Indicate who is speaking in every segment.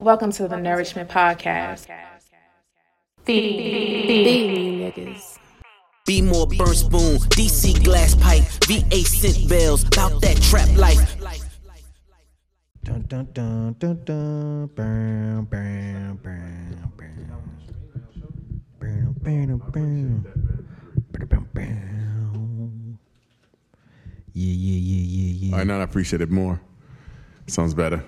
Speaker 1: Welcome to the Nourishment Podcast. Feed niggas.
Speaker 2: Be more burn spoon, DC glass pipe, VA scent bells, bout that trap life.
Speaker 3: Dun dun dun dun dun. Bam bam bam bam. Bam bam bam. Bam bam bam. Yeah yeah yeah yeah yeah.
Speaker 4: All right, now I appreciate it more. Sounds better.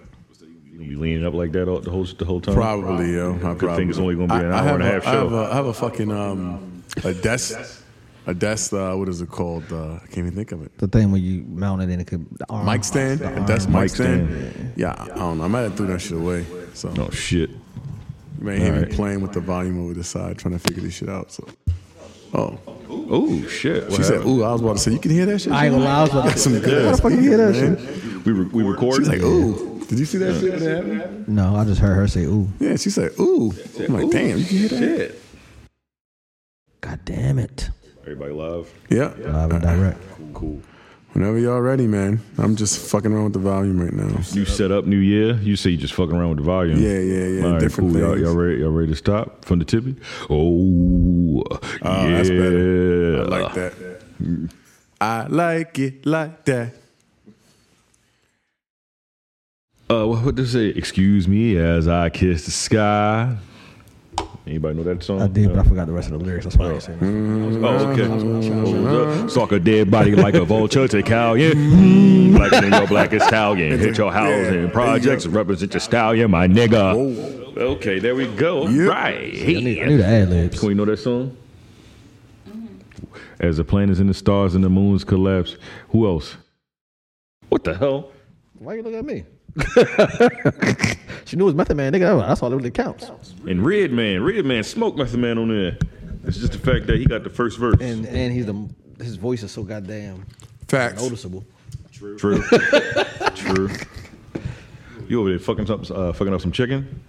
Speaker 5: You gonna be leaning up like that all, the whole the whole time?
Speaker 4: Probably, yo. I
Speaker 5: Good
Speaker 4: probably.
Speaker 5: thing it's only gonna be an
Speaker 4: I- I
Speaker 5: hour and a
Speaker 4: have
Speaker 5: half show.
Speaker 4: I have a, I have a fucking um, a desk, a desk. Uh, what is it called? Uh, I can't even think of it.
Speaker 3: The thing where you mount it and it could the arm,
Speaker 4: Mic stand. A desk mic stand. Yeah, I don't know. I might have threw that shit away. So
Speaker 5: oh shit!
Speaker 4: you may hear me
Speaker 5: Alright.
Speaker 4: playing with the volume over the side, trying to figure this shit out. So, oh,
Speaker 5: Oh shit! What
Speaker 4: she said,
Speaker 5: happened?
Speaker 4: "Ooh, I was about to say you can hear that shit."
Speaker 3: I ain't gonna lie, I was about to
Speaker 4: That's some good.
Speaker 3: What the fuck you hear that shit?
Speaker 5: "We re- we recorded."
Speaker 4: She's like, "Ooh, did you see that shit when it happened?"
Speaker 3: No, I just heard her say, "Ooh,
Speaker 4: Yeah, she said, "Ooh." I'm like, "Damn, you can hear that?"
Speaker 5: Shit.
Speaker 3: god damn it!"
Speaker 5: Everybody live.
Speaker 4: Yeah.
Speaker 3: Live and direct.
Speaker 5: Cool, cool.
Speaker 4: Whenever y'all ready, man. I'm just fucking around with the volume right now.
Speaker 5: You set up New Year. You say you just fucking around with the volume.
Speaker 4: Yeah, yeah, yeah,
Speaker 5: All right,
Speaker 4: different
Speaker 5: cool. Y'all,
Speaker 4: things.
Speaker 5: y'all ready? Y'all ready to stop from the tippy? Oh,
Speaker 4: Oh,
Speaker 5: yeah.
Speaker 4: that's better. I like that. I like it like that.
Speaker 5: Uh, what, what does it say? Excuse me as I kiss the sky. Anybody know that song?
Speaker 3: I did,
Speaker 5: No.
Speaker 3: but I forgot the rest of the lyrics. That's why I ain't
Speaker 4: Mm-hmm.
Speaker 3: saying.
Speaker 5: Oh, okay. Hold up. Stalk a dead body like a vulture to cow, yeah. Mm, Blacker than your black Italian. Hit your housing
Speaker 4: Mm-hmm. yeah,
Speaker 5: projects.
Speaker 4: there
Speaker 5: Represent your stallion, my nigga.
Speaker 4: Whoa.
Speaker 5: Okay, there we go.
Speaker 4: Yep.
Speaker 5: Right.
Speaker 3: I knew, I knew the ad libs.
Speaker 5: Can we know that song?
Speaker 4: Mm-hmm.
Speaker 5: As the planets and the stars and the moons collapse. Who else? What the hell?
Speaker 3: Why you look at me? she knew it was Method Man, nigga. That's all that really counts.
Speaker 5: And Red Man. Red Man. Smoke Method Man on there. It's just the fact that he got the first verse.
Speaker 3: And and he's the his voice is so goddamn
Speaker 4: Facts.
Speaker 3: noticeable.
Speaker 5: True. True. You over there fucking up, uh, fucking up some chicken?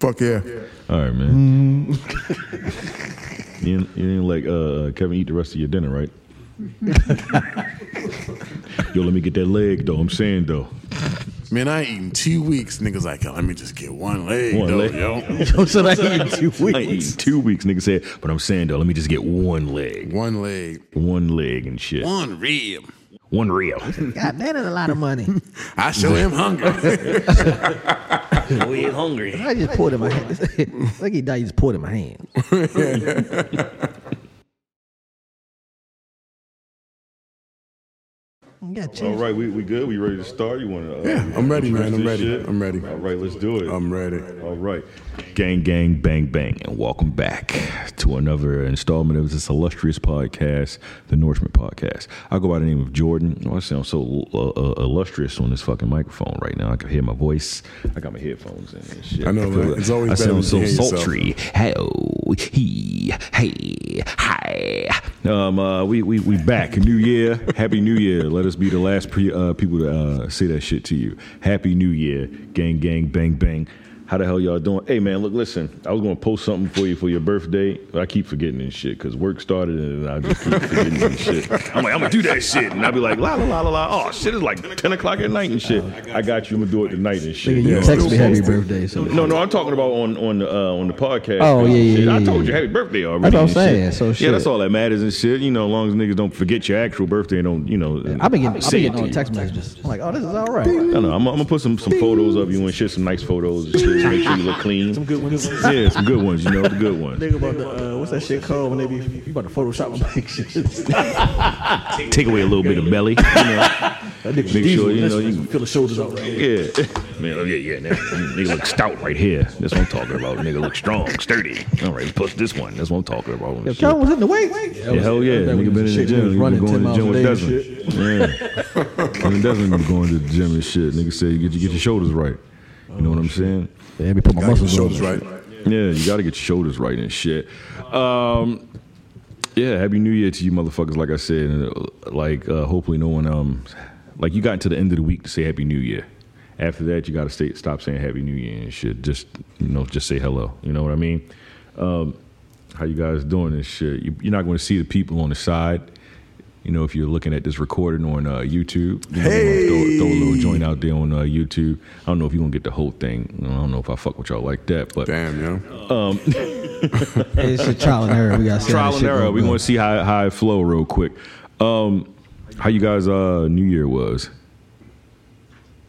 Speaker 4: Fuck yeah.
Speaker 5: All right, man.
Speaker 4: Mm-hmm.
Speaker 5: you, didn't, you didn't let uh, Kevin eat the rest of your dinner, right? Yo, let me get that leg, though. I'm saying, though.
Speaker 4: Man, I ain't eaten two weeks. Niggas like, let me just get one leg,
Speaker 5: One
Speaker 4: though,
Speaker 5: leg.
Speaker 4: yo.
Speaker 3: so that ain't two
Speaker 5: I ain't eating
Speaker 3: weeks.
Speaker 5: two weeks, nigga said, but I'm saying, though, let me just get one leg.
Speaker 4: One leg.
Speaker 5: One leg and shit.
Speaker 4: One rib.
Speaker 5: One reel.
Speaker 3: God, that is a lot of money.
Speaker 4: I show him hunger.
Speaker 5: we hungry.
Speaker 3: I just poured in my hand. like he died, he just poured in my hand. yeah,
Speaker 5: All
Speaker 3: cheese.
Speaker 5: right, we, we good? We ready to start? You want to? Uh,
Speaker 4: Yeah,
Speaker 5: you
Speaker 4: I'm
Speaker 5: wanna
Speaker 4: ready,
Speaker 5: introduce
Speaker 4: man. I'm
Speaker 5: this
Speaker 4: ready.
Speaker 5: shit?
Speaker 4: I'm ready.
Speaker 5: All right, let's do it.
Speaker 4: I'm ready.
Speaker 5: All right. Gang, gang, bang, bang. And welcome back to another installment of this illustrious podcast, the Nourishment Podcast. I go by the name of Jordan. Oh, I sound so uh, uh, illustrious on this fucking microphone right now. I can hear my voice. I got my headphones in and shit.
Speaker 4: I know,
Speaker 5: feel
Speaker 4: right?
Speaker 5: like-
Speaker 4: It's always
Speaker 5: I
Speaker 4: better
Speaker 5: sound
Speaker 4: when
Speaker 5: so
Speaker 4: you hear yourself.
Speaker 5: sultry. Hey, oh, he, hey, hi. Um, uh, we, we, we back. New Year. Happy New Year. Let us be the last pre, uh, people to uh, say that shit to you. Happy New Year. Gang, gang, bang, bang. How the hell y'all doing? Hey, man, look, listen. I was going to post something for you for your birthday, but I keep forgetting this shit because work started and I just keep forgetting this shit. I'm like, I'm going to do that shit. And I'll be like, la, la, la, la, la. Oh, shit, it's like 10 o'clock at night and shit. I got you. I'm going to do it tonight and shit.
Speaker 3: Nigga, you
Speaker 4: Yeah.
Speaker 3: text me
Speaker 4: Still
Speaker 3: happy
Speaker 4: posted.
Speaker 3: birthday. So
Speaker 5: No, no, I'm talking about on on the uh, on the podcast.
Speaker 3: Oh, yeah, yeah,
Speaker 5: Shit, I
Speaker 3: yeah,
Speaker 5: told
Speaker 3: yeah.
Speaker 5: you happy birthday already.
Speaker 3: That's what I'm
Speaker 5: and
Speaker 3: saying,
Speaker 5: shit.
Speaker 3: so
Speaker 5: Yeah,
Speaker 3: shit.
Speaker 5: that's all that matters and shit. You know, as long as niggas don't forget your actual birthday and don't, you know.
Speaker 3: I've been getting, I've
Speaker 5: say
Speaker 3: been
Speaker 5: it
Speaker 3: getting
Speaker 5: to
Speaker 3: all
Speaker 5: you.
Speaker 3: the text messages. I'm like, oh, this is all right.
Speaker 5: I don't know. I'm, I'm gonna put some, some photos of you and shit, some nice photos and shit. to Make sure you look clean. Some good ones. Yeah, some good ones. You know, the good ones.
Speaker 3: Think about the, uh, what's that shit called when they be you about to Photoshop my pictures?
Speaker 5: Take away a little bit of belly. You know.
Speaker 3: That nigga
Speaker 5: Make sure, you know, you-
Speaker 3: feel the shoulders out. Right.
Speaker 5: Yeah, man. oh, Yeah, yeah. Now, nigga look stout right here. That's what I'm talking about. Nigga look strong, sturdy. All right, plus this one. That's what I'm talking about. and shit.
Speaker 3: Kevin was in the weight. Yeah,
Speaker 5: Yeah, hell yeah. Nigga been in the gym. Nigga been going to the gym with Desmond. Yeah. I mean, Desmond been going to the gym and shit. Nigga said, get, your- get your shoulders right. You know what I'm saying?
Speaker 3: Yeah, let me put my
Speaker 4: Got your
Speaker 3: muscles
Speaker 4: shoulders
Speaker 3: on.
Speaker 4: right.
Speaker 5: Yeah, you got to get your shoulders right and shit. Um, yeah, happy new year to you motherfuckers. Like I said, and, uh, like uh, hopefully no one um, like you got to the end of the week to say happy new year. After that, you got to stay stop saying happy new year and shit. Just you know, just say hello. You know what I mean? Um, how you guys doing and shit? You, you're not going to see the people on the side You know, if you're looking at this recording on uh, YouTube, you know, hey. throw, throw a little joint out there on uh, YouTube. I don't know if you're gonna get the whole thing. I don't know if I fuck with y'all like that, but
Speaker 4: Damn, yo.
Speaker 6: It's a trial and error. We got
Speaker 5: trial and error. We're gonna see how how it flow real quick. Um, how you guys uh New Year was?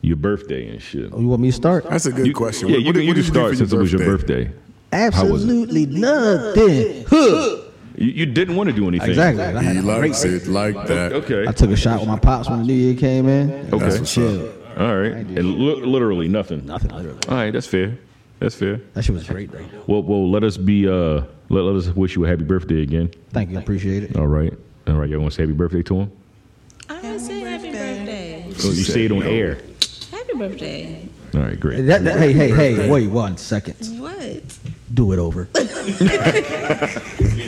Speaker 5: Your birthday and shit.
Speaker 6: You want me to start?
Speaker 4: That's a good
Speaker 5: You-
Speaker 4: question.
Speaker 5: Yeah,
Speaker 4: What-
Speaker 5: you
Speaker 4: what
Speaker 5: can, you
Speaker 4: did
Speaker 5: can
Speaker 4: do for
Speaker 5: start since it was your birthday. was it?
Speaker 6: Absolutely nothing. Huh.
Speaker 5: You, you didn't want to do anything.
Speaker 6: Exactly. I,
Speaker 4: He
Speaker 6: had a
Speaker 4: likes
Speaker 6: great,
Speaker 4: it like that.
Speaker 5: Okay.
Speaker 6: I took a shot with my pops when the new year came in.
Speaker 5: Okay.
Speaker 6: That's chill.
Speaker 5: All right. And li- literally nothing.
Speaker 6: Nothing. Literally.
Speaker 5: All right. That's fair. That's fair.
Speaker 6: That shit was great. Though.
Speaker 5: Well, well, let us be. Uh, let, let us wish you a happy birthday again.
Speaker 6: Thank you. Appreciate it.
Speaker 5: All right. All right. Y'all want to say happy birthday to him? Oh,
Speaker 7: I would say happy birthday.
Speaker 5: you say it on air.
Speaker 7: Happy birthday.
Speaker 5: All right. Great.
Speaker 6: That- that- hey, hey, hey! Wait one second.
Speaker 7: What?
Speaker 6: Do it over.
Speaker 5: I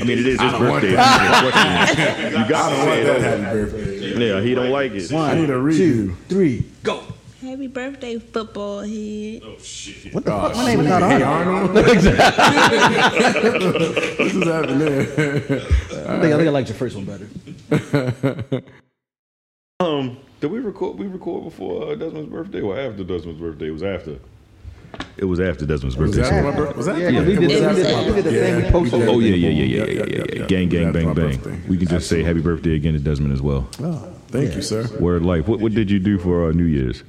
Speaker 5: mean, it is his
Speaker 4: don't want
Speaker 5: birthday. you
Speaker 4: I
Speaker 5: got to
Speaker 4: want
Speaker 5: say
Speaker 4: that
Speaker 5: it.
Speaker 4: happy birthday.
Speaker 5: Yeah, he don't like it.
Speaker 4: I need a redo.
Speaker 6: Three.
Speaker 7: Happy birthday, football head.
Speaker 6: What the fuck? My name is not Arnold.
Speaker 4: This is happening.
Speaker 6: I think I think I liked your first one better.
Speaker 5: Um, did we record? We record before uh, Desmond's birthday or after Desmond's birthday? It was after. It was after Desmond's birthday.
Speaker 4: that
Speaker 5: so-
Speaker 4: my birth- was that?
Speaker 6: Yeah, 'cause we did,
Speaker 4: Yeah.
Speaker 6: we did, we did the thing we posted.
Speaker 5: Oh yeah, yeah, yeah, yeah, yeah, yeah, yeah,
Speaker 4: yeah.
Speaker 5: Gang, gang,
Speaker 4: That's my
Speaker 5: bang, bang.
Speaker 4: birthday.
Speaker 5: We can just say happy birthday again to Desmond as well.
Speaker 4: Oh, thank you, sir.
Speaker 5: Word life. What what did you do for uh, New Year's?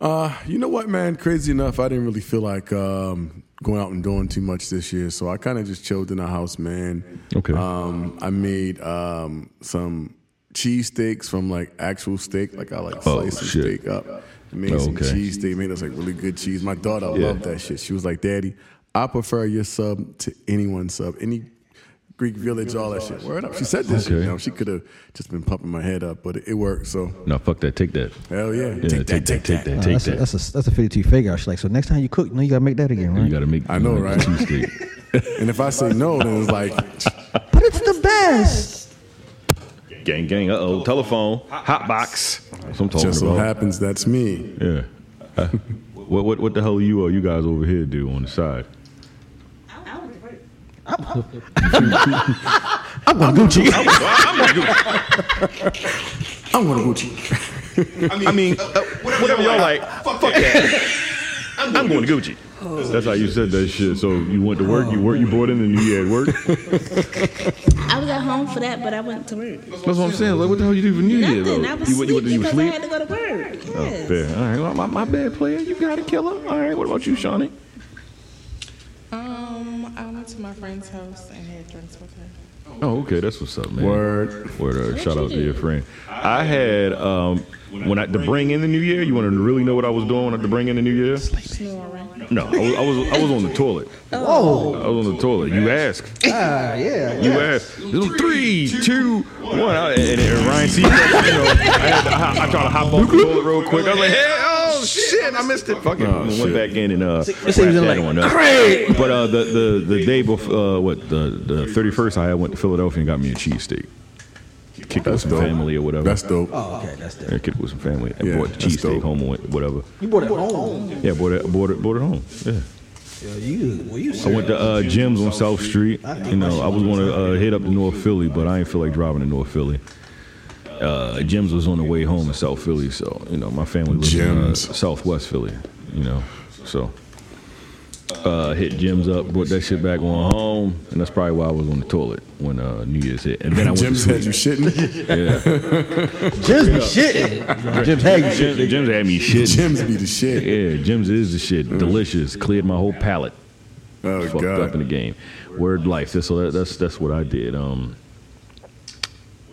Speaker 4: Uh, you know what, man? Crazy enough, I didn't really feel like um, going out and doing too much this year, so I kind of just chilled in the house, man.
Speaker 5: Okay.
Speaker 4: Um, I made um, some cheese steaks from like actual steak, like I like
Speaker 5: Oh,
Speaker 4: slice some
Speaker 5: shit.
Speaker 4: steak up. Made
Speaker 5: Oh,
Speaker 4: some
Speaker 5: okay.
Speaker 4: cheese steak, made us like really good cheese. My daughter
Speaker 5: Yeah.
Speaker 4: loved that shit. She was like, "Daddy, I prefer your sub to anyone's sub, any Greek village, all that shit." Word up. She said this. shit.
Speaker 5: Okay.
Speaker 4: You know, she could have just been pumping my head up, but it, it worked. So
Speaker 5: No, fuck that. Take that.
Speaker 4: hell yeah,
Speaker 5: Yeah, take that. Take that.
Speaker 6: Nah,
Speaker 5: Take
Speaker 6: that's,
Speaker 5: that.
Speaker 6: A, that's a that's a 52 figure. She's like, so next time you cook, no, you gotta make that again,
Speaker 5: you
Speaker 6: right?
Speaker 5: gotta make.
Speaker 4: I know,
Speaker 5: you
Speaker 4: right?
Speaker 5: Cheesesteak.
Speaker 4: And if I say no, then it's like,
Speaker 6: But it's the best.
Speaker 5: gang, gang. Uh oh. Telephone. Hot box. That's what I'm talking
Speaker 4: just so
Speaker 5: about.
Speaker 4: happens that's me.
Speaker 5: Yeah. Uh, what what what the hell you uh, you guys over here do on the side?
Speaker 6: I'm gonna Gucci.
Speaker 4: I'm gonna Gucci.
Speaker 5: I mean, uh, whatever y'all like, fuck that. I'm, going to Gucci. That's how you said that shit. So you went to work, you work, you brought in, and you had work. That's
Speaker 7: I was at home for that, but I went to work.
Speaker 5: what I'm saying. Like, what the hell you do for New Year though?
Speaker 7: Nothing. I was
Speaker 5: Oh, You, went- you, went-
Speaker 7: sleepy
Speaker 5: you
Speaker 7: because I
Speaker 5: sleep.
Speaker 7: had to go to work. Yes.
Speaker 5: Fair. All right. Well, my, my bad, player. You got a killer. All right. What about you, Shawnee?
Speaker 8: Um, I went to my friend's house and had drinks with her.
Speaker 5: Oh, okay. That's what's up, man.
Speaker 4: Word.
Speaker 5: Word. uh, shout out to your friend. I had um when I to bring in the new year. You want to really know what I was doing when I- to bring in the new year? No, I was I was, I was on the toilet.
Speaker 6: Whoa.
Speaker 5: I was on the toilet. You ask.
Speaker 6: Ah, yeah.
Speaker 5: You asked. Three, two, one. I, and, and Ryan C. You know, I, had to, I, I tried to hop off the toilet real quick. I was like, hey, oh shit, I missed it. Fuck it.
Speaker 4: Oh,
Speaker 5: went
Speaker 4: shit.
Speaker 5: back in and uh, wrapped
Speaker 6: seems
Speaker 5: that
Speaker 6: like,
Speaker 5: one up. But uh, the, the the day before, uh, what the the thirty first, I went to Philadelphia and got me a cheesesteak. Kicked it
Speaker 4: That's
Speaker 5: with some
Speaker 4: dope.
Speaker 5: family or whatever.
Speaker 4: That's dope.
Speaker 6: Oh, okay, that's
Speaker 5: yeah,
Speaker 6: different.
Speaker 5: kicked it with some family. I
Speaker 4: Yeah,
Speaker 5: brought the
Speaker 4: that's
Speaker 5: cheesesteak
Speaker 4: dope.
Speaker 5: home or whatever.
Speaker 6: You bought it home.
Speaker 5: Yeah, bought it bought it bought it home. Yeah.
Speaker 6: Yo, you, well, you
Speaker 5: I went to uh, gyms on South Street. You know, I was going to uh, hit up to North Philly, but I didn't feel like driving to North Philly. Uh, gyms was on the way home in South Philly, so you know my family lives in uh,
Speaker 4: Gyms.
Speaker 5: Southwest Philly. You know, so uh, hit gyms up, brought that shit back on home, and that's probably why I was on the toilet when uh, New Year's hit. And then I went
Speaker 4: Jim's
Speaker 5: to
Speaker 4: had you
Speaker 5: sleep.
Speaker 4: shitting.
Speaker 6: Jim's be shitting. Jim's hanging shit.
Speaker 5: Gyms, gyms had me shit.
Speaker 4: Jim's be the shit.
Speaker 5: Yeah, gyms is the shit. Delicious. Cleared my whole palate.
Speaker 4: Oh
Speaker 5: fucked up in the
Speaker 4: god.
Speaker 5: game. Word life. That's so that, that's that's what I did. Um,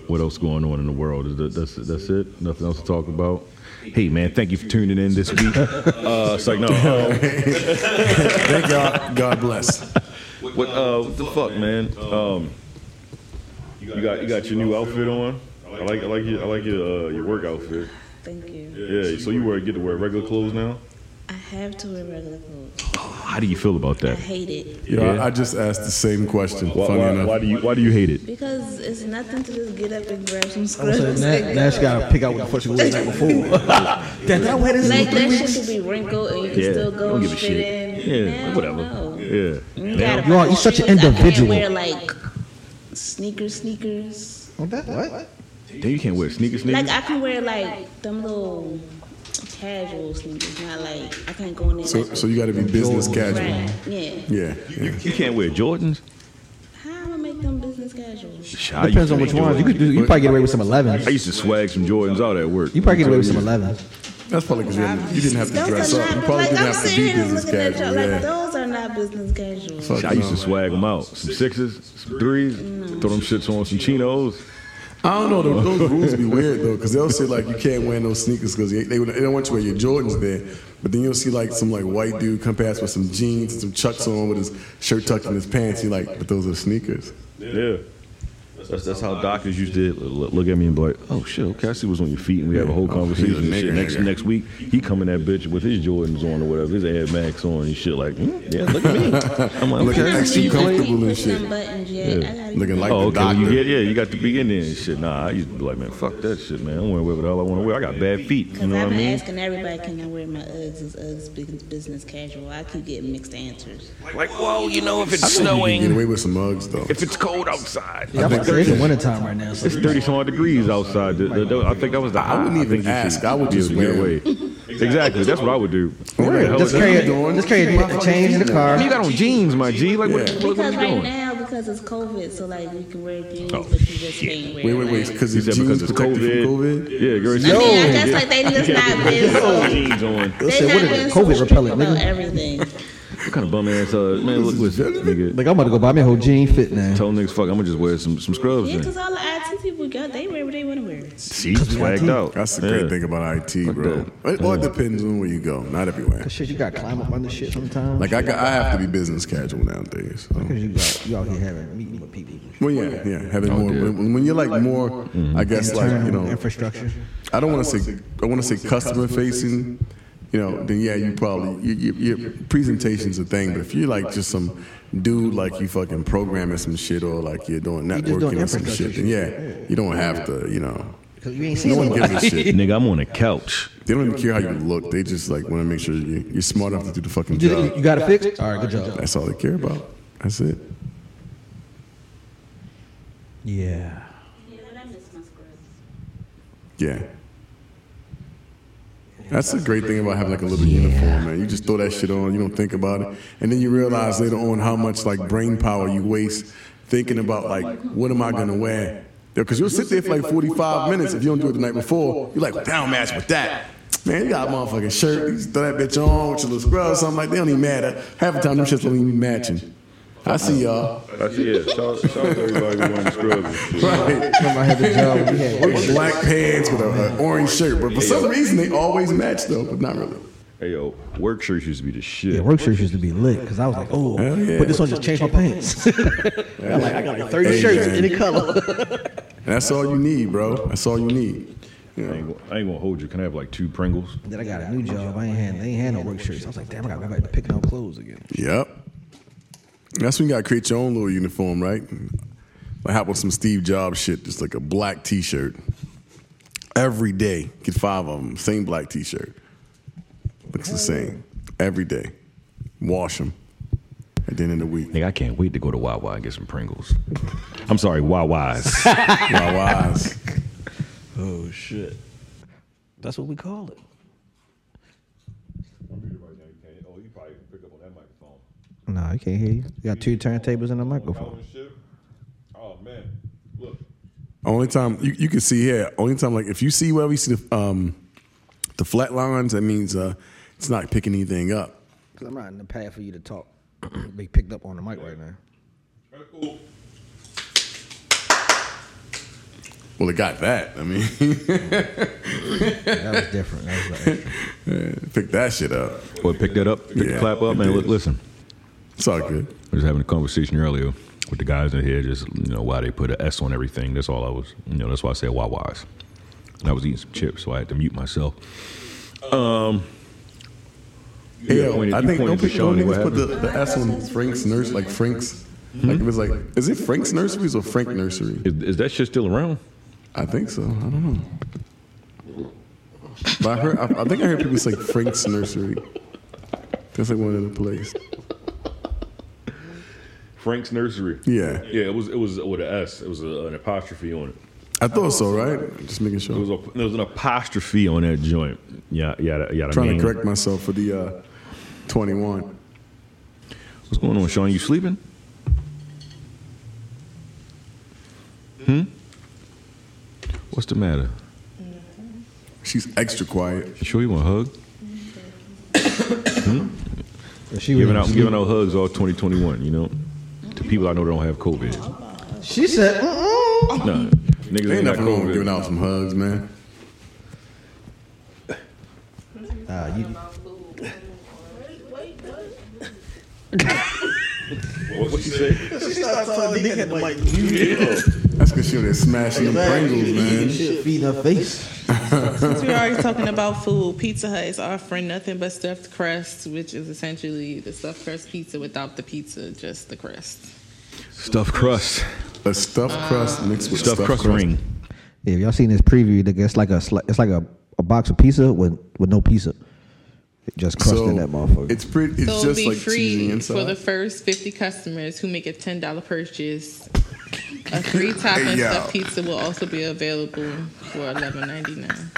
Speaker 5: what else going on in the world? Is that, that's that's it. Nothing else to talk about. Hey man, thank you for tuning in this week. Uh, it's like no, uh,
Speaker 4: Thank God. God bless.
Speaker 5: what uh, what the fuck, man? Um, you got you got your new outfit on. I like I like your I like your uh, your work outfit.
Speaker 7: Thank you.
Speaker 5: Yeah, so you wear get to wear regular clothes now.
Speaker 7: I have to wear regular clothes.
Speaker 5: How do you feel about
Speaker 7: I
Speaker 5: that?
Speaker 7: hate it
Speaker 4: Yo, I-
Speaker 5: Yeah.
Speaker 4: I just asked the same question.
Speaker 5: Why,
Speaker 4: funny
Speaker 5: why-
Speaker 4: enough.
Speaker 5: why do you why do you hate it?
Speaker 7: because it's nothing to just get up and grab some scrubs.
Speaker 6: So now, now she gotta pick out what the fuck she was the night before. Dad, did I wear this in
Speaker 7: like
Speaker 6: three
Speaker 7: that shit
Speaker 6: weeks?
Speaker 7: could be wrinkled and you can
Speaker 5: Yeah,
Speaker 7: still go
Speaker 5: don't give a
Speaker 7: and
Speaker 5: shit.
Speaker 7: fit in.
Speaker 5: Yeah,
Speaker 7: Now,
Speaker 5: whatever.
Speaker 7: no.
Speaker 5: Yeah.
Speaker 7: You gotta
Speaker 6: You are- you're such an
Speaker 7: I can't
Speaker 6: individual.
Speaker 7: wear like sneakers, sneakers.
Speaker 6: Oh,
Speaker 3: What? that- what?
Speaker 5: Then you can't wear sneakers,
Speaker 7: Like
Speaker 5: sneakers.
Speaker 7: I can wear like them little casual sneakers, not like I can't go in there.
Speaker 4: So,
Speaker 7: like-
Speaker 4: so you got to be business casual.
Speaker 7: right? Yeah.
Speaker 4: Yeah, yeah.
Speaker 5: you can't wear Jordans.
Speaker 7: How am I make them business casual?
Speaker 5: Shy, you
Speaker 3: Depends on
Speaker 5: can't
Speaker 3: which
Speaker 5: wear
Speaker 3: ones. You
Speaker 5: Jordans.
Speaker 3: could do, you probably get away with some 11s.
Speaker 5: I used to swag some Jordans out at work.
Speaker 3: You probably get away with some 11s.
Speaker 4: That's probably because you didn't have to
Speaker 7: Those
Speaker 4: dress
Speaker 7: are
Speaker 4: up. You
Speaker 7: not
Speaker 4: probably
Speaker 7: like
Speaker 4: didn't
Speaker 7: I'm
Speaker 4: have to be
Speaker 7: sitting here
Speaker 4: business
Speaker 7: looking at y'all
Speaker 4: casual.
Speaker 7: like
Speaker 4: Yeah.
Speaker 7: those are not business casual.
Speaker 4: Fuck
Speaker 5: I used
Speaker 4: no.
Speaker 5: to swag them out. Some sixes, some threes, throw them shits on some chinos.
Speaker 4: I don't know. Those, those rules be weird though, because they'll say like you can't wear no sneakers because they, they, they don't want you to wear your Jordans there. But then you'll see like some like white dude come past with some jeans and some chucks on with his shirt tucked in his pants. You're like, but those are sneakers.
Speaker 5: Yeah. That's, that's how doctors used to look look at me and be like, oh shit, okay, I see what's on your feet. And we have a whole
Speaker 4: Oh,
Speaker 5: conversation.
Speaker 4: he's a
Speaker 5: and shit.
Speaker 4: nigger,
Speaker 5: Next,
Speaker 4: nigger.
Speaker 5: next week, he coming that bitch with his Jordans on or whatever, his Air Max on and shit. Like, hmm, yeah, look at me. I'm like,
Speaker 4: Look at
Speaker 5: okay.
Speaker 4: that extra
Speaker 7: You can't
Speaker 4: comfortable and
Speaker 7: push them
Speaker 4: shit.
Speaker 7: buttons yet. I gotta-
Speaker 4: Looking like
Speaker 5: Oh,
Speaker 4: the
Speaker 5: okay. well,
Speaker 4: doctor.
Speaker 5: you get, yeah, you got to be in there and shit. Nah, I used to be like, man, fuck that shit, man. I want to wear what the hell I want to wear. I got bad feet. You
Speaker 7: Cause
Speaker 5: know what I
Speaker 7: I've been
Speaker 5: mean?
Speaker 7: asking everybody, can I wear my Uggs? Is Uggs bus- business casual? I keep getting mixed answers.
Speaker 9: Like, whoa, you know, if it's
Speaker 4: You can get
Speaker 9: snowing,
Speaker 4: away with some mugs though.
Speaker 9: if it's cold outside.
Speaker 4: I
Speaker 6: I'm
Speaker 4: think
Speaker 6: about to say, it's the wintertime right now. So
Speaker 5: It's thirty some odd degrees outside. The- the- the- I think that was the.
Speaker 4: I wouldn't
Speaker 5: high.
Speaker 4: even
Speaker 5: think you
Speaker 4: ask.
Speaker 5: should
Speaker 4: I would
Speaker 5: be
Speaker 4: just
Speaker 5: able to get
Speaker 4: wear
Speaker 5: away. Exactly. That's what I would do.
Speaker 4: Right.
Speaker 5: Just
Speaker 4: Just carry
Speaker 5: carry
Speaker 4: it.
Speaker 3: Just carry a change in the car.
Speaker 5: You got on jeans, my G. Like what,
Speaker 4: Yeah.
Speaker 5: what, what
Speaker 7: Because
Speaker 5: you
Speaker 7: right
Speaker 5: doing?
Speaker 7: now, because it's COVID, so like you can wear jeans, but you just can't wear.
Speaker 4: Oh, Wait, wait, wait.
Speaker 7: like-
Speaker 4: Because
Speaker 5: He
Speaker 4: his
Speaker 5: said
Speaker 4: jeans
Speaker 5: because it's
Speaker 4: protected
Speaker 5: COVID.
Speaker 4: from COVID.
Speaker 5: Yeah, girl.
Speaker 7: I mean, I guess
Speaker 5: Yeah.
Speaker 7: like they just not been
Speaker 5: Put
Speaker 7: so.
Speaker 5: jeans on.
Speaker 7: They
Speaker 3: what
Speaker 7: not
Speaker 3: is it,
Speaker 7: been
Speaker 3: COVID
Speaker 7: so strict
Speaker 3: repellent,
Speaker 7: about
Speaker 3: nigga?
Speaker 7: everything.
Speaker 5: What kind of bum ass? Uh, man, look what's nigga.
Speaker 3: Like, I'm about to go buy me a whole jean fit now.
Speaker 5: Tell niggas fuck. I'm gonna just wear some some scrubs.
Speaker 7: Yeah, because
Speaker 5: then.
Speaker 7: all the IT people got, they wear what they want to wear.
Speaker 5: See, swagged out.
Speaker 4: That's the
Speaker 5: Yeah.
Speaker 4: great thing about IT, bro. It all depends on where you go. Not everywhere.
Speaker 3: Shit, you got to climb up on this shit sometimes.
Speaker 4: Like I, got, I have to be business casual nowadays. So.
Speaker 3: you, out, you out here having meeting with people.
Speaker 4: Well, yeah, yeah. Having more
Speaker 5: dear.
Speaker 4: when, when you're like more, I guess like you
Speaker 3: Internal
Speaker 4: know,
Speaker 3: infrastructure.
Speaker 4: I don't want to say I want to say customer facing. You know, then yeah, you probably your, your, your presentation's a thing. But if you're like just some dude, like you fucking programming some shit or like you're doing
Speaker 3: just doing
Speaker 4: networking or some shit, then yeah, you don't have to. You know,
Speaker 3: Because you ain't
Speaker 4: no
Speaker 3: seen
Speaker 4: one gives a shit.
Speaker 5: Nigga, I'm on a couch.
Speaker 4: They don't even care how you look. They just like want to make sure you, you're smart enough to do the fucking
Speaker 3: You, did it,
Speaker 4: job.
Speaker 3: you got it fixed? All right, good job.
Speaker 4: That's all they care about. That's it.
Speaker 6: yeah.
Speaker 4: Yeah. That's the great thing about having like a little uniform, man. You just throw that shit on, you don't think about it, and then you realize later on how much like brain power you waste thinking about like what am I gonna wear? Because you'll sit there for like 45 minutes if you don't do it the night before. You're like down match with that. Man, you got a motherfucking shirt. You just throw that bitch on with your little scrub or something like they don't even matter. Half the time them shits don't even be matching. I see y'all.
Speaker 5: That's yeah. Shout, shout out to everybody wearing scrubs.
Speaker 4: Right.
Speaker 3: Remember I had the job. We had
Speaker 4: With black pants with an orange shirt, but for some reason they always match though, but not really.
Speaker 5: Hey yo, work shirts used to be the shit.
Speaker 6: Yeah, work shirts used to be lit because I was like, oh,
Speaker 4: Hell yeah.
Speaker 6: put this on, just change my pants.
Speaker 3: I, like, I got like 30
Speaker 4: Hey,
Speaker 3: shirts,
Speaker 4: man.
Speaker 3: any color.
Speaker 4: And that's all you need, bro. That's all you need. You
Speaker 5: I
Speaker 4: know,
Speaker 5: ain't, gonna, I ain't gonna hold you. Can I have like two Pringles?
Speaker 6: then I got a new job. I ain't had, they ain't had no work shirts. I was like, damn, I got to go back to picking out clothes again.
Speaker 4: Yep. That's when you gotta create your own little uniform, right? Like hop on some Steve Jobs shit, just like a black T-shirt. Every day, get five of them. Same black T-shirt. Looks the same every day. Wash them at the end of the week.
Speaker 5: Nigga, I can't wait to go to Wawa and get some Pringles. I'm sorry, Wawa's.
Speaker 4: Wow, wise.
Speaker 6: Oh, shit. That's what we call it.
Speaker 3: Nah, I can't hear you. You got two turntables and a microphone.
Speaker 5: Oh man, look.
Speaker 4: Only time you, you can see here. Only time like if you see where we see the um, the flat lines, that means uh, it's not picking anything up.
Speaker 6: Because I'm not in the path for you to talk. Be picked up on the mic right now.
Speaker 4: Well, it got that. I mean,
Speaker 6: That was different. That was like,
Speaker 4: pick that shit up.
Speaker 5: Boy, pick that up. Pick
Speaker 4: Yeah,
Speaker 5: the clap up,
Speaker 4: it
Speaker 5: man. Look,
Speaker 4: did.
Speaker 5: listen.
Speaker 4: It's all good.
Speaker 5: I was having a conversation earlier with the guys in here, just you know why they put an S on everything. That's all I was, you know. That's why I said Wawa's. And I was eating some chips, so I had to mute myself. Um. you
Speaker 4: Yo,
Speaker 5: pointed-
Speaker 4: I
Speaker 5: you
Speaker 4: think don't,
Speaker 5: pointed to
Speaker 4: put- don't
Speaker 5: Shawnee, what
Speaker 4: niggas put the,
Speaker 5: happened?
Speaker 4: the S on Frank's nurse like Frank's.
Speaker 5: Hmm?
Speaker 4: Like it was like, is it Frank's nurseries or Frank nursery?
Speaker 5: Is, is that shit still around?
Speaker 4: I think so. I don't know. But I heard, I, I think I heard people say Frank's nursery. That's like one of the places.
Speaker 5: Frank's Nursery.
Speaker 4: Yeah.
Speaker 5: Yeah, it was it was with an S. It was a, an apostrophe on it.
Speaker 4: I thought so, right? Just making
Speaker 5: There was,
Speaker 4: sure.
Speaker 5: a, there was an apostrophe on that joint. Yeah, yeah, yeah.
Speaker 4: Trying to correct myself for the uh, 21.
Speaker 5: What's going on, Sean? You sleeping? Hmm. What's the matter?
Speaker 4: She's extra quiet.
Speaker 5: You sure you want a hug?
Speaker 3: She
Speaker 5: Giving out, giving out hugs all 2021. You know, to people I know that don't have COVID.
Speaker 3: She said, Mm-mm.
Speaker 5: No, niggas
Speaker 4: There
Speaker 5: ain't
Speaker 4: ain't
Speaker 5: got
Speaker 4: nothing wrong with giving
Speaker 5: COVID.
Speaker 4: out some hugs, man.
Speaker 3: Ah, you-
Speaker 5: What she say?
Speaker 6: She started telling the nigga at the mic.
Speaker 4: That's because she was there smashing them Pringles, man.
Speaker 3: Shit, feed her face.
Speaker 8: Since we were already talking about food, Pizza Hut is offering nothing but stuffed crust, which is essentially the stuffed crust pizza without the pizza, just the crust.
Speaker 5: Stuffed crust,
Speaker 4: A stuffed crust mixed with
Speaker 5: Ah. stuffed crust ring.
Speaker 6: Yeah, if y'all seen this preview, nigga, it's like a sli- it's like a, a box of pizza with with no pizza, It just crust
Speaker 4: So
Speaker 6: in that motherfucker.
Speaker 4: it's pretty. It's
Speaker 8: So it'll
Speaker 4: just
Speaker 8: be
Speaker 4: like cheesy
Speaker 8: free for
Speaker 4: inside.
Speaker 8: the first 50 customers who make a $10 purchase. A free topping
Speaker 4: Hey, yo.
Speaker 8: stuffed pizza will also be available for $11.99.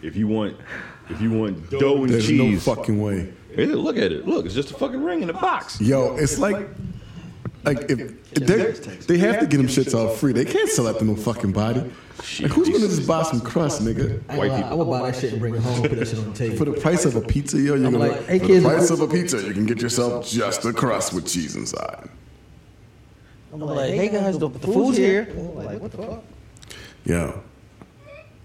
Speaker 5: If you want, if you want dough and
Speaker 4: There's
Speaker 5: cheese,
Speaker 4: no fucking way.
Speaker 5: Hey, look at it. Look, it's just a fucking ring in a box.
Speaker 4: Yo, it's like, like if, if they're- they have to get them shits out free. They can't sell that to no fucking body. Like who's gonna just buy some crust, nigga?
Speaker 6: white people. I would buy that shit and bring it home, put that shit on the table.
Speaker 4: For the price of a pizza, yo, you're gonna,
Speaker 6: like, hey,
Speaker 4: for
Speaker 6: kids,
Speaker 4: the price
Speaker 6: what-
Speaker 4: of a pizza, you can get yourself just a crust with cheese inside.
Speaker 6: I'm like, hey guys, the, the food's here.
Speaker 4: Yo,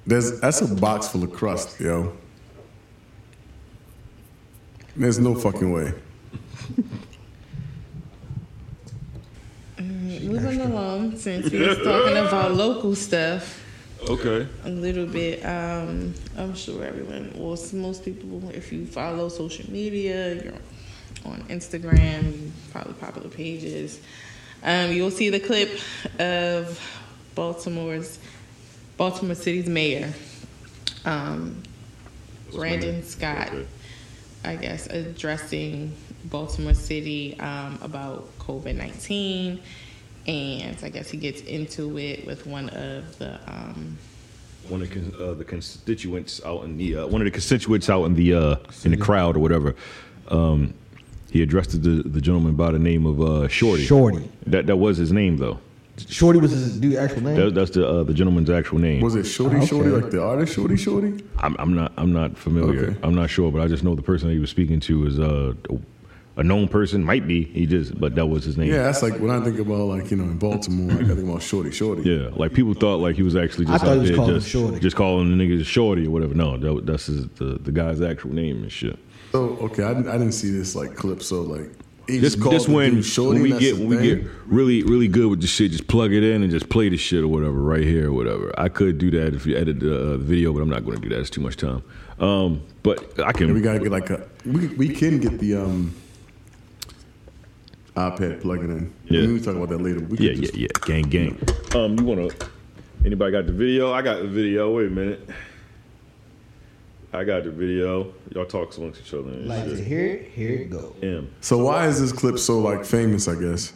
Speaker 4: there's that's a box full of crust, yo. There's no fucking way.
Speaker 8: Moving along, since we was talking about local stuff
Speaker 5: Okay.
Speaker 8: a little bit, um, I'm sure everyone, well, s- most people, if you follow social media, you're on Instagram, you probably popular pages, um, you'll see the clip of Baltimore's, Baltimore City's mayor, um, Brandon Scott,
Speaker 5: Okay.
Speaker 8: I guess, addressing Baltimore City um, about COVID 19. And I guess he gets into it with one of the. Um,
Speaker 5: One of the con- uh, the constituents out in the uh, one of the constituents out in the uh, in the crowd or whatever. Um, he addressed the the gentleman by the name of uh, Shorty.
Speaker 6: Shorty.
Speaker 5: That that was his name though.
Speaker 6: Shorty was his new actual name.
Speaker 5: That, that's the uh, the gentleman's actual name.
Speaker 4: Was it Shorty Shorty like the artist Shorty Shorty?
Speaker 5: I'm, I'm not I'm not familiar.
Speaker 4: Okay.
Speaker 5: I'm not sure, but I just know the person that he was speaking to is uh, a known person. Might be he just, but that was his name.
Speaker 4: Yeah, that's like when I think about like you know in Baltimore, like I think about Shorty Shorty.
Speaker 5: Yeah, like people thought like he was actually
Speaker 6: I
Speaker 5: just
Speaker 6: thought
Speaker 5: out
Speaker 6: he was
Speaker 5: there
Speaker 6: calling
Speaker 5: just,
Speaker 6: him Shorty.
Speaker 5: just calling the niggas shorty or whatever. No, that, that's his, the the guy's actual name and shit.
Speaker 4: So Oh, okay, I, didn't- I didn't see this like clip. So like, he
Speaker 5: Just
Speaker 4: called
Speaker 5: just
Speaker 4: the
Speaker 5: when,
Speaker 4: dude Shorty,
Speaker 5: when we
Speaker 4: that's
Speaker 5: get
Speaker 4: the
Speaker 5: when we
Speaker 4: thing.
Speaker 5: get really really good with the shit, just plug it in and just play the shit or whatever right here or whatever. I could do that if you edit the uh, video, but I'm not going to do that. It's too much time. Um, but I can.
Speaker 4: we gotta get like a we we can get the um iPad plugging in.
Speaker 5: Yeah.
Speaker 4: we can talk about that later. We
Speaker 5: yeah
Speaker 4: can
Speaker 5: yeah
Speaker 4: just-
Speaker 5: yeah. Gang gang. Um, you want to? Anybody got the video? I got the video. Wait a minute. I got the video. Y'all talk amongst each other. And
Speaker 6: like,
Speaker 5: shit.
Speaker 6: here, here it go.
Speaker 5: M.
Speaker 4: So why is this clip so like famous? I guess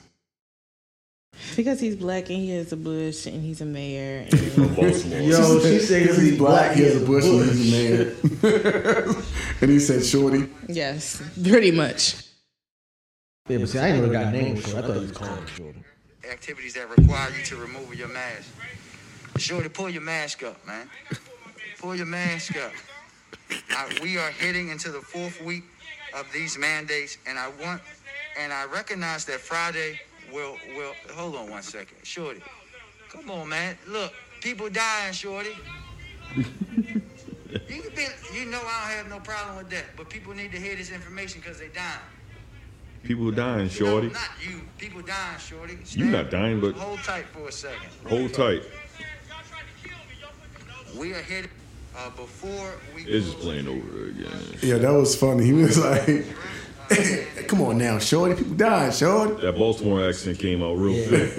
Speaker 8: because he's black and he is a bush and he's a mayor. And
Speaker 6: Yo, she said
Speaker 4: because he's black, he has a bush, and he's a man. and he said, "Shorty,
Speaker 8: yes, pretty much.
Speaker 6: Yeah, but see, I ain't really got names. So I thought he was calling him Shorty.
Speaker 10: activities that require you to remove your mask. Shorty, pull your mask up, man. Pull your mask up. I- we are heading into the fourth week of these mandates, and I want, and I recognize that Friday will, will, hold on one second. Shorty, come on, man. Look, people dying, Shorty. you, can be, you know I don't have no problem with that, but people need to hear this information because they dying.
Speaker 5: People dying, shorty.
Speaker 10: No, not you. People dying, Shorty.
Speaker 5: You not dying, but-
Speaker 10: Hold tight for a second.
Speaker 5: Hold tight.
Speaker 10: We are headed uh, before we.
Speaker 5: It's just playing over again.
Speaker 4: yeah, that was funny." He was like, "Come on now, Shorty, people dying, Shorty."
Speaker 5: That Baltimore accent came out real thick.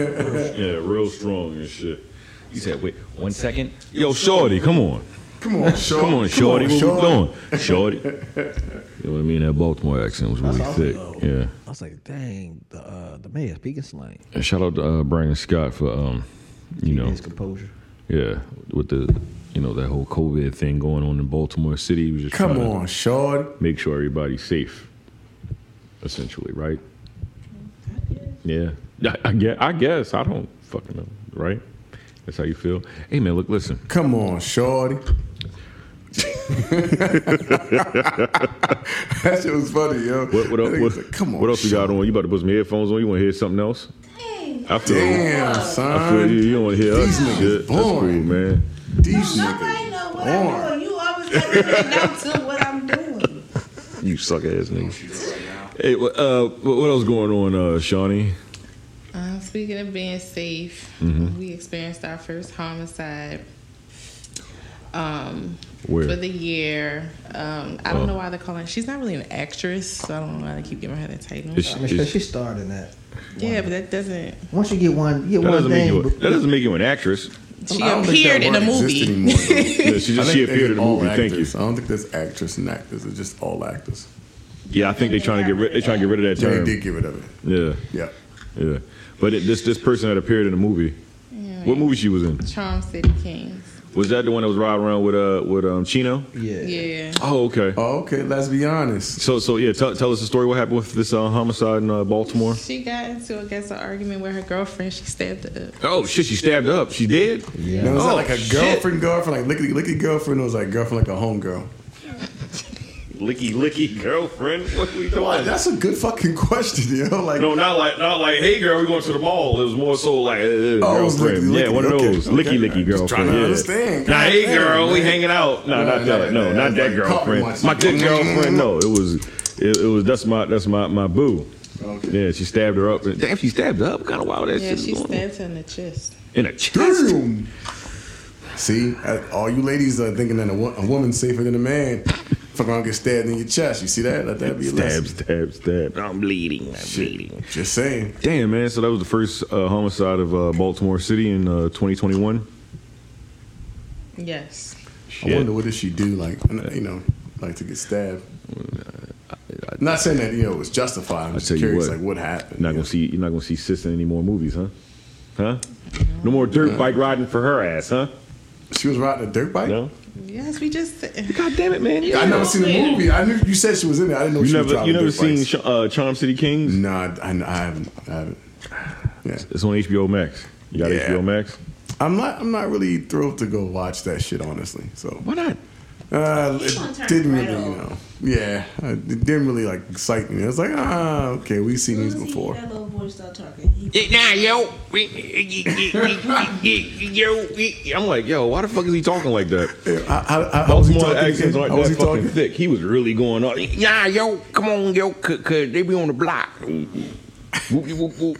Speaker 5: Yeah, real strong and shit. You said, wait, one second. Yo, shorty, come on.
Speaker 4: Come on, Shorty.
Speaker 5: Come on, shorty. What
Speaker 4: Shorty.
Speaker 5: we doing? Shorty. You know what I mean? That Baltimore accent was really thick. Yeah.
Speaker 6: I was like, dang, the uh, the mayor speaking slang.
Speaker 5: And shout out to uh, Brandon Scott for, um, you know,
Speaker 6: His composure.
Speaker 5: Yeah, with the you know that whole COVID thing going on in Baltimore City, we just
Speaker 4: Come
Speaker 5: trying to
Speaker 4: on, Shard.
Speaker 5: make sure everybody's safe, essentially, right? Yeah, I, I guess. I guess I don't fucking know, right? That's how you feel. Hey man, look, listen.
Speaker 4: Come on, Shorty. that shit was funny, yo.
Speaker 5: What, what,
Speaker 4: That
Speaker 5: else-
Speaker 4: nigga
Speaker 5: what,
Speaker 4: said, Come on,
Speaker 5: what else you got
Speaker 4: Shorty."
Speaker 5: on? You about to put some headphones on? You want to hear something else? I feel,
Speaker 4: Damn,
Speaker 5: I feel you.
Speaker 4: son.
Speaker 5: You don't want to hear
Speaker 4: These
Speaker 5: us
Speaker 4: niggas
Speaker 5: shit. That's cool,
Speaker 4: boring.
Speaker 5: man.
Speaker 4: These
Speaker 7: Nobody
Speaker 4: niggas.
Speaker 7: know what I'm doing. You always got to announce to what I'm doing.
Speaker 5: You suck ass nigga. Hey, what, uh, what what else going on, uh, Shawnee?
Speaker 8: Uh, speaking of being safe,
Speaker 4: Mm-hmm.
Speaker 8: we experienced our first homicide um,
Speaker 5: Where?
Speaker 8: for the year. Um, I don't
Speaker 5: Oh.
Speaker 8: know why they're calling. She's not really an actress, so I don't know why they keep giving her that title.
Speaker 5: Is she-
Speaker 6: I mean, she, she starred in that.
Speaker 8: yeah, but that doesn't.
Speaker 6: Once you get one, you get
Speaker 5: That
Speaker 6: one
Speaker 5: doesn't make
Speaker 6: thing.
Speaker 5: you. A, that doesn't make you an actress.
Speaker 8: She
Speaker 4: I don't think
Speaker 8: appeared
Speaker 4: that
Speaker 8: in a
Speaker 4: word exists
Speaker 8: movie.
Speaker 4: anymore, though.
Speaker 5: Yeah, she
Speaker 4: I
Speaker 5: just
Speaker 4: think they
Speaker 5: she appeared in a
Speaker 4: all
Speaker 5: movie. Thank you.
Speaker 4: actors. I don't think there's actress and actors. It's just all actors.
Speaker 5: Yeah, I think they're trying to get rid. They're trying to get rid of that
Speaker 4: Yeah, they
Speaker 5: term.
Speaker 4: did get rid of it.
Speaker 5: Yeah,
Speaker 4: Yeah.
Speaker 5: yeah. But it, this this person that appeared in a movie. What movie she was in?
Speaker 8: Charm City Kings.
Speaker 5: Was that the one that was riding around with uh with um Chino?
Speaker 6: Yeah.
Speaker 8: Yeah.
Speaker 5: Oh, okay.
Speaker 4: Oh, okay, let's be honest.
Speaker 5: So so yeah, tell tell us the story. What happened with this uh, homicide in uh, Baltimore?
Speaker 8: She got into, I guess, an argument with her girlfriend. She stabbed her up.
Speaker 5: Oh shit, she stabbed up. She did.
Speaker 4: Now, was
Speaker 5: Oh,
Speaker 4: that like a
Speaker 5: shit.
Speaker 4: girlfriend, girlfriend, like lickety lickety girlfriend, or was like girlfriend like a homegirl?
Speaker 5: Licky licky girlfriend. What we
Speaker 4: Like, that's a good fucking question, yo. Like,
Speaker 5: No, not like not like hey girl, we going to the mall. It was more so like uh,
Speaker 4: Oh, it was
Speaker 5: girlfriend.
Speaker 4: licky,
Speaker 5: yeah,
Speaker 4: licky,
Speaker 5: one
Speaker 4: okay,
Speaker 5: of those
Speaker 4: okay.
Speaker 5: licky licky girlfriend.
Speaker 4: Just trying to
Speaker 5: yeah.
Speaker 4: understand.
Speaker 5: Now
Speaker 4: God
Speaker 5: hey
Speaker 4: damn,
Speaker 5: girl, we
Speaker 4: man.
Speaker 5: hanging out. No,
Speaker 4: No,
Speaker 5: not
Speaker 4: no,
Speaker 5: that.
Speaker 4: no,
Speaker 5: No,
Speaker 4: no,
Speaker 5: not
Speaker 4: it's
Speaker 5: that
Speaker 4: like couple
Speaker 5: girlfriend.
Speaker 4: ones.
Speaker 5: My good
Speaker 4: Mm-hmm.
Speaker 5: girlfriend. No, it was it, it was that's my that's my my boo.
Speaker 4: Okay.
Speaker 5: Yeah, she stabbed her up. Damn, she stabbed her up. Kind of wild. That
Speaker 8: Yeah,
Speaker 5: shit
Speaker 8: she
Speaker 5: is going on.
Speaker 8: stabbed her in the chest.
Speaker 5: in a chest.
Speaker 4: Damn. See, uh, all you ladies are thinking that a, wo- a woman's safer than a man. Fuck around, get stabbed in your chest. You see that? Let that be a
Speaker 5: Stab,
Speaker 4: lesson.
Speaker 5: stab, stab. I'm bleeding. I'm bleeding.
Speaker 4: Just saying.
Speaker 5: Damn, man. So that was the first uh, homicide of uh, Baltimore City in uh, 2021.
Speaker 8: Yes.
Speaker 4: I
Speaker 5: Shit.
Speaker 4: wonder what did she do, like you know, like to get stabbed. not saying that you know it was justified. I'm just
Speaker 5: tell you
Speaker 4: curious,
Speaker 5: what.
Speaker 4: like what happened.
Speaker 5: Not
Speaker 4: you know?
Speaker 5: gonna see. You're not gonna see sis in any more movies, huh? Huh? No more dirt bike riding for her ass, huh?
Speaker 4: She was riding a dirt bike.
Speaker 5: No.
Speaker 8: Yes, we just.
Speaker 5: God damn it, man!
Speaker 4: I never seen the movie. I knew you said she was in it. I didn't know
Speaker 5: You
Speaker 4: she was
Speaker 5: never,
Speaker 4: driving
Speaker 5: you never
Speaker 4: dirt
Speaker 5: seen
Speaker 4: bikes.
Speaker 5: Sh- uh, Charm City Kings?
Speaker 4: Nah, I, I haven't. I haven't. Yeah.
Speaker 5: It's on HBO Max. You got
Speaker 4: Yeah.
Speaker 5: HBO Max?
Speaker 4: I'm not. I'm not really thrilled to go watch that shit, honestly. So
Speaker 5: Why not?
Speaker 4: uh,
Speaker 7: gonna turn
Speaker 4: it didn't
Speaker 7: right
Speaker 4: really, you
Speaker 7: off.
Speaker 4: know. Yeah, uh, it didn't really like excite me. I was like, ah, okay, we've seen these before.
Speaker 7: That little boy start talking. He
Speaker 9: Nah, yo. Yo.
Speaker 5: I'm like, yo, why the fuck is he talking like that?
Speaker 4: Yeah, I, I, I, how was he
Speaker 5: Baltimore
Speaker 4: talking?
Speaker 5: accents
Speaker 4: again?
Speaker 5: aren't
Speaker 4: How was
Speaker 5: that
Speaker 4: he
Speaker 5: fucking
Speaker 4: talking?
Speaker 5: thick. He was really going on.
Speaker 9: Nah, yo. Come on, yo. Cause, cause they be on the block. Whoop, whoop, whoop.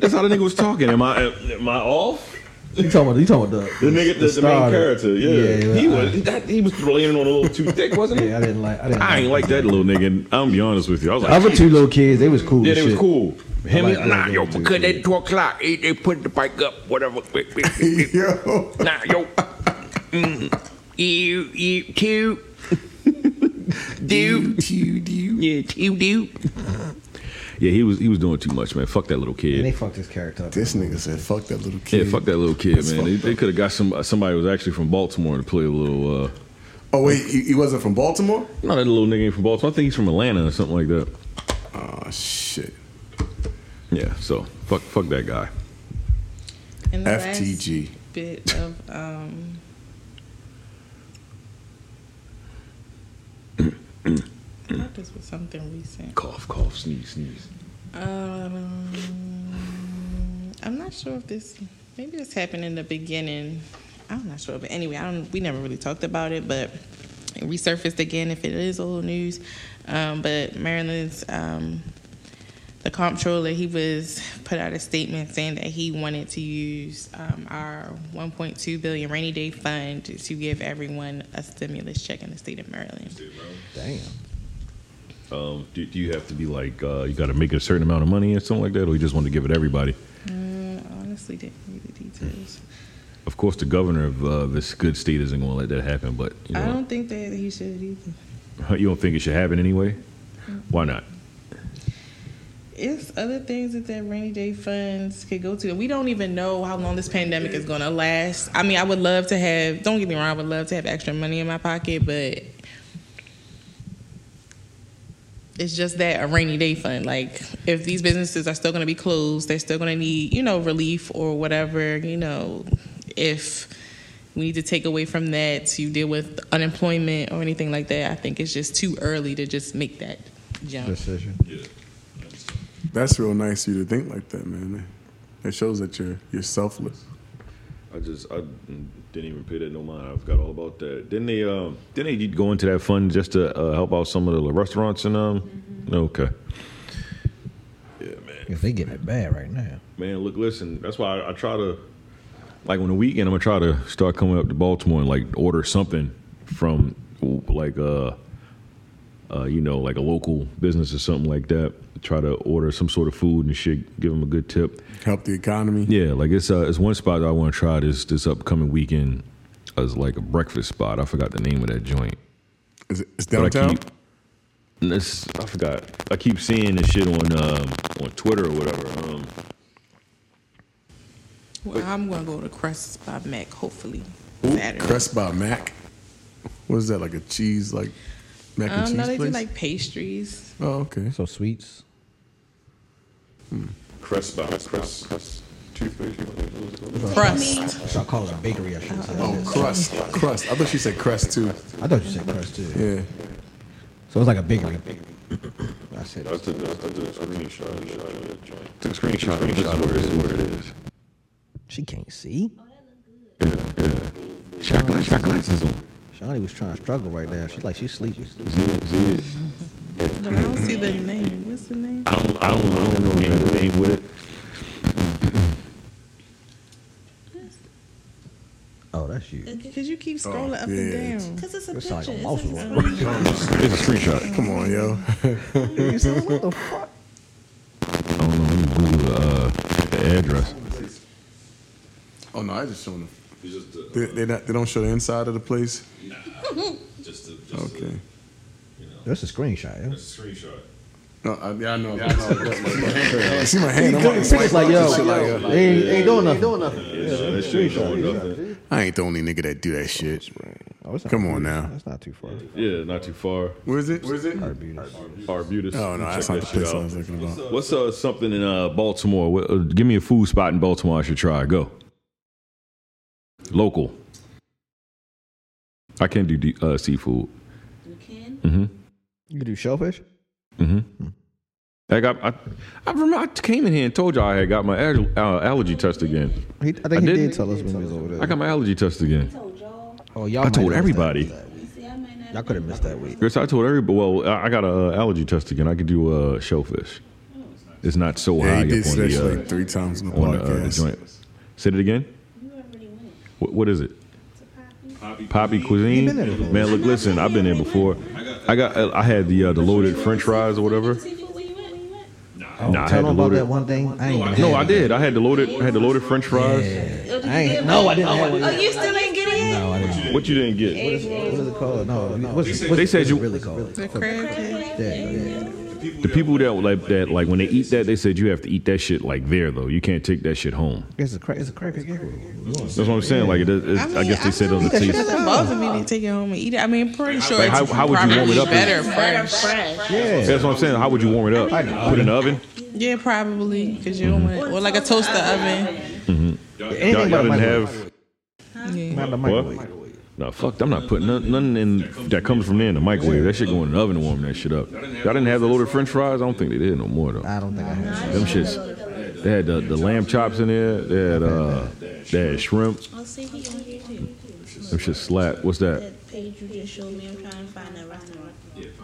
Speaker 5: That's how the nigga was talking. Am I am I off?
Speaker 6: You talking about you talking about the
Speaker 5: The nigga, the, the main
Speaker 6: star.
Speaker 5: character. Yeah,
Speaker 6: Yeah,
Speaker 5: he
Speaker 6: I-
Speaker 5: was that, he was leaning on a little too thick, wasn't he?
Speaker 6: Yeah, I didn't like. I didn't.
Speaker 5: I ain't like that little nigga. and I'm gonna be honest with you. I was
Speaker 6: The
Speaker 5: like,
Speaker 6: other two little kids. They was cool.
Speaker 5: yeah,
Speaker 6: as
Speaker 5: they was
Speaker 6: shit.
Speaker 5: cool. Him,
Speaker 6: like
Speaker 5: and-
Speaker 6: that.
Speaker 5: nah,
Speaker 9: Nah, yo. Because at 2 o'clock, they, they put the bike up, whatever.
Speaker 4: Yo,
Speaker 9: Nah, yo. Mm. You, you, two.
Speaker 6: E,
Speaker 9: Do.
Speaker 4: do, do.
Speaker 9: Yeah, two, do.
Speaker 5: yeah, he was he was doing too much, man. Fuck that little
Speaker 6: And
Speaker 5: kid.
Speaker 6: they fucked his character up.
Speaker 4: This nigga said, "Fuck that little
Speaker 5: Yeah,
Speaker 4: kid."
Speaker 5: fuck that little kid,
Speaker 4: That's
Speaker 5: man. They,
Speaker 4: fucked
Speaker 5: they could have got some uh, somebody who was actually from Baltimore to play a little. uh
Speaker 4: Oh wait, he, he wasn't from Baltimore.
Speaker 5: Not that little nigga ain't from Baltimore. I think he's from Atlanta or something like that.
Speaker 4: Oh shit.
Speaker 5: Yeah, so fuck fuck that guy.
Speaker 8: in the last-
Speaker 4: FTG.
Speaker 8: bit of um I thought this was something recent.
Speaker 5: Cough, cough, sneeze, sneeze.
Speaker 8: Um, I'm not sure if this maybe this happened in the beginning. I'm not sure, but anyway, I don't. We never really talked about it, but it resurfaced again if it is old news. Um, but Maryland's um, the comptroller he was put out a statement saying that he wanted to use um, our 1.2 billion rainy day fund to give everyone a stimulus check in the state of Maryland.
Speaker 6: Damn.
Speaker 5: Um, do, do you have to be like uh, you got to make a certain amount of money or something like that, or you just want to give it everybody?
Speaker 8: Mm, I honestly, didn't read the details.
Speaker 5: Of course, the governor of uh, this good state isn't going to let that happen, but you
Speaker 8: I
Speaker 5: know,
Speaker 8: don't think that he should either.
Speaker 5: you don't think it should happen anyway? Why not?
Speaker 8: it's other things that that rainy day funds could go to. And we don't even know how long this pandemic is going to last. I mean, I would love to have, don't get me wrong, I would love to have extra money in my pocket, but it's just that a rainy day fund. Like, if these businesses are still going to be closed, they're still going to need, you know, relief or whatever, you know, if we need to take away from that to deal with unemployment or anything like that, I think it's just too early to just make that jump.
Speaker 6: Decision.
Speaker 4: That's real nice of you to think like that, man. It shows that you're you're selfless.
Speaker 5: I just I didn't even pay that no mind. I forgot all about that. Didn't they? Um, didn't they go into that fund just to uh, help out some of the restaurants and um? Okay. Yeah, man.
Speaker 6: If they getting it bad right now.
Speaker 5: Man, look, listen. That's why I, I try to, like, on the weekend, I'm gonna try to start coming up to Baltimore and like order something from like uh, uh, you know, like a local business or something like that. Try to order some sort of food and shit. Give them a good tip.
Speaker 4: Help the economy.
Speaker 5: Yeah, like it's uh, it's one spot that I want to try this this upcoming weekend as like a breakfast spot. I forgot the name of that joint.
Speaker 4: Is it, it's
Speaker 5: But I
Speaker 4: downtown.
Speaker 5: keep, this, I forgot. I keep seeing this shit on um, on Twitter or whatever. Um,
Speaker 8: Well, I'm going to go to Crust by Mac, hopefully.
Speaker 4: Ooh,
Speaker 8: Saturday.
Speaker 4: Crest by Mac. What is that like a cheese like mac and
Speaker 8: Um,
Speaker 4: cheese
Speaker 8: no, they
Speaker 4: place?
Speaker 8: do like pastries.
Speaker 4: oh, okay.
Speaker 6: So sweets.
Speaker 5: Crest by Crest. Toothpaste.
Speaker 8: Crust.
Speaker 6: I should call it a bakery. I should say.
Speaker 4: Oh, crust, crust. I thought she said crust too.
Speaker 6: I thought you said crust too.
Speaker 4: Yeah.
Speaker 6: So it's like a bakery. I said
Speaker 5: I took I took a screenshot of that joint. Took a screenshot. Screenshot where it is. Where it is.
Speaker 6: she can't see.
Speaker 9: Chocolate, chocolate.
Speaker 6: Shawnee was trying to struggle right now. She's like she's sleeping.
Speaker 8: But I don't see the name. What's the name?
Speaker 5: I don't I don't know. I don't know the name with it.
Speaker 6: Oh, that's you.
Speaker 8: Because you
Speaker 5: oh,
Speaker 8: keep scrolling up
Speaker 4: yeah,
Speaker 8: and
Speaker 4: it's-
Speaker 8: down.
Speaker 7: Because it's a
Speaker 6: It's
Speaker 7: picture.
Speaker 6: like a
Speaker 7: It's
Speaker 6: mouse
Speaker 7: like-
Speaker 6: roll.
Speaker 5: It's a screenshot.
Speaker 4: Come on, yo.
Speaker 6: what the fuck?
Speaker 5: I don't know. Let me Google uh, the address.
Speaker 4: Oh no, I just showing them. They, they, not, they don't show the inside of the place.
Speaker 5: Just a,
Speaker 4: Okay.
Speaker 6: That's a screenshot. Yeah.
Speaker 5: screenshot.
Speaker 4: No, I, yeah, I know. Yeah, I know. I see my hand. I'm like,
Speaker 6: It's like yo,
Speaker 4: Shit like,
Speaker 6: they ain't, ain't doing nothing. Doing nothing.
Speaker 5: that shit ain't doing nothing.
Speaker 4: I ain't the only nigga that do that shit.
Speaker 6: Oh, it's not
Speaker 4: Come
Speaker 6: too-
Speaker 4: on now.
Speaker 6: That's not too far.
Speaker 5: Yeah, not too far.
Speaker 4: Where's it? Where's it?
Speaker 6: Arbutus.
Speaker 5: Arbutus.
Speaker 4: Oh no, that's
Speaker 5: Check
Speaker 4: not the
Speaker 5: that shit
Speaker 4: place I
Speaker 5: out.
Speaker 4: was looking about.
Speaker 5: What's uh, something in uh, Baltimore? What, uh, give me a food spot in Baltimore I should try. Go. Local. I can't do de- uh, seafood.
Speaker 7: You can?
Speaker 5: Mm-hmm.
Speaker 6: You can do shellfish.
Speaker 5: Mm-hmm. I got. I, I remember. I came in here and told y'all I had got my al- uh, allergy test again.
Speaker 6: He, I think
Speaker 5: I
Speaker 6: he
Speaker 5: did-
Speaker 6: did, tell us when he was over there.
Speaker 5: I got my allergy test again.
Speaker 7: told y'all.
Speaker 6: oh, y'all
Speaker 5: I
Speaker 6: might
Speaker 5: told
Speaker 6: have missed that-
Speaker 5: everybody.
Speaker 7: See, I might not
Speaker 6: Y'all could have missed that week.
Speaker 5: Yes, I told everybody. Well, I I got a uh, allergy test again. I could do uh, shellfish. It's not so high
Speaker 4: Yeah,
Speaker 5: up
Speaker 4: he
Speaker 5: on
Speaker 4: did say that shit
Speaker 5: the,
Speaker 4: like three times in the
Speaker 5: uh, on the, uh, the
Speaker 4: podcast.
Speaker 5: joint. Say it again.
Speaker 7: You already went.
Speaker 5: What, what is it? Poppy, cuisine.
Speaker 6: You been there before.
Speaker 5: Man, look, listen, I've been there before. I got, I had the uh, the loaded French fries or whatever.
Speaker 7: See you when you went? When you went?
Speaker 5: Nah, I
Speaker 6: Oh, Tell
Speaker 5: had
Speaker 6: them
Speaker 5: the
Speaker 6: about that
Speaker 5: loaded.
Speaker 6: one thing. I ain't even
Speaker 5: No,
Speaker 6: had
Speaker 5: I
Speaker 6: it.
Speaker 5: did. I had the loaded. I had the loaded French fries.
Speaker 7: Oh, did you
Speaker 6: I
Speaker 7: get
Speaker 6: ain't. No, I
Speaker 7: one?
Speaker 6: didn't have it.
Speaker 7: Oh, you still ain't getting it?
Speaker 6: No, I didn't.
Speaker 5: What you didn't get?
Speaker 6: What is it called? No, no. What's, what's,
Speaker 5: They said
Speaker 6: what's
Speaker 5: you-
Speaker 6: it really called.
Speaker 8: The crab cake.
Speaker 6: Yeah, yeah.
Speaker 5: The people that like that, like when they eat that, they said you have to eat that shit like there though. You can't take that shit home.
Speaker 6: It's a cra- it's a crack cake everywhere.
Speaker 5: That's what I'm saying. Like, it, does- it's- I guess they said it
Speaker 8: don't-
Speaker 5: doesn't taste.
Speaker 8: it doesn't bother me to take it home and eat it. I mean, I'm pretty sure
Speaker 5: Like,
Speaker 8: it's
Speaker 5: how- how would you warm
Speaker 8: probably
Speaker 5: it up?
Speaker 8: better fresh.
Speaker 6: Yeah.
Speaker 5: That's what I'm saying. How would you warm it up? Put it in the oven.
Speaker 8: Yeah, probably because you don't want it. or like a toaster oven.
Speaker 5: Y'all,
Speaker 6: Anything
Speaker 5: y'all
Speaker 6: but a
Speaker 5: didn't
Speaker 6: microwave.
Speaker 5: have.
Speaker 8: Yeah.
Speaker 6: Not the
Speaker 5: What?
Speaker 6: microwave.
Speaker 5: No, fuck. I'm not putting none, nothing in that comes from there in the microwave. That shit going in the oven to warm that shit up. Y'all didn't have the loaded French fries. I don't think they did no more though.
Speaker 6: I don't think I had.
Speaker 5: Them shits. They had the, the lamb chops in there. They had uh, they had shrimp.
Speaker 7: Oh, see, he on here too.
Speaker 5: Them shit slap. What's that?
Speaker 7: That page you just showed me, I'm trying to find that restaurant.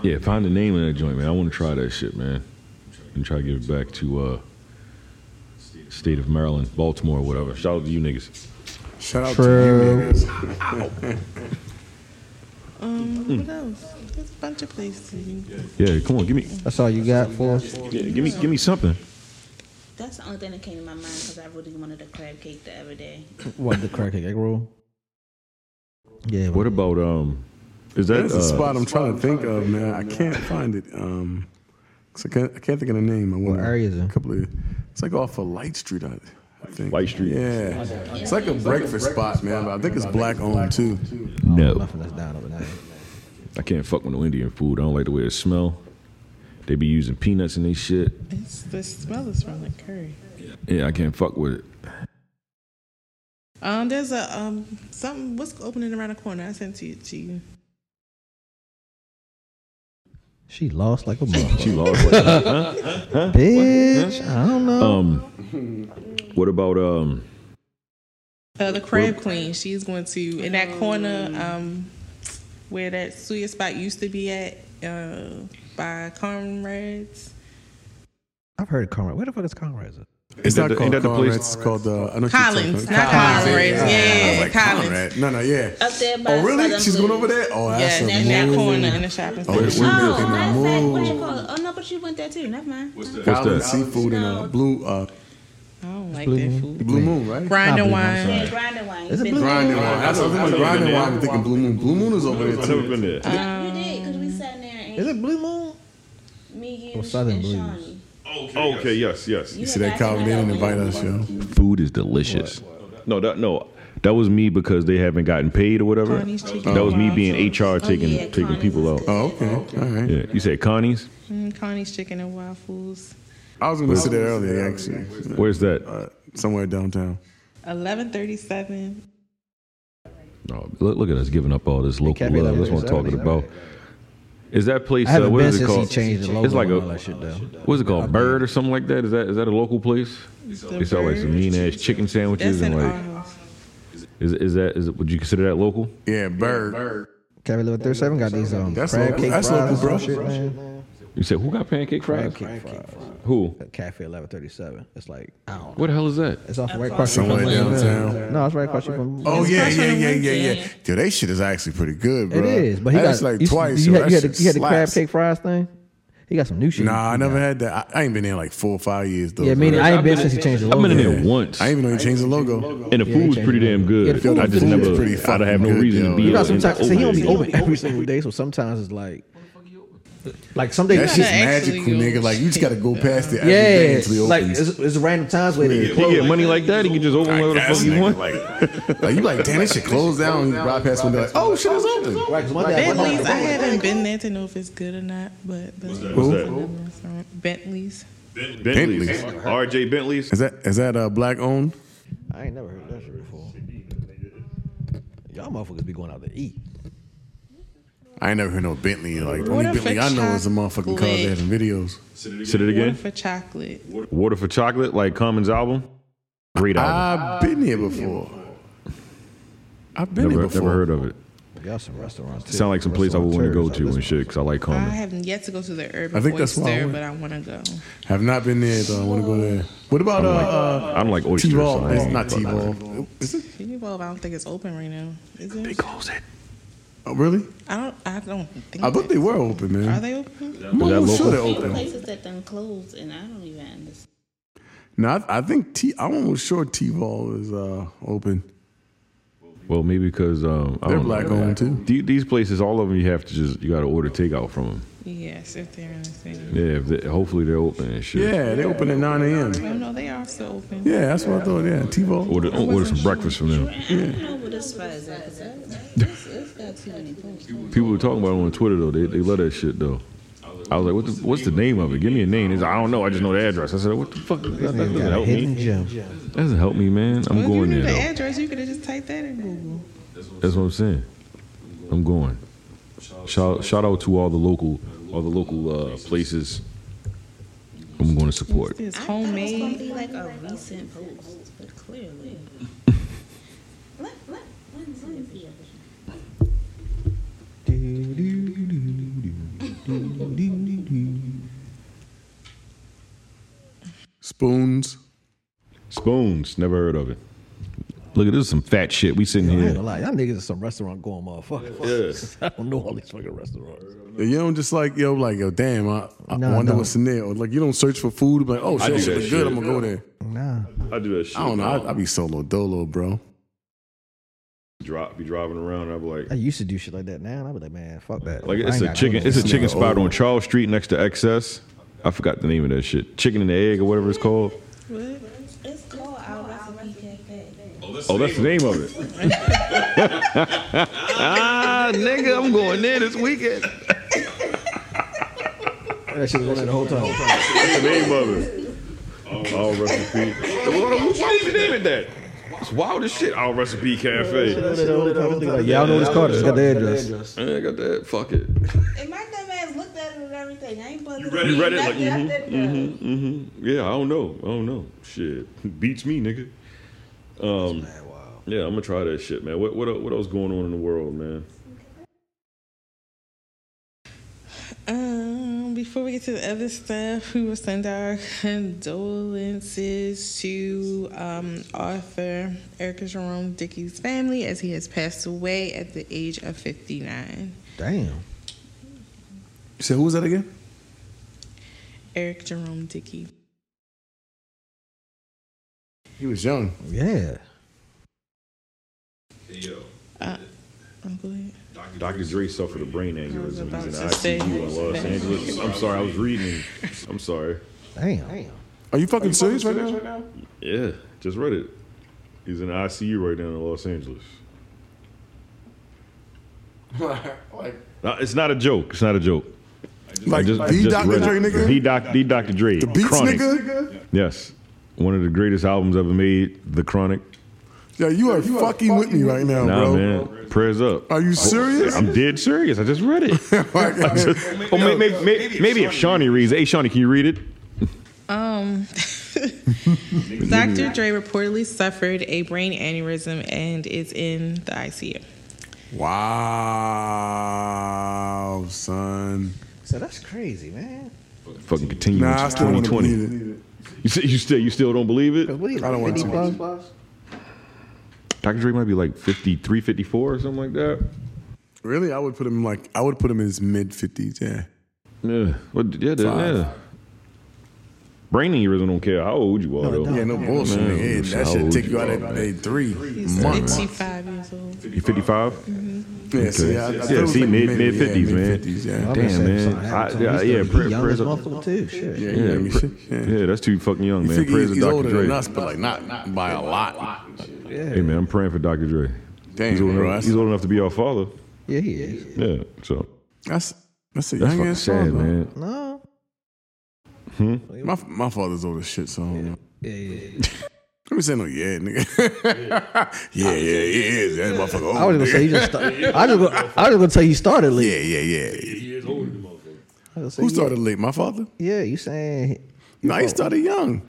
Speaker 5: Yeah, find the name of that joint, man. I want to try that shit, man. And try to give it back to uh, state of Maryland, Baltimore, or whatever. Shout out to you niggas.
Speaker 4: Shout out
Speaker 6: True.
Speaker 4: to you niggas.
Speaker 5: Mm.
Speaker 8: Um, what else? There's a bunch of places.
Speaker 5: Yeah, come on, give me,
Speaker 6: That's all you got for us.
Speaker 5: yeah, give me, give me something.
Speaker 7: That's the only thing that came to my mind because I really wanted a crab cake the other day.
Speaker 6: What the crack cake egg roll? Yeah.
Speaker 5: What about um? Is that
Speaker 4: That's a
Speaker 5: uh,
Speaker 4: spot I'm trying to think of, man. I can't find it. Um, It's like, I, I can't think of the name. I
Speaker 6: What area is
Speaker 4: A
Speaker 6: it?
Speaker 4: couple of. It's like off of Light Street. I, I think.
Speaker 5: Light Street?
Speaker 4: Yeah. It's like a breakfast spot, man. But I think it's black owned too.
Speaker 5: No,
Speaker 6: Nothing that's down over there.
Speaker 5: I can't fuck with no Indian food. I don't like the way it smell. They be using peanuts in they shit.
Speaker 8: It's, the smell is from the curry.
Speaker 5: Yeah, I can't fuck with it.
Speaker 8: Um, there's a um something what's opening around the corner. I sent it to you.
Speaker 6: She lost like a motherfucker.
Speaker 5: She lost. What,
Speaker 6: Bitch, I don't know.
Speaker 5: um, what about um?
Speaker 8: Uh, the crab queen. She's going to in that corner um where that suya spot used to be at uh by Comrades.
Speaker 6: I've heard of Conrad. Where the fuck is Conrad? at?
Speaker 4: It's
Speaker 5: that
Speaker 4: not
Speaker 5: the-
Speaker 4: called
Speaker 5: ain't that the
Speaker 4: Conrad's,
Speaker 5: place-
Speaker 4: It's called uh, I know what you're
Speaker 8: Collins,
Speaker 4: talking-
Speaker 8: not Comrades. Yeah,
Speaker 4: I was like,
Speaker 8: Collins.
Speaker 4: Conrad. No, no, yeah.
Speaker 7: Up there by
Speaker 4: Oh, really?
Speaker 7: Southern
Speaker 4: She's going
Speaker 7: Food.
Speaker 4: over there? Oh,
Speaker 8: Yeah,
Speaker 4: that's a
Speaker 8: in that, that
Speaker 4: move.
Speaker 8: corner in the shopping
Speaker 4: Oh,
Speaker 8: center.
Speaker 4: she
Speaker 7: Oh,
Speaker 4: making a
Speaker 7: matter of fact, what you
Speaker 4: move.
Speaker 7: call it? Oh no, but you went there too. Never mind. What's
Speaker 4: Collins
Speaker 5: that?
Speaker 4: Seafood and uh,
Speaker 7: No.
Speaker 4: Blue uh,
Speaker 8: I don't like that food.
Speaker 4: Blue Moon, right?
Speaker 8: Grinder
Speaker 6: Probably,
Speaker 8: wine.
Speaker 7: yeah, grinding wine.
Speaker 6: Is it
Speaker 7: Been
Speaker 6: blue?
Speaker 7: there.
Speaker 4: Grinding wine. That's what I'm grinding wine. I'm thinking Blue Moon. Blue Moon is over there too.
Speaker 5: been there.
Speaker 7: You did because we sat in there and
Speaker 6: Is it Blue Moon?
Speaker 7: me, you,
Speaker 6: Or Southern
Speaker 7: and
Speaker 6: Blues.
Speaker 7: Shawnee.
Speaker 5: Oh, Okay, yes, yes.
Speaker 7: You
Speaker 4: You see that, Calvin? They didn't invite us, yo.
Speaker 5: Food is delicious. No, that no, that was me because they haven't gotten paid or whatever.
Speaker 8: Connie's chicken
Speaker 5: That was me
Speaker 8: parm.
Speaker 5: being
Speaker 6: Oh,
Speaker 5: HR taking
Speaker 7: yeah,
Speaker 5: taking
Speaker 7: Connie's
Speaker 5: people
Speaker 7: is
Speaker 5: out.
Speaker 7: good.
Speaker 4: Oh, okay. All right.
Speaker 5: Yeah, you said Connie's.
Speaker 8: Mm, Connie's chicken and waffles.
Speaker 4: I was going to sit there earlier, actually.
Speaker 5: Where's that?
Speaker 4: Uh, somewhere downtown.
Speaker 8: Eleven thirty-seven.
Speaker 5: Oh, look, look at us giving up all this local
Speaker 6: can't be
Speaker 5: love.
Speaker 6: like
Speaker 5: That's what I'm
Speaker 6: that.
Speaker 5: talking about. Is that place?
Speaker 6: I
Speaker 5: Uh,
Speaker 6: haven't
Speaker 5: what
Speaker 6: been
Speaker 5: is it
Speaker 6: since he
Speaker 5: called?
Speaker 6: changed the logo.
Speaker 5: It's like
Speaker 6: and
Speaker 5: a
Speaker 6: all that shit though.
Speaker 5: what's it called? Bird or something like that? Is that is that a local place? They sell like some mean ass chicken
Speaker 8: That's
Speaker 5: sandwiches
Speaker 8: in
Speaker 5: and
Speaker 8: our
Speaker 5: like
Speaker 8: house.
Speaker 5: is is that is it, would you consider that local?
Speaker 4: Yeah, Bird.
Speaker 6: Cabby Little 37 got these um,
Speaker 4: That's
Speaker 6: crab
Speaker 4: local-
Speaker 6: cake
Speaker 4: that's
Speaker 6: fries
Speaker 4: local,
Speaker 6: and
Speaker 4: bro.
Speaker 6: some shit, man.
Speaker 5: You said who got pancake fries?
Speaker 6: Crab cake fries.
Speaker 5: Who?
Speaker 6: At Cafe 1137. It's like, I don't know.
Speaker 5: What the hell is that?
Speaker 6: It's off right across the street
Speaker 4: Somewhere
Speaker 6: from
Speaker 4: downtown.
Speaker 6: No, it's right across the street from
Speaker 4: Oh yeah,
Speaker 8: fresh
Speaker 4: yeah,
Speaker 8: on the
Speaker 4: yeah, yeah, yeah,
Speaker 8: Wednesday.
Speaker 4: Dude, they shit is actually pretty good, Oh, bro.
Speaker 6: It is, but he
Speaker 4: That's
Speaker 6: got
Speaker 4: like
Speaker 6: you,
Speaker 4: twice.
Speaker 6: You
Speaker 4: yo.
Speaker 6: had, you
Speaker 4: That
Speaker 6: had, the,
Speaker 4: shit
Speaker 6: you had the crab
Speaker 4: slaps.
Speaker 6: cake fries thing. He got some new shit.
Speaker 4: Nah, I never had that. I, I ain't been there like four or five years though.
Speaker 6: Yeah,
Speaker 4: bro.
Speaker 6: meaning I ain't been since he changed the
Speaker 5: I've
Speaker 6: logo.
Speaker 5: been in there once,
Speaker 4: I ain't
Speaker 5: and
Speaker 4: even know you changed the logo.
Speaker 5: the food's
Speaker 6: changed
Speaker 5: pretty
Speaker 6: it.
Speaker 5: damn
Speaker 6: Yeah, the
Speaker 5: good.
Speaker 6: food-
Speaker 5: I just
Speaker 6: the food
Speaker 5: never,
Speaker 6: is
Speaker 4: pretty
Speaker 5: I'd
Speaker 4: fucking
Speaker 5: have no
Speaker 4: good,
Speaker 5: reason
Speaker 4: yo.
Speaker 5: to be.
Speaker 4: You
Speaker 6: You
Speaker 5: in
Speaker 6: know,
Speaker 4: got
Speaker 6: sometimes, see, he don't be
Speaker 5: Oakland.
Speaker 6: open every single day, so sometimes it's like, like some
Speaker 4: That
Speaker 6: days,
Speaker 4: shit's
Speaker 8: gotta actually
Speaker 4: magical,
Speaker 8: go
Speaker 4: nigga. Like you just gotta go past it every day
Speaker 6: yeah,
Speaker 4: until it
Speaker 6: like
Speaker 4: opens.
Speaker 6: it's, it's random times where they
Speaker 5: If he get money like that, he can just open whatever the fuck
Speaker 4: That's
Speaker 5: he
Speaker 4: nigga,
Speaker 5: want.
Speaker 4: Like, like you like, damn, that shit closed down. You drive past one, be like, oh shit, it's open.
Speaker 6: Right, 'cause one day I went
Speaker 8: Bentley's.
Speaker 6: home-
Speaker 8: I haven't been there to know if it's good or not, but the
Speaker 5: What's that?
Speaker 8: restaurant- Bentley's.
Speaker 5: Bentley's.
Speaker 4: oh,
Speaker 5: R.J. Bentley's.
Speaker 4: Is that is that uh, black owned?
Speaker 6: I ain't never heard that shit before. Y'all motherfuckers be going out to eat.
Speaker 4: I ain't never heard no Bentley. Like the
Speaker 8: What
Speaker 4: only
Speaker 8: if
Speaker 4: Bentley I
Speaker 8: it's
Speaker 4: know is the motherfucking cars they have in videos.
Speaker 5: Said it
Speaker 8: Water
Speaker 5: again.
Speaker 8: for chocolate.
Speaker 5: Water for Chocolate, like Common's album. Great album.
Speaker 4: I've been here before. I've been
Speaker 5: Never,
Speaker 4: here before.
Speaker 5: never heard of it.
Speaker 6: Y'all some restaurants. Too.
Speaker 5: Sound like some place I would want to go to and shit because I like
Speaker 8: I
Speaker 5: Common.
Speaker 8: have yet to go to the Urban
Speaker 4: I think that's
Speaker 8: Oyster,
Speaker 4: why I went.
Speaker 8: but I want to go.
Speaker 4: Have not been there though. I want to go there. What about uh, uh
Speaker 5: I don't like oh, oysters.
Speaker 4: T-Ball?
Speaker 5: so I
Speaker 4: It's
Speaker 5: ain't-
Speaker 4: not T-Ball. Is it?
Speaker 8: T-Ball, I don't think it's open right now. Is it?
Speaker 5: Close it.
Speaker 4: Oh, really?
Speaker 8: I don't. I don't think.
Speaker 4: I thought they
Speaker 8: it's-
Speaker 4: were open,
Speaker 8: Are
Speaker 4: man.
Speaker 8: they open?
Speaker 4: I'm
Speaker 5: Is that
Speaker 4: almost sure
Speaker 5: local?
Speaker 4: they're
Speaker 7: Few
Speaker 4: open.
Speaker 7: places that done closed, and I don't even understand.
Speaker 4: No, I, I think T. I'm almost sure T-Ball is uh open.
Speaker 5: Well, maybe because um, I
Speaker 4: They're
Speaker 5: don't know.
Speaker 4: black-owned, too.
Speaker 5: The- These places, all of them, you have to just you got to order takeout from them.
Speaker 8: Yes, if they're in the city.
Speaker 5: Yeah, if they, hopefully they're open and shit.
Speaker 4: Yeah, they open at 9 a.m.
Speaker 8: Oh no, they are still open.
Speaker 4: Yeah, that's what I thought. Yeah, T-Ball.
Speaker 5: Order, order some breakfast from them.
Speaker 7: I don't know what this spot is at. 'cause that- It's it's got too many posts.
Speaker 5: People were talking about it on Twitter though. They, they love that shit though. I was like, what the, what's the name of it? Give me a name. He's like, I don't know. I just know the address. I said, what the fuck? That, that doesn't help
Speaker 6: Hidden
Speaker 5: me.
Speaker 6: gem.
Speaker 5: That doesn't help me, man. I'm
Speaker 8: Well, if you
Speaker 5: going
Speaker 8: knew
Speaker 5: there
Speaker 8: the
Speaker 5: though.
Speaker 8: address, you could have just typed that in Google.
Speaker 5: That's what I'm saying. I'm going. Shout, shout out to all the local all the local uh, places. I'm going to support.
Speaker 8: It's
Speaker 7: I thought it was gonna
Speaker 8: homemade.
Speaker 7: be like a recent post, but clearly. Look, look, look, look.
Speaker 4: Spoons.
Speaker 5: Spoons. Never heard of it. Look at this. is Some fat shit. We sitting
Speaker 6: I ain't
Speaker 5: here.
Speaker 6: gonna lie, y'all niggas are some restaurant going motherfuckers. I don't know all these fucking restaurants.
Speaker 4: You don't just like yo, like yo, damn. I, I
Speaker 6: Nah,
Speaker 4: wonder
Speaker 6: nah.
Speaker 4: what's in there. Or, like you don't search for food. Like oh,
Speaker 5: do
Speaker 4: shit, shit
Speaker 5: that
Speaker 4: look good.
Speaker 5: shit.
Speaker 4: I'm gonna go there.
Speaker 6: Nah,
Speaker 5: I do that shit.
Speaker 4: I don't know. I, I be solo dolo, bro.
Speaker 5: drop, be driving around. I'm like,
Speaker 6: I used to do shit like that. Now and I be like, man, fuck that.
Speaker 5: like
Speaker 6: I
Speaker 5: it's
Speaker 6: ain't
Speaker 5: a
Speaker 6: got
Speaker 5: chicken.
Speaker 6: no
Speaker 5: It's a
Speaker 6: money.
Speaker 5: chicken spot on Charles Street next to XS. I forgot the name of that shit. Chicken and egg or whatever it's called.
Speaker 7: It's called Our Recipe Cafe.
Speaker 5: Oh, that's the name of it. ah, nigga, I'm going there this weekend.
Speaker 3: That shit was running the whole time.
Speaker 5: What's the name of it? All recipe. Why did you name it that? It's wild as shit. All recipe cafe.
Speaker 3: Yeah, I know this card. It's got the address.
Speaker 5: Man, I got that. Fuck it.
Speaker 7: And my dumb ass looked at it and everything. I ain't bothered.
Speaker 5: You read it like mm-hmm, mm-hmm, mm-hmm. Yeah, I don't know. I don't know. Shit, beats me, nigga. Um, yeah, I'm gonna try that shit, man. What what what else going on in the world, man?
Speaker 8: Um, before we get to the other stuff, we will send our condolences to um, author Erica Jerome Dickey's family as he has passed away at the age of 59.
Speaker 6: Damn.
Speaker 4: So who was that again?
Speaker 8: Eric Jerome Dickey.
Speaker 4: He was young.
Speaker 6: Yeah.
Speaker 8: Oh, go ahead.
Speaker 5: Dr. Dre suffered a brain aneurysm.
Speaker 8: about
Speaker 5: He's in
Speaker 8: to say
Speaker 5: ICU in Los
Speaker 8: that.
Speaker 5: Angeles. I'm sorry, I was reading. I'm sorry.
Speaker 6: Damn. Damn.
Speaker 4: Are you fucking serious right now?
Speaker 5: Yeah, just read it. He's in ICU right now in Los Angeles.
Speaker 4: like,
Speaker 5: No, it's not a joke. It's not a joke. I
Speaker 4: like
Speaker 5: just- I
Speaker 4: the
Speaker 5: just
Speaker 4: Dr.
Speaker 5: read
Speaker 4: Dre
Speaker 5: it.
Speaker 4: nigga,
Speaker 5: The doc, the Dr. Dre.
Speaker 4: beats
Speaker 5: Chronic.
Speaker 4: nigga.
Speaker 5: Yes, one of the greatest albums ever made, The Chronic.
Speaker 4: Yeah, you are fucking with me right now,
Speaker 5: Nah,
Speaker 4: bro.
Speaker 5: man, prayers up. Oh,
Speaker 4: Are you serious?
Speaker 5: I'm dead serious. I just read it.
Speaker 4: Like,
Speaker 5: I just- oh, may- may- may- maybe, if Shawnee reads, it. hey Shawnee, can you read it?
Speaker 8: Um, Dr. Dre reportedly suffered a brain aneurysm and is in the ICU.
Speaker 4: wow, son.
Speaker 6: So that's crazy, man.
Speaker 5: Fucking continue
Speaker 4: Nah, I
Speaker 5: into
Speaker 4: still want to
Speaker 5: 2020.
Speaker 4: believe it.
Speaker 5: You, say, you still you still don't believe it?
Speaker 6: What do you
Speaker 4: I don't want to.
Speaker 5: Dr. Dre might be like 53, 54 or something like that.
Speaker 4: Really, I would put him like I would put him in his mid fifties. Yeah,
Speaker 5: Yeah. Well, yeah, that-
Speaker 4: Five.
Speaker 5: yeah. Brain aneurysm don't care how old you are though.
Speaker 4: yeah, no bullshit.
Speaker 5: Man,
Speaker 4: nigga.
Speaker 5: so
Speaker 4: that
Speaker 5: how
Speaker 4: should
Speaker 5: old
Speaker 4: take
Speaker 5: you
Speaker 4: you out
Speaker 5: are,
Speaker 4: at day three
Speaker 8: He's
Speaker 4: months.
Speaker 8: 65 years old.
Speaker 5: You 55?
Speaker 4: Yeah, see, I, I
Speaker 5: Yeah,
Speaker 4: thought it was
Speaker 5: see,
Speaker 4: like
Speaker 5: mid- mid-fifties,
Speaker 4: yeah,
Speaker 5: man.
Speaker 4: mid-fifties, Yeah,
Speaker 5: Damn, man. I- yeah, yeah, prayer-
Speaker 6: young
Speaker 5: prayers
Speaker 6: as
Speaker 5: up.
Speaker 6: motherfucker too. Shit.
Speaker 4: yeah,
Speaker 5: Yeah,
Speaker 4: yeah,
Speaker 5: pre-
Speaker 4: shit, yeah.
Speaker 5: yeah, that's too fucking young,
Speaker 4: You
Speaker 5: man.
Speaker 4: figure
Speaker 5: Prayers
Speaker 4: he's,
Speaker 5: to
Speaker 4: he's older
Speaker 5: Dr. Dre.
Speaker 4: than us, but like not, not by a lot.
Speaker 5: Hey, man, I'm praying for Dr. Dre.
Speaker 4: Damn,
Speaker 5: He's old,
Speaker 4: bro,
Speaker 5: enough,
Speaker 4: that's-
Speaker 5: he's old enough to be our father.
Speaker 6: Yeah, he is.
Speaker 5: Yeah, so
Speaker 4: That's that's a young
Speaker 5: that's fucking
Speaker 4: ass
Speaker 5: sad,
Speaker 4: father.
Speaker 5: man.
Speaker 6: No.
Speaker 4: My my father's old as shit, so I don't know.
Speaker 6: Yeah, yeah.
Speaker 4: Let me say no, yeah, nigga. yeah, yeah, he is. That motherfucker old.
Speaker 6: I was gonna say he
Speaker 4: nigga.
Speaker 6: just. Started, I just. Gonna, I was gonna say he started late.
Speaker 4: yeah, yeah, yeah.
Speaker 6: I was gonna say,
Speaker 4: Who started late? My father?
Speaker 6: Yeah, you saying?
Speaker 4: No, he started young.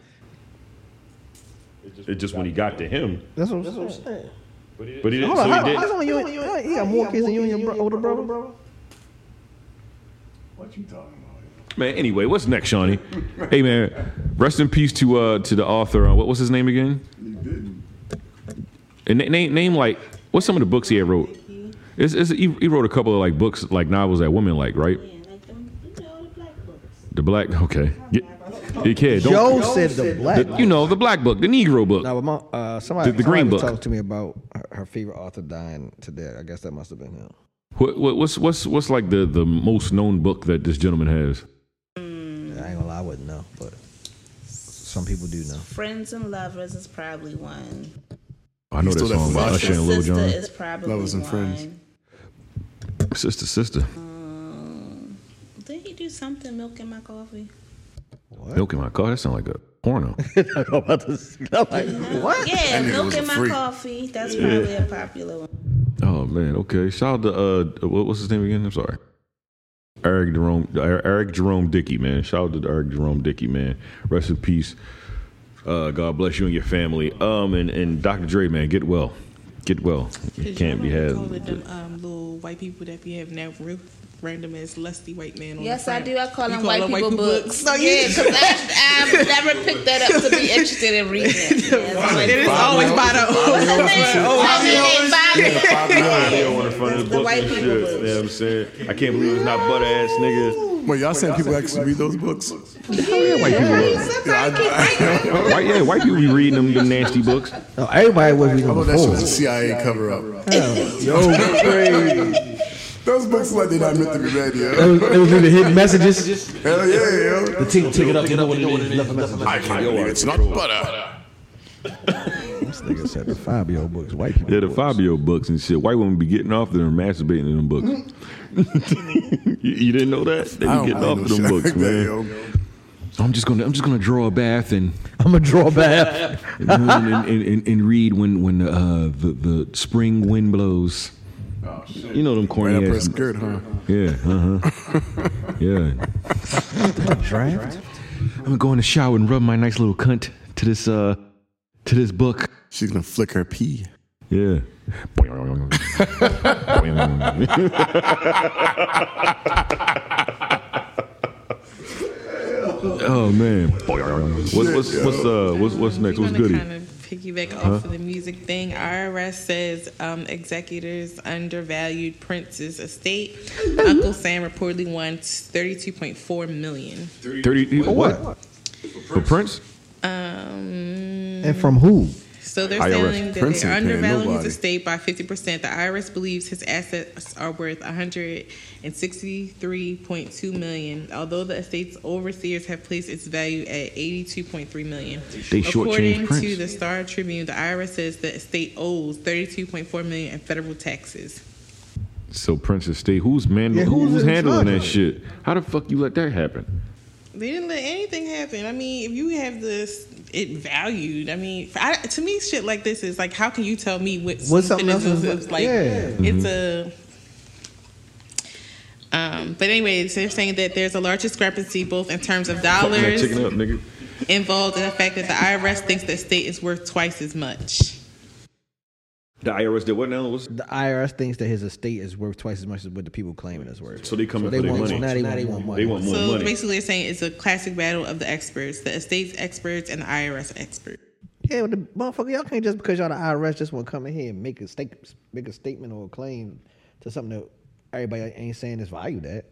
Speaker 5: It's just when he got to him,
Speaker 6: That's what I'm saying.
Speaker 5: but he didn't.
Speaker 6: Hold on,
Speaker 5: So he
Speaker 6: how,
Speaker 5: did.
Speaker 6: how's on you? and- He got more kids than you and your bro- older brother.
Speaker 5: Man, anyway, what's next, Shawnee? hey, man, rest in peace to uh to the author. Uh, what was his name again? And na- name name like what's some of the books he had wrote? It's, it's, he, he wrote a couple of like books like novels that women like, right?
Speaker 7: Yeah, like them, you know, the black books.
Speaker 5: The black okay, Get- you can't. Don't,
Speaker 6: Joe said the black.
Speaker 5: the, you know the black book, the Negro book.
Speaker 6: Now, but my, uh, somebody,
Speaker 5: The- the Green
Speaker 6: somebody was
Speaker 5: Book.
Speaker 6: talked to me about her, her favorite author dying today. I guess that must have been him.
Speaker 5: What, what, what's what's what's like the the most known book that this gentleman has?
Speaker 6: I ain't gonna lie, I wouldn't know, but some people do know.
Speaker 7: Friends and Lovers is probably one.
Speaker 5: I know
Speaker 4: He
Speaker 5: that
Speaker 4: stole that
Speaker 5: song
Speaker 4: from
Speaker 5: by
Speaker 4: us.
Speaker 5: Usher and Lil
Speaker 7: Sister
Speaker 5: Jon.
Speaker 7: is probably
Speaker 4: Lovers and
Speaker 7: one.
Speaker 4: Friends.
Speaker 5: Sister, sister,
Speaker 7: Did he do something milk in my coffee?
Speaker 5: milk in my car. That sound like a porno.
Speaker 7: What? Yeah,
Speaker 4: That nigga
Speaker 7: milk
Speaker 4: was a
Speaker 7: in my
Speaker 4: freak.
Speaker 7: coffee. That's probably a popular one.
Speaker 5: Oh man, okay. Shout out to uh, what, what's his name again? I'm sorry, Eric Jerome, Er- Eric Jerome Dickey, man. Shout out to Eric Jerome Dickey, man. Rest in peace. Uh, God bless you and your family. Um, and, and Dr. Dre, man, get well, get well. It can't be had.
Speaker 8: Call it them um, little white people that be having that real random ass lusty white man on
Speaker 7: Yes,
Speaker 8: the
Speaker 7: I
Speaker 8: front.
Speaker 7: do. I call
Speaker 8: You
Speaker 7: them white, people, books.
Speaker 8: No, you
Speaker 7: yeah, because I've never picked that up to be interested in reading. it. Yeah, it's like-
Speaker 8: It is always by the
Speaker 7: What's the name? I mean, they buy me. the white people books.
Speaker 5: You know what I'm saying? I can't believe it's not butt ass niggas.
Speaker 4: Wait, y'all saying people actually read those books?
Speaker 5: White, yeah, white people be reading them, them nasty books.
Speaker 6: No, everybody was reading
Speaker 4: How
Speaker 6: before.
Speaker 4: about that shit was a CIA cover up?
Speaker 6: Yo, crazy.
Speaker 4: Those books like they're not meant to be read, yo.
Speaker 3: It was, it was in the hidden messages.
Speaker 4: Hell yeah, yo.
Speaker 3: The team take it up. You know what it is. Left messages.
Speaker 4: I can't believe it's not butter.
Speaker 6: This nigga said the Fabio books, white people.
Speaker 5: Yeah, the
Speaker 6: books.
Speaker 5: Fabio books and shit. White women be getting off to them masturbating in them books. you, you didn't know that? They
Speaker 4: Hmm. I don't
Speaker 5: be getting
Speaker 4: mind
Speaker 5: off
Speaker 4: no
Speaker 5: to them
Speaker 4: shit
Speaker 5: books,
Speaker 4: like that,
Speaker 5: man.
Speaker 4: yo.
Speaker 5: I'm just gonna I'm just gonna draw a bath and
Speaker 3: I'm a draw bath.
Speaker 5: and, and, and, and read when when uh, the the spring wind blows. You know them corny
Speaker 4: Right up her
Speaker 5: ass.
Speaker 4: skirt, huh?
Speaker 5: Yeah, uh huh. yeah.
Speaker 6: Draft?
Speaker 5: I'm gonna go in the shower and rub my nice little cunt to this uh to this book.
Speaker 4: She's gonna flick her pee.
Speaker 5: Yeah. oh man. What's what's what's uh what's what's next? What's goody?
Speaker 8: Kind of piggyback off of the music thing. IRS says um, executors undervalued Prince's estate. Uncle Sam reportedly won thirty-two point four million.
Speaker 5: Thirty for what? For Prince?
Speaker 8: Um,
Speaker 6: And from who?
Speaker 8: so they're
Speaker 5: IRS
Speaker 8: saying that
Speaker 4: Prince
Speaker 8: they're
Speaker 4: ain't paying
Speaker 8: undervaluing his
Speaker 4: nobody.
Speaker 8: estate by fifty percent. The IRS believes his assets are worth one hundred and sixty-three point two million, although the estate's overseers have placed its value at eighty-two point three million.
Speaker 5: They
Speaker 8: According
Speaker 5: shortchanged
Speaker 8: to the
Speaker 5: Prince.
Speaker 8: Star Tribune, the IRS says the estate owes thirty-two point four million in federal taxes.
Speaker 5: So Prince Estate, who's man?
Speaker 3: Yeah,
Speaker 5: who's,
Speaker 3: who's in
Speaker 5: handling
Speaker 3: charge
Speaker 5: that
Speaker 3: of it?
Speaker 5: shit? How the fuck you let that happen?
Speaker 8: They didn't let anything happen. I mean, if you have this, it valued. I mean, I, to me, shit like this is like, how can you tell me what
Speaker 6: What something
Speaker 8: is-
Speaker 6: else is-
Speaker 8: is like?
Speaker 6: yeah.
Speaker 8: It's a. Um, but anyway, so they're saying that there's a large discrepancy both in terms of dollars
Speaker 5: Chicken up, nigga.
Speaker 8: involved and the fact that the IRS thinks the state is worth twice as much.
Speaker 5: The IRS did what now? What's-
Speaker 6: The IRS thinks that his estate is worth twice as much as what the people claiming it's worth.
Speaker 5: So they coming for
Speaker 6: they
Speaker 5: their
Speaker 6: want,
Speaker 5: money.
Speaker 6: Now they, want money.
Speaker 5: They want more
Speaker 8: So
Speaker 5: money.
Speaker 8: basically, they're saying it's a classic battle of the experts, the estate's experts and the IRS experts.
Speaker 6: Yeah, but the motherfucker, y'all can't just because y'all the IRS just want to come in here and make a stake, make a statement or a claim to something that everybody ain't saying is valued at.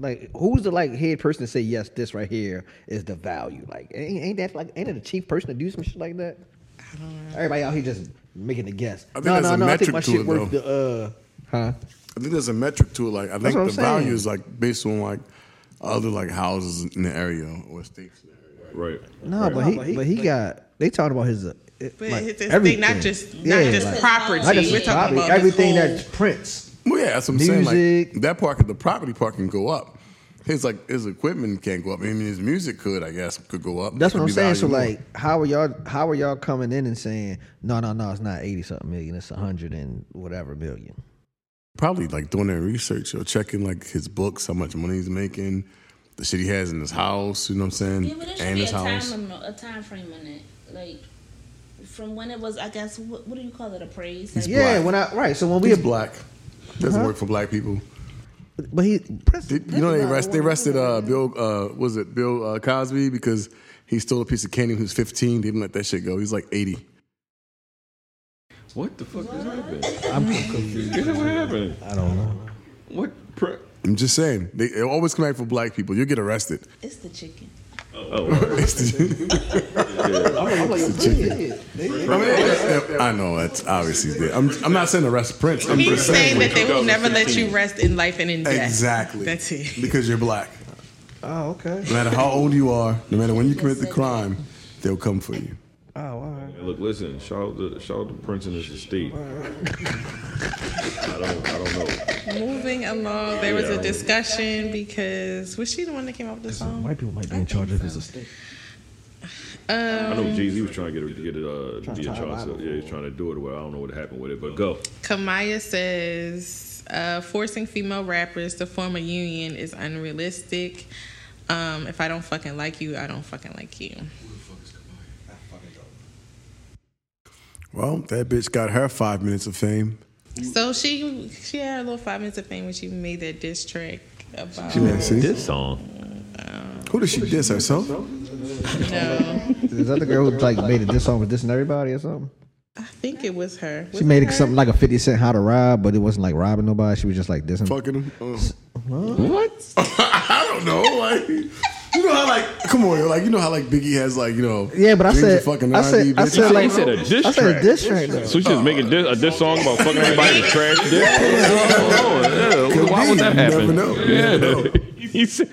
Speaker 6: Like, who's the like head person to say yes? This right here is the value. Like, ain't, ain't that like ain't it the chief person to do some shit like that? Everybody out here just making a guess.
Speaker 4: I think
Speaker 6: no,
Speaker 4: there's
Speaker 6: no,
Speaker 4: a
Speaker 6: no. I think
Speaker 4: metric
Speaker 6: my
Speaker 4: to
Speaker 6: shit
Speaker 4: it,
Speaker 6: worth the uh, huh?
Speaker 4: I think there's a metric to it. Like I think
Speaker 6: what
Speaker 4: the
Speaker 6: I'm saying.
Speaker 4: value is like based on like other like houses in the area or estates in the area.
Speaker 5: right.
Speaker 6: No, but, he, but he got they talking about his. Uh, it-
Speaker 8: But
Speaker 6: like,
Speaker 8: his estate,
Speaker 6: everything.
Speaker 8: not just not
Speaker 6: Yeah,
Speaker 8: just
Speaker 6: like-
Speaker 8: property.
Speaker 6: not just
Speaker 8: We're
Speaker 6: his
Speaker 8: talking
Speaker 6: property,
Speaker 8: about
Speaker 6: everything
Speaker 8: this whole,
Speaker 6: that's Prince.
Speaker 4: Well, yeah, that's what I'm saying.
Speaker 6: Music.
Speaker 4: Like that part, the property part can go up. His like his equipment can't go up. I mean, his music could, I guess, could go up.
Speaker 6: That's
Speaker 4: Could
Speaker 6: what I'm
Speaker 4: be
Speaker 6: saying. So
Speaker 4: valued more.
Speaker 6: like, how are y'all? How are y'all coming in and saying no, no, no? It's not eighty something million. It's a hundred and whatever million.
Speaker 4: probably like doing their research or checking like his books, how much money he's making, the shit he has in his house. You know what I'm saying?
Speaker 7: Yeah, but there should
Speaker 4: and
Speaker 7: be a
Speaker 4: his
Speaker 7: time,
Speaker 4: house.
Speaker 7: limit, a time frame in it. Like, from when it was, I guess, what, what do you call it, appraised?
Speaker 4: He's
Speaker 7: Like,
Speaker 6: Yeah,
Speaker 4: black.
Speaker 6: when I right. So when we,
Speaker 4: He's black. Doesn't work for black people.
Speaker 6: but he, Prince,
Speaker 4: Did, you know they arrested they arrested uh, Bill uh, was it Bill uh, Cosby because he stole a piece of candy when he was 15. They didn't let that shit go. He's like 80.
Speaker 5: What the fuck is happening? I'm confused. Is that what happened? I don't know. What? Pre-
Speaker 4: I'm just saying they, they always come back for black people. You'll get arrested.
Speaker 7: It's the chicken.
Speaker 4: I know that's obviously there. I'm, I'm not saying arrest Prince. I'm
Speaker 8: He's
Speaker 4: just saying,
Speaker 8: saying that they will never let you rest in life and in death.
Speaker 4: exactly
Speaker 8: That's it.
Speaker 4: because you're black.
Speaker 6: Oh, okay.
Speaker 4: No matter how old you are, no matter when you commit the crime, they'll come for you.
Speaker 6: Oh, all right.
Speaker 5: Look, listen. Shout out to shout out to Prince and his estate. I don't. I don't know.
Speaker 8: Moving along, there was a discussion because was she the one that came up with the song?
Speaker 6: White people might be in charge of his estate.
Speaker 5: I know Jay Z was trying to get her to get it uh, be in charge. So, yeah, he's trying to do it. Well, I don't know what happened with it, but go.
Speaker 8: Kamaya says uh, forcing female rappers to form a union is unrealistic. Um, if I don't fucking like you, I don't fucking like you.
Speaker 4: Well, that bitch got her five minutes of fame.
Speaker 8: So she she had a little five minutes of fame when she made that diss track about
Speaker 4: Yeah, see?
Speaker 5: This song.
Speaker 4: Who did she diss herself?
Speaker 8: no.
Speaker 6: Is that the girl who like made it this song was dissing everybody or something?
Speaker 8: I think it was her. Was
Speaker 6: She made
Speaker 8: her?
Speaker 6: it something like a fifty cent how to rob, but it wasn't like robbing nobody. She was just like dissing.
Speaker 4: Fucking him. Oh.
Speaker 5: What?
Speaker 4: I don't know. Like, you know how like come on, yo, like you know how like Biggie has like you know
Speaker 6: Yeah, but I
Speaker 4: James a
Speaker 6: said,
Speaker 4: fucking
Speaker 6: I
Speaker 4: R&B
Speaker 6: said, I
Speaker 4: bitch.
Speaker 6: said, like,
Speaker 11: You said a diss
Speaker 6: I said a
Speaker 11: track.
Speaker 6: diss track though.
Speaker 11: So she's just making diss, a diss song about fucking everybody with trash dick? Oh, yeah. Why would that
Speaker 4: You never
Speaker 11: happen?
Speaker 4: know. You
Speaker 11: Yeah.
Speaker 4: never know.
Speaker 11: He said,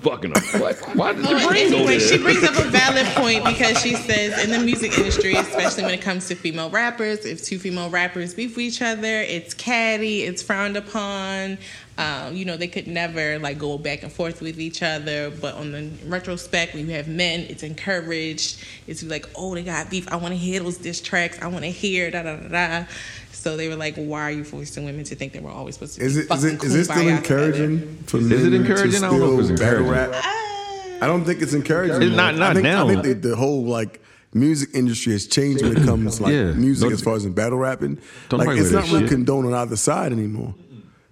Speaker 11: fucking a what? Why did you
Speaker 8: Well,
Speaker 11: bring all
Speaker 8: anyway, she
Speaker 11: this?
Speaker 8: brings up a valid point because she says in the music industry, especially when it comes to female rappers, if two female rappers beef with each other, it's catty, it's frowned upon. Um, you know, they could never like go back and forth with each other. But on the retrospect, when you have men, it's encouraged. It's like, oh, they got beef. I want to hear those diss tracks. I want to hear da da da da. So they were like, why are you forcing women to think they were always supposed to be
Speaker 4: Is it is
Speaker 8: fucking
Speaker 4: it is it still
Speaker 8: kumbaya together?
Speaker 4: encouraging for
Speaker 5: Is
Speaker 4: men
Speaker 5: it encouraging?
Speaker 4: To
Speaker 5: I don't know if
Speaker 4: still
Speaker 5: it's
Speaker 4: battle
Speaker 5: encouraging.
Speaker 4: Rap?
Speaker 8: Ah.
Speaker 4: I don't think it's encouraging.
Speaker 5: It's not-
Speaker 4: man.
Speaker 5: not
Speaker 4: I think,
Speaker 5: now.
Speaker 4: I think the, the whole like music industry has changed when it comes like
Speaker 5: Yeah.
Speaker 4: music
Speaker 5: Don't-
Speaker 4: as far as in battle rapping.
Speaker 5: Don't
Speaker 4: like
Speaker 5: play
Speaker 4: it's
Speaker 5: with
Speaker 4: not
Speaker 5: that
Speaker 4: really
Speaker 5: shit.
Speaker 4: condoned on either side anymore.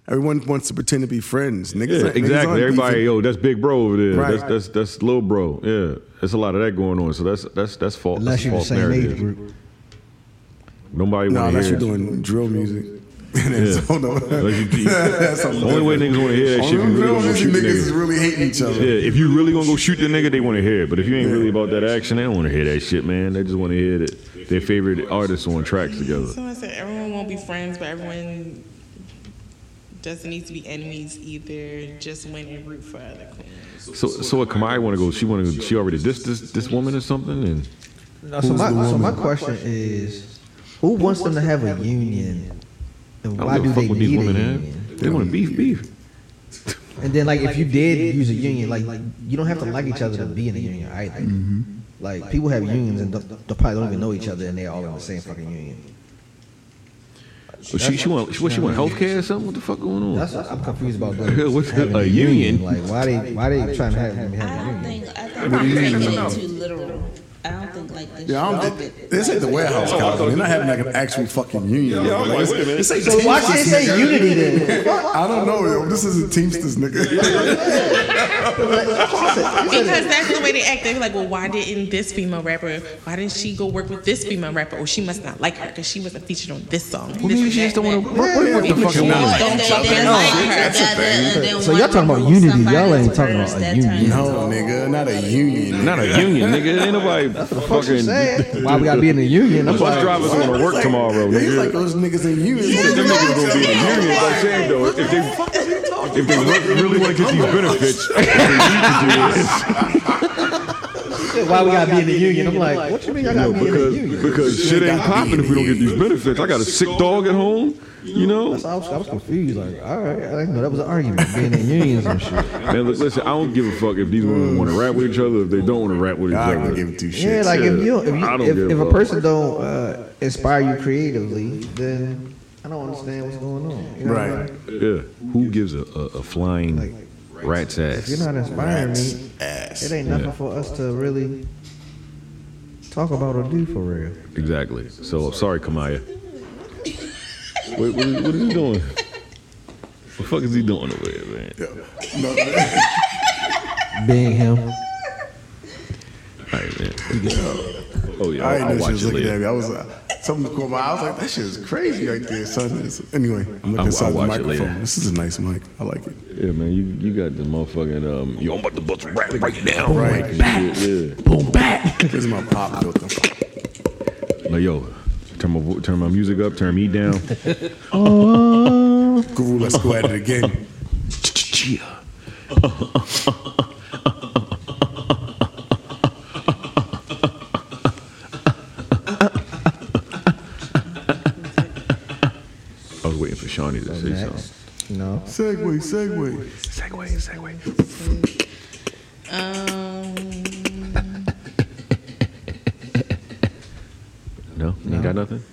Speaker 4: Everyone wants to pretend to be friends. Niggas,
Speaker 5: Yeah,
Speaker 4: niggas aren't
Speaker 5: exactly. Everybody,
Speaker 4: beefing.
Speaker 5: yo, that's big bro over there.
Speaker 4: Right.
Speaker 5: That's that's that's little bro. Yeah, there's a lot of that going on. So that's that's that's false.
Speaker 6: Unless
Speaker 5: that's a
Speaker 6: you're the
Speaker 5: false
Speaker 6: same age
Speaker 5: narrative.
Speaker 6: group.
Speaker 5: Nobody
Speaker 4: No,
Speaker 5: want to
Speaker 4: unless
Speaker 5: hear.
Speaker 4: you're
Speaker 5: it.
Speaker 4: doing drill music. That's
Speaker 5: Yeah.
Speaker 4: all no-
Speaker 5: Like you keep-
Speaker 4: That's
Speaker 5: the only way niggas want to hear that shit. if you
Speaker 4: Only
Speaker 5: really
Speaker 4: drill
Speaker 5: gonna go
Speaker 4: music
Speaker 5: shoot the
Speaker 4: niggas is
Speaker 5: nigga.
Speaker 4: really hating each other.
Speaker 5: Yeah, if you really gonna go shoot the nigga, they want to hear it. But if you ain't really about that action, they don't want to hear that shit, man. They just want to hear that their favorite artists on tracks together.
Speaker 8: So I said everyone won't be friends, but everyone doesn't need to be enemies either. Just win and root for other queens.
Speaker 5: So, so what? Kamari want to go? She want to? She already dissed this this woman or something? And
Speaker 6: No, so, my, so my question is, who wants them to have a union, and
Speaker 5: I
Speaker 6: why
Speaker 5: don't
Speaker 6: do
Speaker 5: give a
Speaker 6: they
Speaker 5: fuck what these
Speaker 6: need a
Speaker 5: women eh?
Speaker 6: union?
Speaker 5: have. They want to beef, beef.
Speaker 6: And then, like, if you did use a union, like, you don't have to like each other to be in a union either. Mm-hmm. Like, people have unions and don't, they probably don't even know each other, and they're all in the same fucking union.
Speaker 5: So Oh, she she want what she want healthcare or something? What the fuck going on?
Speaker 6: That's I'm confused about.
Speaker 5: What's
Speaker 6: having
Speaker 5: a union?
Speaker 6: Like, why they why they trying to have, have
Speaker 7: I
Speaker 6: a
Speaker 7: don't
Speaker 6: union?
Speaker 7: think I think I'm getting too literal. I don't think like this.
Speaker 4: Yeah, I
Speaker 7: should
Speaker 4: don't
Speaker 7: be-
Speaker 4: think this ain't the warehouse, Calvin. They're not having like an actual fucking union. Yeah, like, wait a minute.
Speaker 6: So why should it say unity then?
Speaker 4: I don't know. yo. This is a Teamsters nigga.
Speaker 8: Because that's the way they act. They're like, well, why didn't this female rapper? Why didn't she go work with this female rapper? Or she must not like her because she wasn't featured on this song. This
Speaker 5: Maybe
Speaker 8: and
Speaker 5: she
Speaker 8: that
Speaker 5: just don't want
Speaker 8: and
Speaker 5: to
Speaker 8: that.
Speaker 5: work
Speaker 4: what the fuck?
Speaker 7: Or
Speaker 4: No.
Speaker 7: they didn't like her together, and then
Speaker 6: So
Speaker 7: one
Speaker 6: y'all talking about
Speaker 7: removed
Speaker 6: unity,
Speaker 7: somebody
Speaker 6: y'all ain't
Speaker 7: that's
Speaker 6: talking
Speaker 7: hers,
Speaker 6: about a
Speaker 7: that
Speaker 6: union.
Speaker 7: turns
Speaker 4: No,
Speaker 7: into a
Speaker 4: nigga, not a union.
Speaker 5: Not a union, nigga. Ain't nobody fucking.
Speaker 6: Why we gotta be in a union? I'm
Speaker 5: Bus
Speaker 6: like,
Speaker 5: drivers want to work tomorrow,
Speaker 4: Yeah, he's
Speaker 5: nigga.
Speaker 4: like those niggas in union.
Speaker 5: Them niggas gonna be in a union, like Sam, though. If they, if they work- really want to get these benefits, they need to do this.
Speaker 6: why we gotta be in a union? I'm like, what you mean y'all
Speaker 5: No,
Speaker 6: gotta be in a
Speaker 5: because
Speaker 6: union?
Speaker 5: because shit ain't popping if we don't get these benefits. I got a sick dog at home, you know.
Speaker 6: So I was, I was confused. Like, all right, I didn't know that was an argument. Being in unions and shit.
Speaker 5: Man, look, listen, I don't give a fuck if these women want to rap with each other, if they don't want to rap with each
Speaker 4: I don't give
Speaker 5: other.
Speaker 4: a two shits.
Speaker 6: Yeah, like if you if
Speaker 5: I don't
Speaker 6: you,
Speaker 5: give
Speaker 6: if, if
Speaker 5: a
Speaker 6: a
Speaker 5: fuck.
Speaker 6: person don't uh, inspire you creatively, then I don't understand what's going on. You know?
Speaker 4: right.
Speaker 5: Yeah, who gives a, a, a flying rat's
Speaker 6: If you're
Speaker 5: ass?
Speaker 6: not inspiring me, it ain't nothing for us to really talk about or do for real.
Speaker 5: Exactly. So I'm sorry, Kamaya. Wait, what, is- what is he doing? What the fuck is he doing over there, man?
Speaker 4: No,
Speaker 6: Being him.
Speaker 5: All right, man. Oh yeah,
Speaker 4: I
Speaker 5: I'll,
Speaker 4: didn't know
Speaker 5: I'll
Speaker 4: she
Speaker 5: watch
Speaker 4: was
Speaker 5: it
Speaker 4: looking
Speaker 5: later.
Speaker 4: at me. I was uh, something caught my eye. I was like, that shit is crazy right there, son. Anyway, I'm
Speaker 5: I'll-
Speaker 4: looking inside
Speaker 5: I'll
Speaker 4: the
Speaker 5: watch it later.
Speaker 4: microphone. This is a nice mic. I like it.
Speaker 5: Yeah, man, you, you got the motherfucking um. Yo, I'm about to bust a rap right now.
Speaker 4: Right.
Speaker 5: Shit, yeah.
Speaker 4: This is my pop filter.
Speaker 5: Like yo, turn my vo- turn my music up, turn me down. Oh,
Speaker 4: Guru, let's go at it again.
Speaker 5: I was waiting for Shawnee to say something.
Speaker 6: Next. No.
Speaker 4: Segway, segway.
Speaker 5: Segway, segue.
Speaker 8: Um,
Speaker 5: No, you ain't got nothing.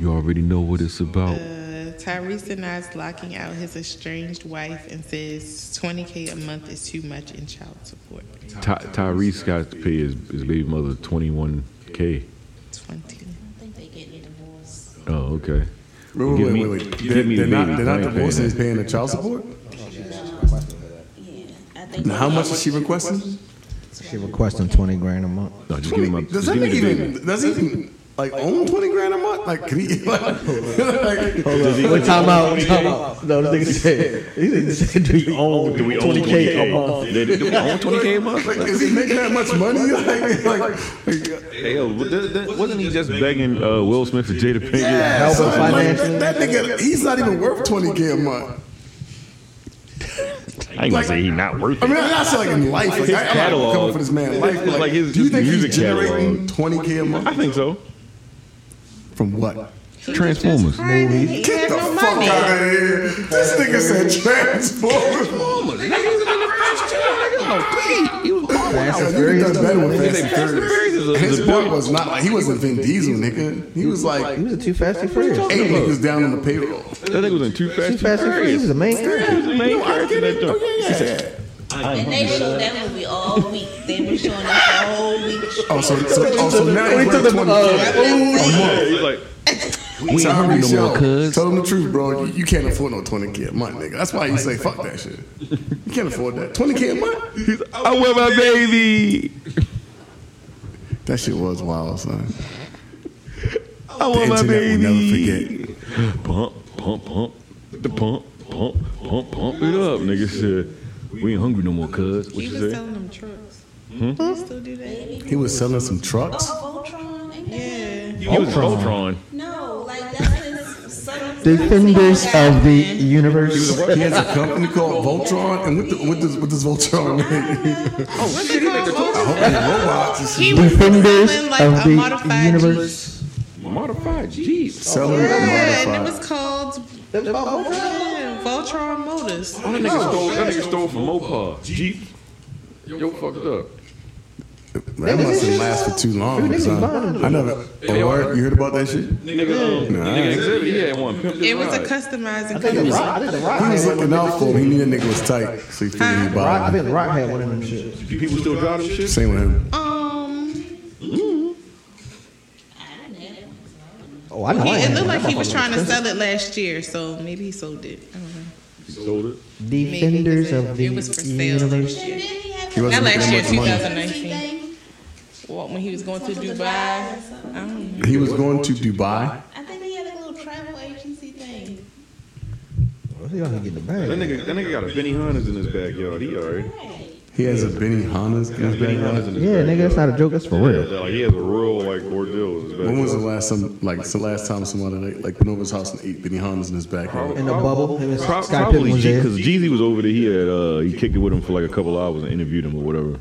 Speaker 5: You already know what it's about.
Speaker 8: uh, Tyrese denies locking out his estranged wife and says 20K a month is too much in child support.
Speaker 5: Ty- Tyrese got to pay his, his baby mother twenty one k.
Speaker 8: 20.
Speaker 7: I think they getting divorced.
Speaker 5: Oh, okay.
Speaker 4: Wait, wait,
Speaker 5: Give me-
Speaker 4: wait, wait.
Speaker 5: give
Speaker 4: They're,
Speaker 5: me the
Speaker 4: they're not,
Speaker 5: baby.
Speaker 4: they're
Speaker 5: I
Speaker 4: not
Speaker 5: ain't paying
Speaker 4: divorced and
Speaker 5: that.
Speaker 4: he's paying the child support?
Speaker 7: Yeah, I think.
Speaker 4: Now, how much is she requesting?
Speaker 6: She requesting twenty grand a month.
Speaker 5: No, just give me my.
Speaker 4: Does
Speaker 5: Just
Speaker 4: that
Speaker 5: give me
Speaker 4: nigga
Speaker 5: the baby.
Speaker 4: even, does he even like own 20 grand a month? Like, can he? like,
Speaker 3: Hold up. Wait, time out. Time out. No, this nigga said, he said- he said, do we own
Speaker 5: Do we own
Speaker 3: 20K a
Speaker 5: 20K?
Speaker 3: month?
Speaker 5: They- do we own 20K a month?
Speaker 4: Like, is he making that much money? Like, like,
Speaker 5: Hey, yo, wa- th- th- wasn't he just begging uh, Will Smith for Jada Pinkett?
Speaker 4: yeah,
Speaker 5: Help him
Speaker 4: son, like,
Speaker 5: financially.
Speaker 4: that, that nigga, he's not even worth twenty k a month.
Speaker 5: I ain't gonna say he's not worth it.
Speaker 4: I mean, I'm not saying in life. Like,
Speaker 5: his
Speaker 4: I, I'm
Speaker 5: catalog,
Speaker 4: not coming for this man. Life, like,
Speaker 5: like his,
Speaker 4: do you
Speaker 5: his
Speaker 4: think
Speaker 5: music
Speaker 4: he's generating
Speaker 5: catalog.
Speaker 4: twenty k a month
Speaker 5: I think so.
Speaker 4: from what?
Speaker 5: Transformers
Speaker 4: movies. Get the fuck out of here! This nigga said Transformers.
Speaker 6: Fast and
Speaker 4: Oh, You
Speaker 6: Furious.
Speaker 4: done better with Fast and
Speaker 5: Fast and Furious is a-
Speaker 4: Furious.
Speaker 5: is
Speaker 4: His
Speaker 5: a
Speaker 4: work
Speaker 5: point.
Speaker 4: was not like he wasn't Vin Diesel, nigga. He was like
Speaker 6: He was a too fast, too furious. Too
Speaker 4: eight niggas down on the payroll.
Speaker 5: That nigga was in Too Fast, Too
Speaker 6: fast, too furious. He was
Speaker 5: Furious.
Speaker 6: the main
Speaker 5: He
Speaker 6: character.
Speaker 5: was the main character in that joint.
Speaker 7: And they showed that movie all week. They've been showing that all week.
Speaker 4: Oh, so, so, oh, so now
Speaker 3: We
Speaker 4: he's
Speaker 3: took the,
Speaker 4: worth twenty.
Speaker 3: uh,
Speaker 5: Yeah, he's like,
Speaker 4: We ain't hungry
Speaker 9: no more, cuz.
Speaker 4: Tell him the truth, bro. You, you can't afford no 20K a month, nigga. That's why you say fuck that shit. You can't afford that. 20K a month?
Speaker 5: he's, I want my baby.
Speaker 4: That shit was wild, son.
Speaker 5: I want my
Speaker 4: internet
Speaker 5: baby.
Speaker 4: will
Speaker 5: Pump, pump, pump. The pump, pump, pump, pump it up, nigga. Shit. We ain't hungry no more, cuz. What
Speaker 8: He
Speaker 5: you
Speaker 8: was Hmm?
Speaker 5: say?
Speaker 8: selling them trucks. He still do that?
Speaker 4: He was selling some trucks.
Speaker 7: Oh, Voltron? Ain't that
Speaker 8: Yeah.
Speaker 5: He was Voltron.
Speaker 7: No, like that's his son.
Speaker 6: Defenders of the universe.
Speaker 4: He has a company called Voltron, and what, the, what, does, what does Voltron mean?
Speaker 8: What's it called?
Speaker 4: robots is
Speaker 8: He was
Speaker 6: Defenders
Speaker 8: selling like
Speaker 6: of
Speaker 8: a
Speaker 6: the
Speaker 8: modified Jeep.
Speaker 6: universe.
Speaker 5: Modified Jeeps.
Speaker 4: selling
Speaker 8: Yeah, and it
Speaker 4: modified.
Speaker 8: was called yeah, Voltron Motors.
Speaker 5: That nigga stole, that nigga stole from Mopar. Jeep. Yo, fucked up.
Speaker 4: That must have lasted too long. son. I never. Oh, word? you heard about that shit?
Speaker 5: Nigga, um,
Speaker 4: Nah.
Speaker 5: nigga exhibit, he had one. Pimped
Speaker 8: It was a
Speaker 5: ride.
Speaker 8: customizing
Speaker 6: I
Speaker 8: company.
Speaker 6: think the
Speaker 4: He
Speaker 6: Rock
Speaker 4: was
Speaker 6: had one.
Speaker 4: looking out for him. He knew that nigga was tight, so he figured he'd
Speaker 6: Rock, I
Speaker 4: buy
Speaker 6: think the Rock had one of them shit.
Speaker 5: People still drive them shit?
Speaker 4: Same with him.
Speaker 8: Um,
Speaker 6: Oh, I know.
Speaker 8: he,
Speaker 6: I
Speaker 8: it
Speaker 6: had
Speaker 8: looked
Speaker 6: one.
Speaker 8: like he was trying to sell it last year, so maybe he sold it. I don't know.
Speaker 5: Sold it.
Speaker 6: Defenders of the
Speaker 8: It was for sale
Speaker 6: universe.
Speaker 8: last year.
Speaker 4: He
Speaker 8: Not
Speaker 4: wasn't making
Speaker 8: last year,
Speaker 4: that much money.
Speaker 8: 2019. Well, when he was going to Dubai. I don't know.
Speaker 4: He was going to Dubai.
Speaker 7: I think he had a little travel agency thing.
Speaker 6: Well, Y'all can get the
Speaker 5: That
Speaker 6: bag.
Speaker 5: nigga, that nigga got a Benny Hunters in his backyard. He alright.
Speaker 4: He has a Benny Hanna's in his
Speaker 5: Benny
Speaker 4: backyard.
Speaker 5: Hunters in his
Speaker 6: Yeah, nigga, that's not a joke. That's for real.
Speaker 5: Like he has a real like ordeal with his backyard.
Speaker 4: When was the last time, like, it's the last time somebody like, like went over his house and ate Benny Hanna's in his backyard?
Speaker 6: In the bubble, him and
Speaker 5: Pro-
Speaker 6: Scott Pippen
Speaker 5: probably
Speaker 6: was there.
Speaker 5: because Jeezy was over there. He had uh, he kicked it with him for like a couple hours and interviewed him or whatever.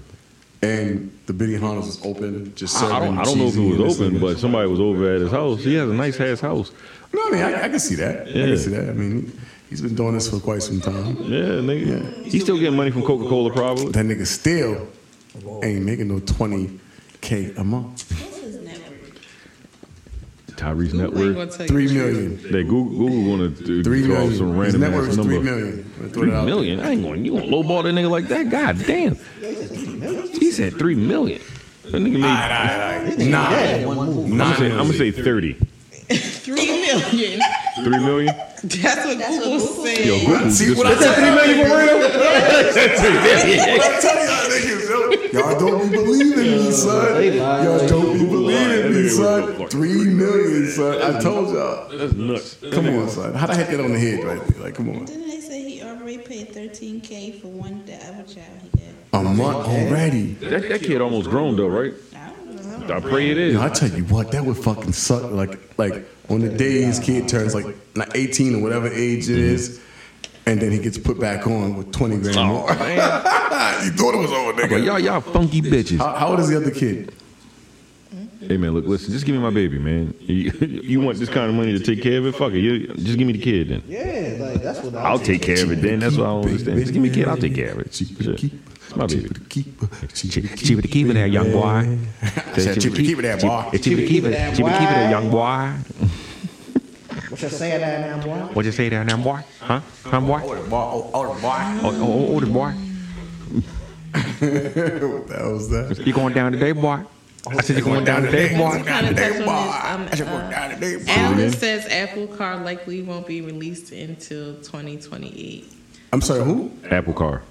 Speaker 4: And the Benny Hanna's was open, just
Speaker 5: I,
Speaker 4: serving.
Speaker 5: I don't I don't know if
Speaker 4: cheesy
Speaker 5: it
Speaker 4: and
Speaker 5: was
Speaker 4: this
Speaker 5: open,
Speaker 4: and
Speaker 5: but
Speaker 4: that.
Speaker 5: somebody was over at his house. He has a nice ass house.
Speaker 4: no, I mean, I, I can see that. I
Speaker 5: Yeah.
Speaker 4: can see that. I mean, he's been doing this for quite some time.
Speaker 5: Yeah, nigga. He's still getting money from Coca Cola probably.
Speaker 4: That nigga still ain't making no twenty k a month.
Speaker 7: What's his network?
Speaker 5: Tyrese
Speaker 8: Ooh, I ain't
Speaker 5: Network.
Speaker 8: gonna tell you.
Speaker 4: Three million.
Speaker 5: That Google, Google want to
Speaker 4: Three
Speaker 5: throw off
Speaker 4: million.
Speaker 5: some
Speaker 4: His
Speaker 5: random
Speaker 4: net worth
Speaker 5: ass
Speaker 4: is
Speaker 5: number.
Speaker 4: three million. I'm gonna throw
Speaker 5: Three
Speaker 4: that out there.
Speaker 5: million. I ain't going. You want lowball that nigga like that? God damn. He said three million. That nigga made. I'm gonna say, I'm gonna say thirty.
Speaker 8: Three million.
Speaker 5: Three million.
Speaker 8: That's what Google said.
Speaker 5: Yo, Google
Speaker 4: See
Speaker 5: just-
Speaker 4: what I tell you, What I tell y'all niggas, yo, y'all don't be believing me, son. Y'all don't be believing me, son. Three million, son. I told y'all.
Speaker 5: That's nuts.
Speaker 4: Come on, son. How would I hit that on the head right there? Like, come on.
Speaker 7: Didn't they say he already paid 13k for one the other child he had?
Speaker 4: A month already.
Speaker 5: That, that kid almost grown though, right?
Speaker 7: I don't know.
Speaker 5: I pray it is.
Speaker 4: Yo, I tell you what, that would fucking suck. Like, like on the day his kid turns like not 18 or whatever age it is, and then he gets put back on with 20 grand
Speaker 9: Oh,
Speaker 4: more. you thought it was over,
Speaker 5: But
Speaker 4: nigga.
Speaker 5: y'all, y'all funky bitches.
Speaker 4: How, how old is the other kid?
Speaker 5: Hey man, look, listen, just give me my baby, man. You, you want this kind of money to take care of it? Fuck it, you, just give me the kid then.
Speaker 6: Yeah, like that's what I
Speaker 5: I'll take care of it then. That's what I don't understand. Just give me the kid. I'll take care of it.
Speaker 4: Cheaper to
Speaker 5: Shit.
Speaker 4: keep.
Speaker 5: It's my baby.
Speaker 4: Cheaper to keep. Cheaper to
Speaker 9: Cheaper to keep it there, young boy.
Speaker 4: I said cheaper to keep it there, boy.
Speaker 9: It's cheaper to keep it. Cheaper to keep it there, young boy.
Speaker 6: What you say that now, boy?
Speaker 9: What you say there, now, boy? Huh? Huh, boy? Older boy. Older boy.
Speaker 4: What the hell was that?
Speaker 9: You going down today, boy? I said you going down today, boy.
Speaker 8: Kinda touch on
Speaker 4: I
Speaker 8: this,
Speaker 4: said
Speaker 8: um,
Speaker 9: uh,
Speaker 4: work out today, boy.
Speaker 8: Analyst says Apple Car likely won't be released until 2028.
Speaker 4: I'm sorry, who?
Speaker 5: Apple car.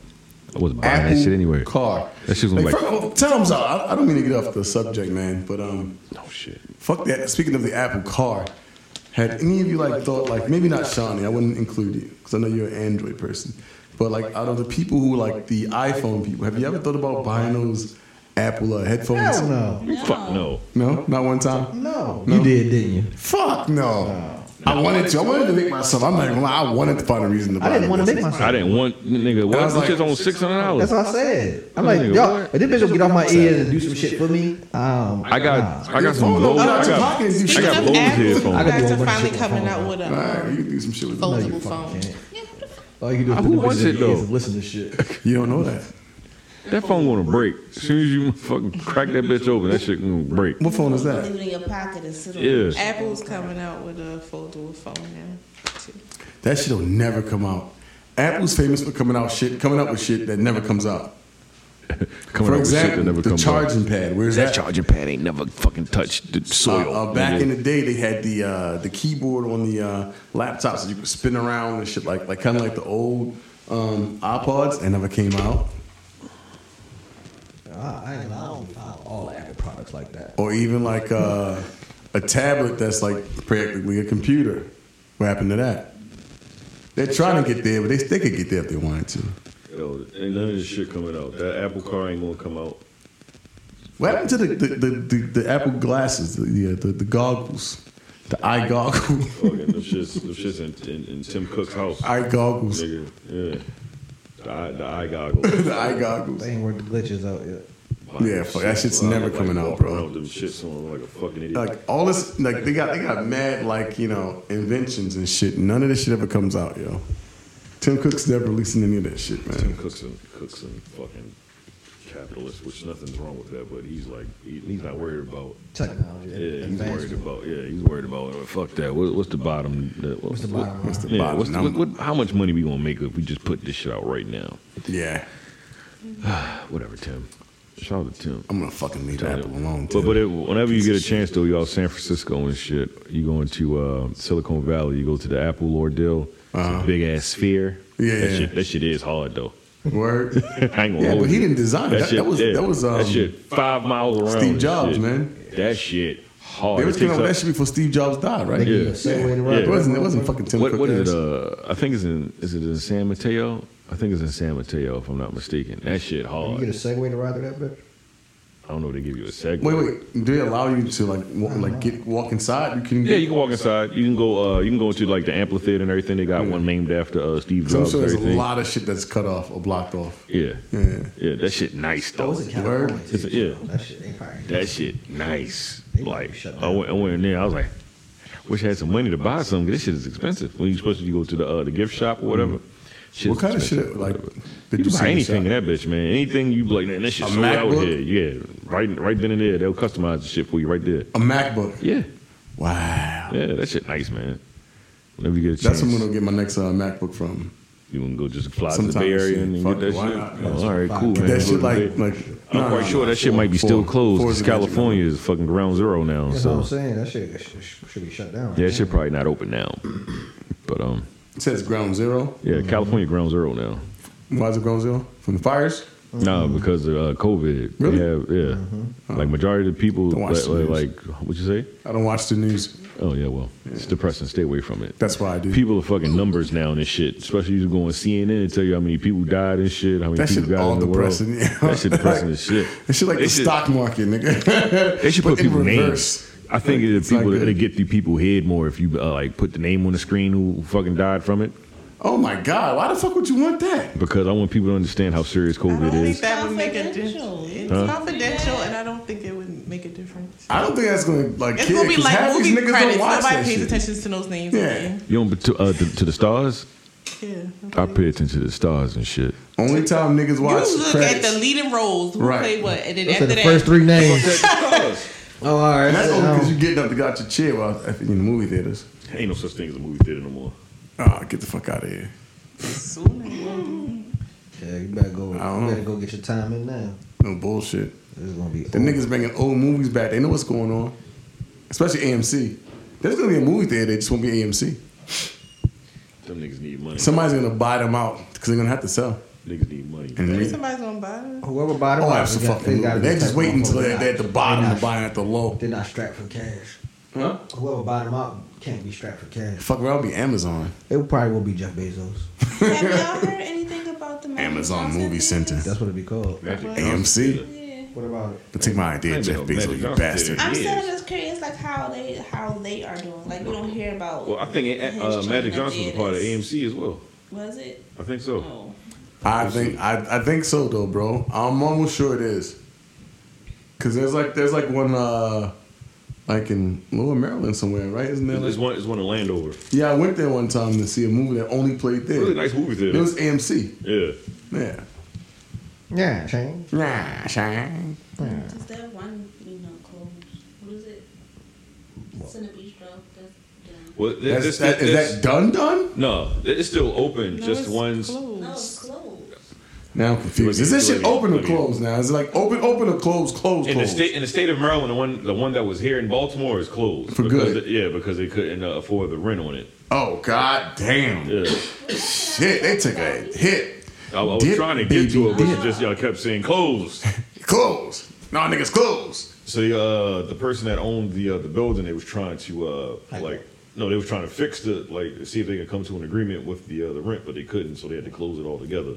Speaker 5: I wasn't buying that shit anyway.
Speaker 4: Car.
Speaker 5: That shit was
Speaker 4: Hey,
Speaker 5: like,
Speaker 4: fuck- oh, tell them so. I, I don't mean to get off the subject, man, but um,
Speaker 5: oh shit.
Speaker 4: fuck that. Speaking of the Apple car, Had any of you like thought like maybe not Shawnee? I wouldn't include you because I know you're an Android person. But like out of the people who like the iPhone people, have you ever thought about buying those Apple uh, headphones?
Speaker 6: Hell no.
Speaker 5: Fuck no.
Speaker 4: No, not one time.
Speaker 6: No.
Speaker 4: No?
Speaker 6: You did, didn't you?
Speaker 4: Fuck no. I wanted to. I wanted to make myself. I'm not gonna lie. I wanted to find a reason to buy.
Speaker 6: I didn't want to
Speaker 4: this.
Speaker 6: make myself.
Speaker 5: I didn't want nigga.
Speaker 4: I
Speaker 5: What?
Speaker 4: was
Speaker 5: Like,
Speaker 4: like-
Speaker 5: just on six hundred
Speaker 6: That's what
Speaker 5: dollars.
Speaker 6: I said. I'm like,
Speaker 5: Nigga,
Speaker 6: y'all, if this bitch gonna get off my ears and do some shit for me, um,
Speaker 5: I got
Speaker 4: Oh,
Speaker 5: I got some
Speaker 4: Phone
Speaker 5: Bose.
Speaker 4: don't
Speaker 5: I
Speaker 4: out your
Speaker 5: got
Speaker 4: pockets. You
Speaker 5: I
Speaker 4: shut
Speaker 5: got
Speaker 4: up.
Speaker 8: Speaking
Speaker 5: Bose
Speaker 8: of Apple,
Speaker 5: headphones.
Speaker 6: I got
Speaker 8: guys
Speaker 6: one
Speaker 8: are
Speaker 6: more
Speaker 8: finally
Speaker 6: shit for
Speaker 8: coming
Speaker 6: my
Speaker 8: out with
Speaker 4: All right,
Speaker 8: a
Speaker 4: you can do some shit with
Speaker 8: Fold.
Speaker 4: it.
Speaker 6: you
Speaker 8: phone.
Speaker 6: fucking can't. All you can do is
Speaker 5: Who
Speaker 6: put the
Speaker 5: wants
Speaker 6: bitch in
Speaker 5: it,
Speaker 6: your ears
Speaker 5: though?
Speaker 6: and listen to shit.
Speaker 4: You don't know that.
Speaker 5: That phone gonna break. As soon as you fucking crack that bitch open, that shit gonna break.
Speaker 4: What phone is
Speaker 7: Leave
Speaker 4: that?
Speaker 7: it in your pocket and sit on
Speaker 5: Yeah.
Speaker 7: it.
Speaker 8: Apple's coming out with a foldable phone now. too.
Speaker 4: That shit'll never come out. Apple's famous for coming out shit, coming out with shit that never comes out.
Speaker 5: Coming
Speaker 4: For
Speaker 5: up with shit
Speaker 4: example,
Speaker 5: that never
Speaker 4: the
Speaker 5: comes out.
Speaker 4: charging pad. Where's
Speaker 9: That
Speaker 4: that?
Speaker 9: charging pad ain't never fucking touched the soil.
Speaker 4: Uh, uh, back
Speaker 5: Mm-hmm.
Speaker 9: nigga.
Speaker 4: in the day, they had the uh, the keyboard on the uh, laptops that you could spin around and shit like like kind of like the old um, iPods. That never came out.
Speaker 6: I, I ain't- I don't follow all Apple products like that.
Speaker 4: Or even like uh, a tablet that's like practically a computer. What happened to that? They're trying to get there, but they, they could get there if they wanted to.
Speaker 5: Yo, ain't none of this shit coming out. That Apple car ain't gonna come out.
Speaker 4: What happened to the the, the, the, the Apple glasses, the, the, the, the goggles, the eye goggles,
Speaker 5: Fucking them shits, them shits in, in, in Tim Cook's house.
Speaker 4: eye goggles, the
Speaker 5: Nigga, yeah. The eye, the eye goggles.
Speaker 4: eye goggles?
Speaker 6: They ain't worked the glitches out yet.
Speaker 4: Yeah, fuck, that shit's
Speaker 5: Well, I
Speaker 4: never
Speaker 5: look
Speaker 4: coming
Speaker 5: like oh,
Speaker 4: out,
Speaker 5: walk
Speaker 4: bro.
Speaker 5: around with Them shits on like a fucking idiot.
Speaker 4: Like all this, like they got they got mad like you know inventions and shit. None of this shit ever comes out, yo. Tim Cook's never releasing any of that shit,
Speaker 5: Tim
Speaker 4: man.
Speaker 5: Cook's and Cook's and fucking capitalist, which nothing's wrong with that, but he's like he, he's not worried about.
Speaker 6: Technology.
Speaker 5: Yeah, he's
Speaker 6: advancement.
Speaker 5: worried about. Yeah, he's worried about. well, fuck that. What, what's the bottom? That, what's
Speaker 6: the bottom
Speaker 5: What's the
Speaker 4: line?
Speaker 5: yeah, what's the, what,
Speaker 4: Bottom
Speaker 5: what, how much money we gonna make if we just put this shit out right now?
Speaker 4: Yeah,
Speaker 5: Whatever, Tim. Shout out to Tim.
Speaker 4: I'm gonna fucking leave
Speaker 5: Yeah.
Speaker 4: Apple alone.
Speaker 5: But,
Speaker 4: too.
Speaker 5: but it, whenever you get a chance, though, y'all, San Francisco and shit, you go into uh, Silicon Valley, you go to the Apple Lordale, it's a big ass sphere.
Speaker 4: Uh-huh. Yeah.
Speaker 5: that shit, that shit is hard though.
Speaker 4: Word.
Speaker 5: I ain't gonna
Speaker 4: Yeah,
Speaker 5: hold
Speaker 4: but he
Speaker 5: you.
Speaker 4: didn't design it. That- that was- that was, um,
Speaker 5: that shit five miles around.
Speaker 4: Steve
Speaker 5: and
Speaker 4: Jobs,
Speaker 5: shit.
Speaker 4: man.
Speaker 5: That shit hard.
Speaker 4: They
Speaker 5: Oh, It
Speaker 4: was coming up
Speaker 5: takes
Speaker 4: with
Speaker 5: up-
Speaker 4: that shit before Steve Jobs died, right?
Speaker 6: They give you
Speaker 5: Yeah.
Speaker 6: a segue to
Speaker 5: Yeah.
Speaker 6: ride
Speaker 4: It wasn't. It wasn't fucking Tim
Speaker 5: What,
Speaker 4: Cook.
Speaker 5: what is
Speaker 4: ass.
Speaker 5: it? Uh, I think it's in. Is it in San Mateo? I think it's in San Mateo, if I'm not mistaken. That shit
Speaker 6: You
Speaker 5: hard.
Speaker 6: get a segue to ride through that bitch?
Speaker 5: I don't know. if They give you a segue.
Speaker 4: Wait, wait. Do they allow you to like walk, like get walk inside? You can.
Speaker 5: Yeah, you can walk inside. You can go. Uh, you can go into like the amphitheater and everything. They got one named after uh, Steve
Speaker 4: So I'm
Speaker 5: Jobs.
Speaker 4: sure
Speaker 5: and
Speaker 4: there's a
Speaker 5: everything.
Speaker 4: lot of shit that's cut off or blocked off.
Speaker 5: Yeah.
Speaker 4: Yeah.
Speaker 5: yeah, that shit nice
Speaker 6: Oh,
Speaker 5: though.
Speaker 6: it's in California.
Speaker 5: It's a- yeah,
Speaker 6: That shit, they probably.
Speaker 5: that shit nice.
Speaker 6: They
Speaker 5: Like
Speaker 6: shut
Speaker 5: I went, I went in there. I was like, wish I had some money to buy something. This shit is expensive. When you supposed to go to the uh, the gift shop or whatever. Shit's
Speaker 4: Mm. What kind of
Speaker 5: expensive.
Speaker 4: shit? Like,
Speaker 5: You
Speaker 4: did
Speaker 5: can
Speaker 4: see in
Speaker 5: buy
Speaker 4: the
Speaker 5: anything in
Speaker 4: shop?
Speaker 5: that bitch, man. Anything you be like, man, that shit
Speaker 4: A
Speaker 5: sold out
Speaker 4: MacBook?
Speaker 5: here. Yeah, right, right then and there, they'll customize the shit for you right there.
Speaker 4: A MacBook.
Speaker 5: Yeah,
Speaker 4: Wow.
Speaker 5: yeah, that shit nice, man. Whenever you get a chance,
Speaker 4: That's where I'm gonna get my next uh, MacBook from.
Speaker 5: you can go just fly to the
Speaker 4: Sometime
Speaker 5: Bay
Speaker 4: this
Speaker 5: Area
Speaker 4: year.
Speaker 5: and
Speaker 4: Fuck
Speaker 5: get
Speaker 4: it,
Speaker 5: that
Speaker 4: why
Speaker 5: shit.
Speaker 4: not, man?
Speaker 5: Oh, all right, cool, man.
Speaker 4: That shit
Speaker 5: Go to
Speaker 4: like
Speaker 5: Bay-
Speaker 4: like.
Speaker 5: I'm
Speaker 4: nah,
Speaker 5: quite
Speaker 4: nah,
Speaker 5: sure
Speaker 4: nah,
Speaker 5: that shit
Speaker 4: four-
Speaker 5: might be
Speaker 4: four-
Speaker 5: still closed.
Speaker 4: four is
Speaker 5: It's
Speaker 4: the magic
Speaker 5: California
Speaker 4: number.
Speaker 5: is fucking ground zero now,
Speaker 6: That's what
Speaker 5: so
Speaker 6: I'm saying. That shit sh- sh- should be shut down.
Speaker 5: yeah, it should probably not open now. But um,
Speaker 4: It says ground zero.
Speaker 5: yeah, California ground zero now.
Speaker 4: Why is it ground zero? From the fires.
Speaker 5: No, because of uh, COVID.
Speaker 4: Mm-hmm. Really? Mm-hmm.
Speaker 5: They have, yeah. Like majority of the people,
Speaker 4: Don't watch
Speaker 5: like,
Speaker 4: the news.
Speaker 5: like what you say?
Speaker 4: I don't watch the news.
Speaker 5: Oh yeah, well, it's depressing. Stay away from it.
Speaker 4: That's why I do.
Speaker 5: People are fucking numbers now and this shit. Especially you go on CNN and tell you how many people died and shit, how many
Speaker 4: That
Speaker 5: people
Speaker 4: shit
Speaker 5: got
Speaker 4: all
Speaker 5: in the
Speaker 4: depressing.
Speaker 5: world. That shit depressing as shit.
Speaker 4: That shit like
Speaker 5: They
Speaker 4: the
Speaker 5: should-
Speaker 4: stock market, nigga.
Speaker 5: They should
Speaker 4: But
Speaker 5: put
Speaker 4: in
Speaker 5: people names.
Speaker 4: reverse.
Speaker 5: I think it
Speaker 4: It's not
Speaker 5: people
Speaker 4: good.
Speaker 5: it'll get through people head more if you uh, like put the name on the screen who fucking died from it.
Speaker 4: Oh my god! Why the fuck would you want that?
Speaker 5: Because I want people to understand how serious
Speaker 8: I don't
Speaker 5: COVID
Speaker 8: think
Speaker 5: is.
Speaker 8: that would make a
Speaker 7: Confidential.
Speaker 8: difference. It's confidential, and I don't think it would make a difference.
Speaker 4: I don't think that's gonna like.
Speaker 8: It's
Speaker 4: kid,
Speaker 8: gonna be
Speaker 4: 'cause
Speaker 8: like
Speaker 4: half these
Speaker 8: movie
Speaker 4: niggas
Speaker 8: credits.
Speaker 4: Don't watch
Speaker 8: Nobody
Speaker 4: that
Speaker 8: pays
Speaker 4: shit.
Speaker 8: attention to those names.
Speaker 4: Yeah.
Speaker 5: You don't to, uh, to, to the stars.
Speaker 8: yeah.
Speaker 5: I pay attention to the stars and shit.
Speaker 4: Only time niggas
Speaker 8: You
Speaker 4: watch
Speaker 8: look
Speaker 4: credits.
Speaker 8: at the leading roles, who
Speaker 4: Right.
Speaker 8: play what, and then
Speaker 6: Those are
Speaker 8: after
Speaker 6: the
Speaker 8: that,
Speaker 6: first three names. oh, all right.
Speaker 4: And that's
Speaker 6: so,
Speaker 4: only because
Speaker 6: um,
Speaker 4: you getting up to go out your chair while in the movie theaters.
Speaker 5: Ain't no such thing as a movie theater no more.
Speaker 4: Ah, get the fuck out of here.
Speaker 6: yeah, you better go. You
Speaker 4: I don't
Speaker 6: better
Speaker 4: know.
Speaker 6: go get your time in now.
Speaker 4: No bullshit.
Speaker 6: This is gonna be.
Speaker 4: The niggas bringing old movies back. They know what's going on, especially AMC. There's gonna be a movie theater. They just won't be AMC.
Speaker 5: Them niggas need money.
Speaker 4: Somebody's gonna buy them out because they're gonna have to sell.
Speaker 5: niggas need money.
Speaker 4: And
Speaker 8: Maybe
Speaker 4: re-
Speaker 8: somebody's gonna buy it.
Speaker 6: Whoever bought them,
Speaker 4: oh,
Speaker 6: out, they got-
Speaker 4: absolutely.
Speaker 6: they gotta
Speaker 4: They're
Speaker 6: be the
Speaker 4: just
Speaker 6: type of
Speaker 4: waiting until
Speaker 6: motherfuckers
Speaker 4: they're
Speaker 6: that-
Speaker 4: they're at the bottom
Speaker 6: They're
Speaker 4: to buy it at the low.
Speaker 6: They're not strapped for cash. Huh? Whoever bought them out can't be strapped for cash.
Speaker 4: Fuck, well, I'll be Amazon.
Speaker 6: It probably will be Jeff Bezos.
Speaker 7: Have y'all heard anything about the
Speaker 4: Amazon Movie Center.
Speaker 6: That's what it'd be called.
Speaker 4: AMC.
Speaker 6: What about it?
Speaker 4: But take my idea, Jeff Bezos, you bastard.
Speaker 7: I'm still just curious, like how they how they are doing. Like we don't hear about.
Speaker 5: Well, I think uh, Magic Johnson was a part of AMC as well.
Speaker 7: Was it?
Speaker 5: I think so.
Speaker 4: I think I, I think so though, bro. I'm almost sure it is. Cause there's like there's like one uh like in Lower Maryland somewhere, right? Isn't there?
Speaker 5: It's
Speaker 4: Like,
Speaker 5: one. It's one in Landover.
Speaker 4: yeah, I went there one time to see a movie that only played there.
Speaker 5: Really nice movie theater.
Speaker 4: It was AMC.
Speaker 5: Yeah.
Speaker 4: Yeah.
Speaker 6: Yeah, Shane.
Speaker 4: Nah, shine.
Speaker 7: Is that one you know closed? What is it? Center Beach Drop. That's done.
Speaker 5: Well, th-
Speaker 4: That's,
Speaker 5: this-
Speaker 4: that, is
Speaker 5: this-
Speaker 4: that done done?
Speaker 5: No, it's still open. just one's.
Speaker 7: No, it's closed.
Speaker 4: Now I'm confused. Is this shit
Speaker 5: Look at-
Speaker 4: open or
Speaker 5: look at-
Speaker 4: closed now? Is it like open, open or closed, closed,
Speaker 5: In the
Speaker 4: closed?
Speaker 5: state, in the state of Maryland, the one the one that was here in Baltimore is closed
Speaker 4: For
Speaker 5: because
Speaker 4: good.
Speaker 5: they- yeah, because they couldn't uh, afford the rent on it.
Speaker 4: oh god damn.
Speaker 5: Yeah,
Speaker 4: Shit, they took a hit.
Speaker 5: I, I was
Speaker 4: Dip,
Speaker 5: trying to
Speaker 4: baby,
Speaker 5: get to it, but
Speaker 4: dip.
Speaker 5: it's just y'all kept saying closed.
Speaker 4: Closed. No niggas closed.
Speaker 5: So the uh, the person that owned the uh, the building, they was trying to uh, like no, they was trying to fix the like see if they could come to an agreement with the uh, the rent, but they couldn't, so they had to close it all together.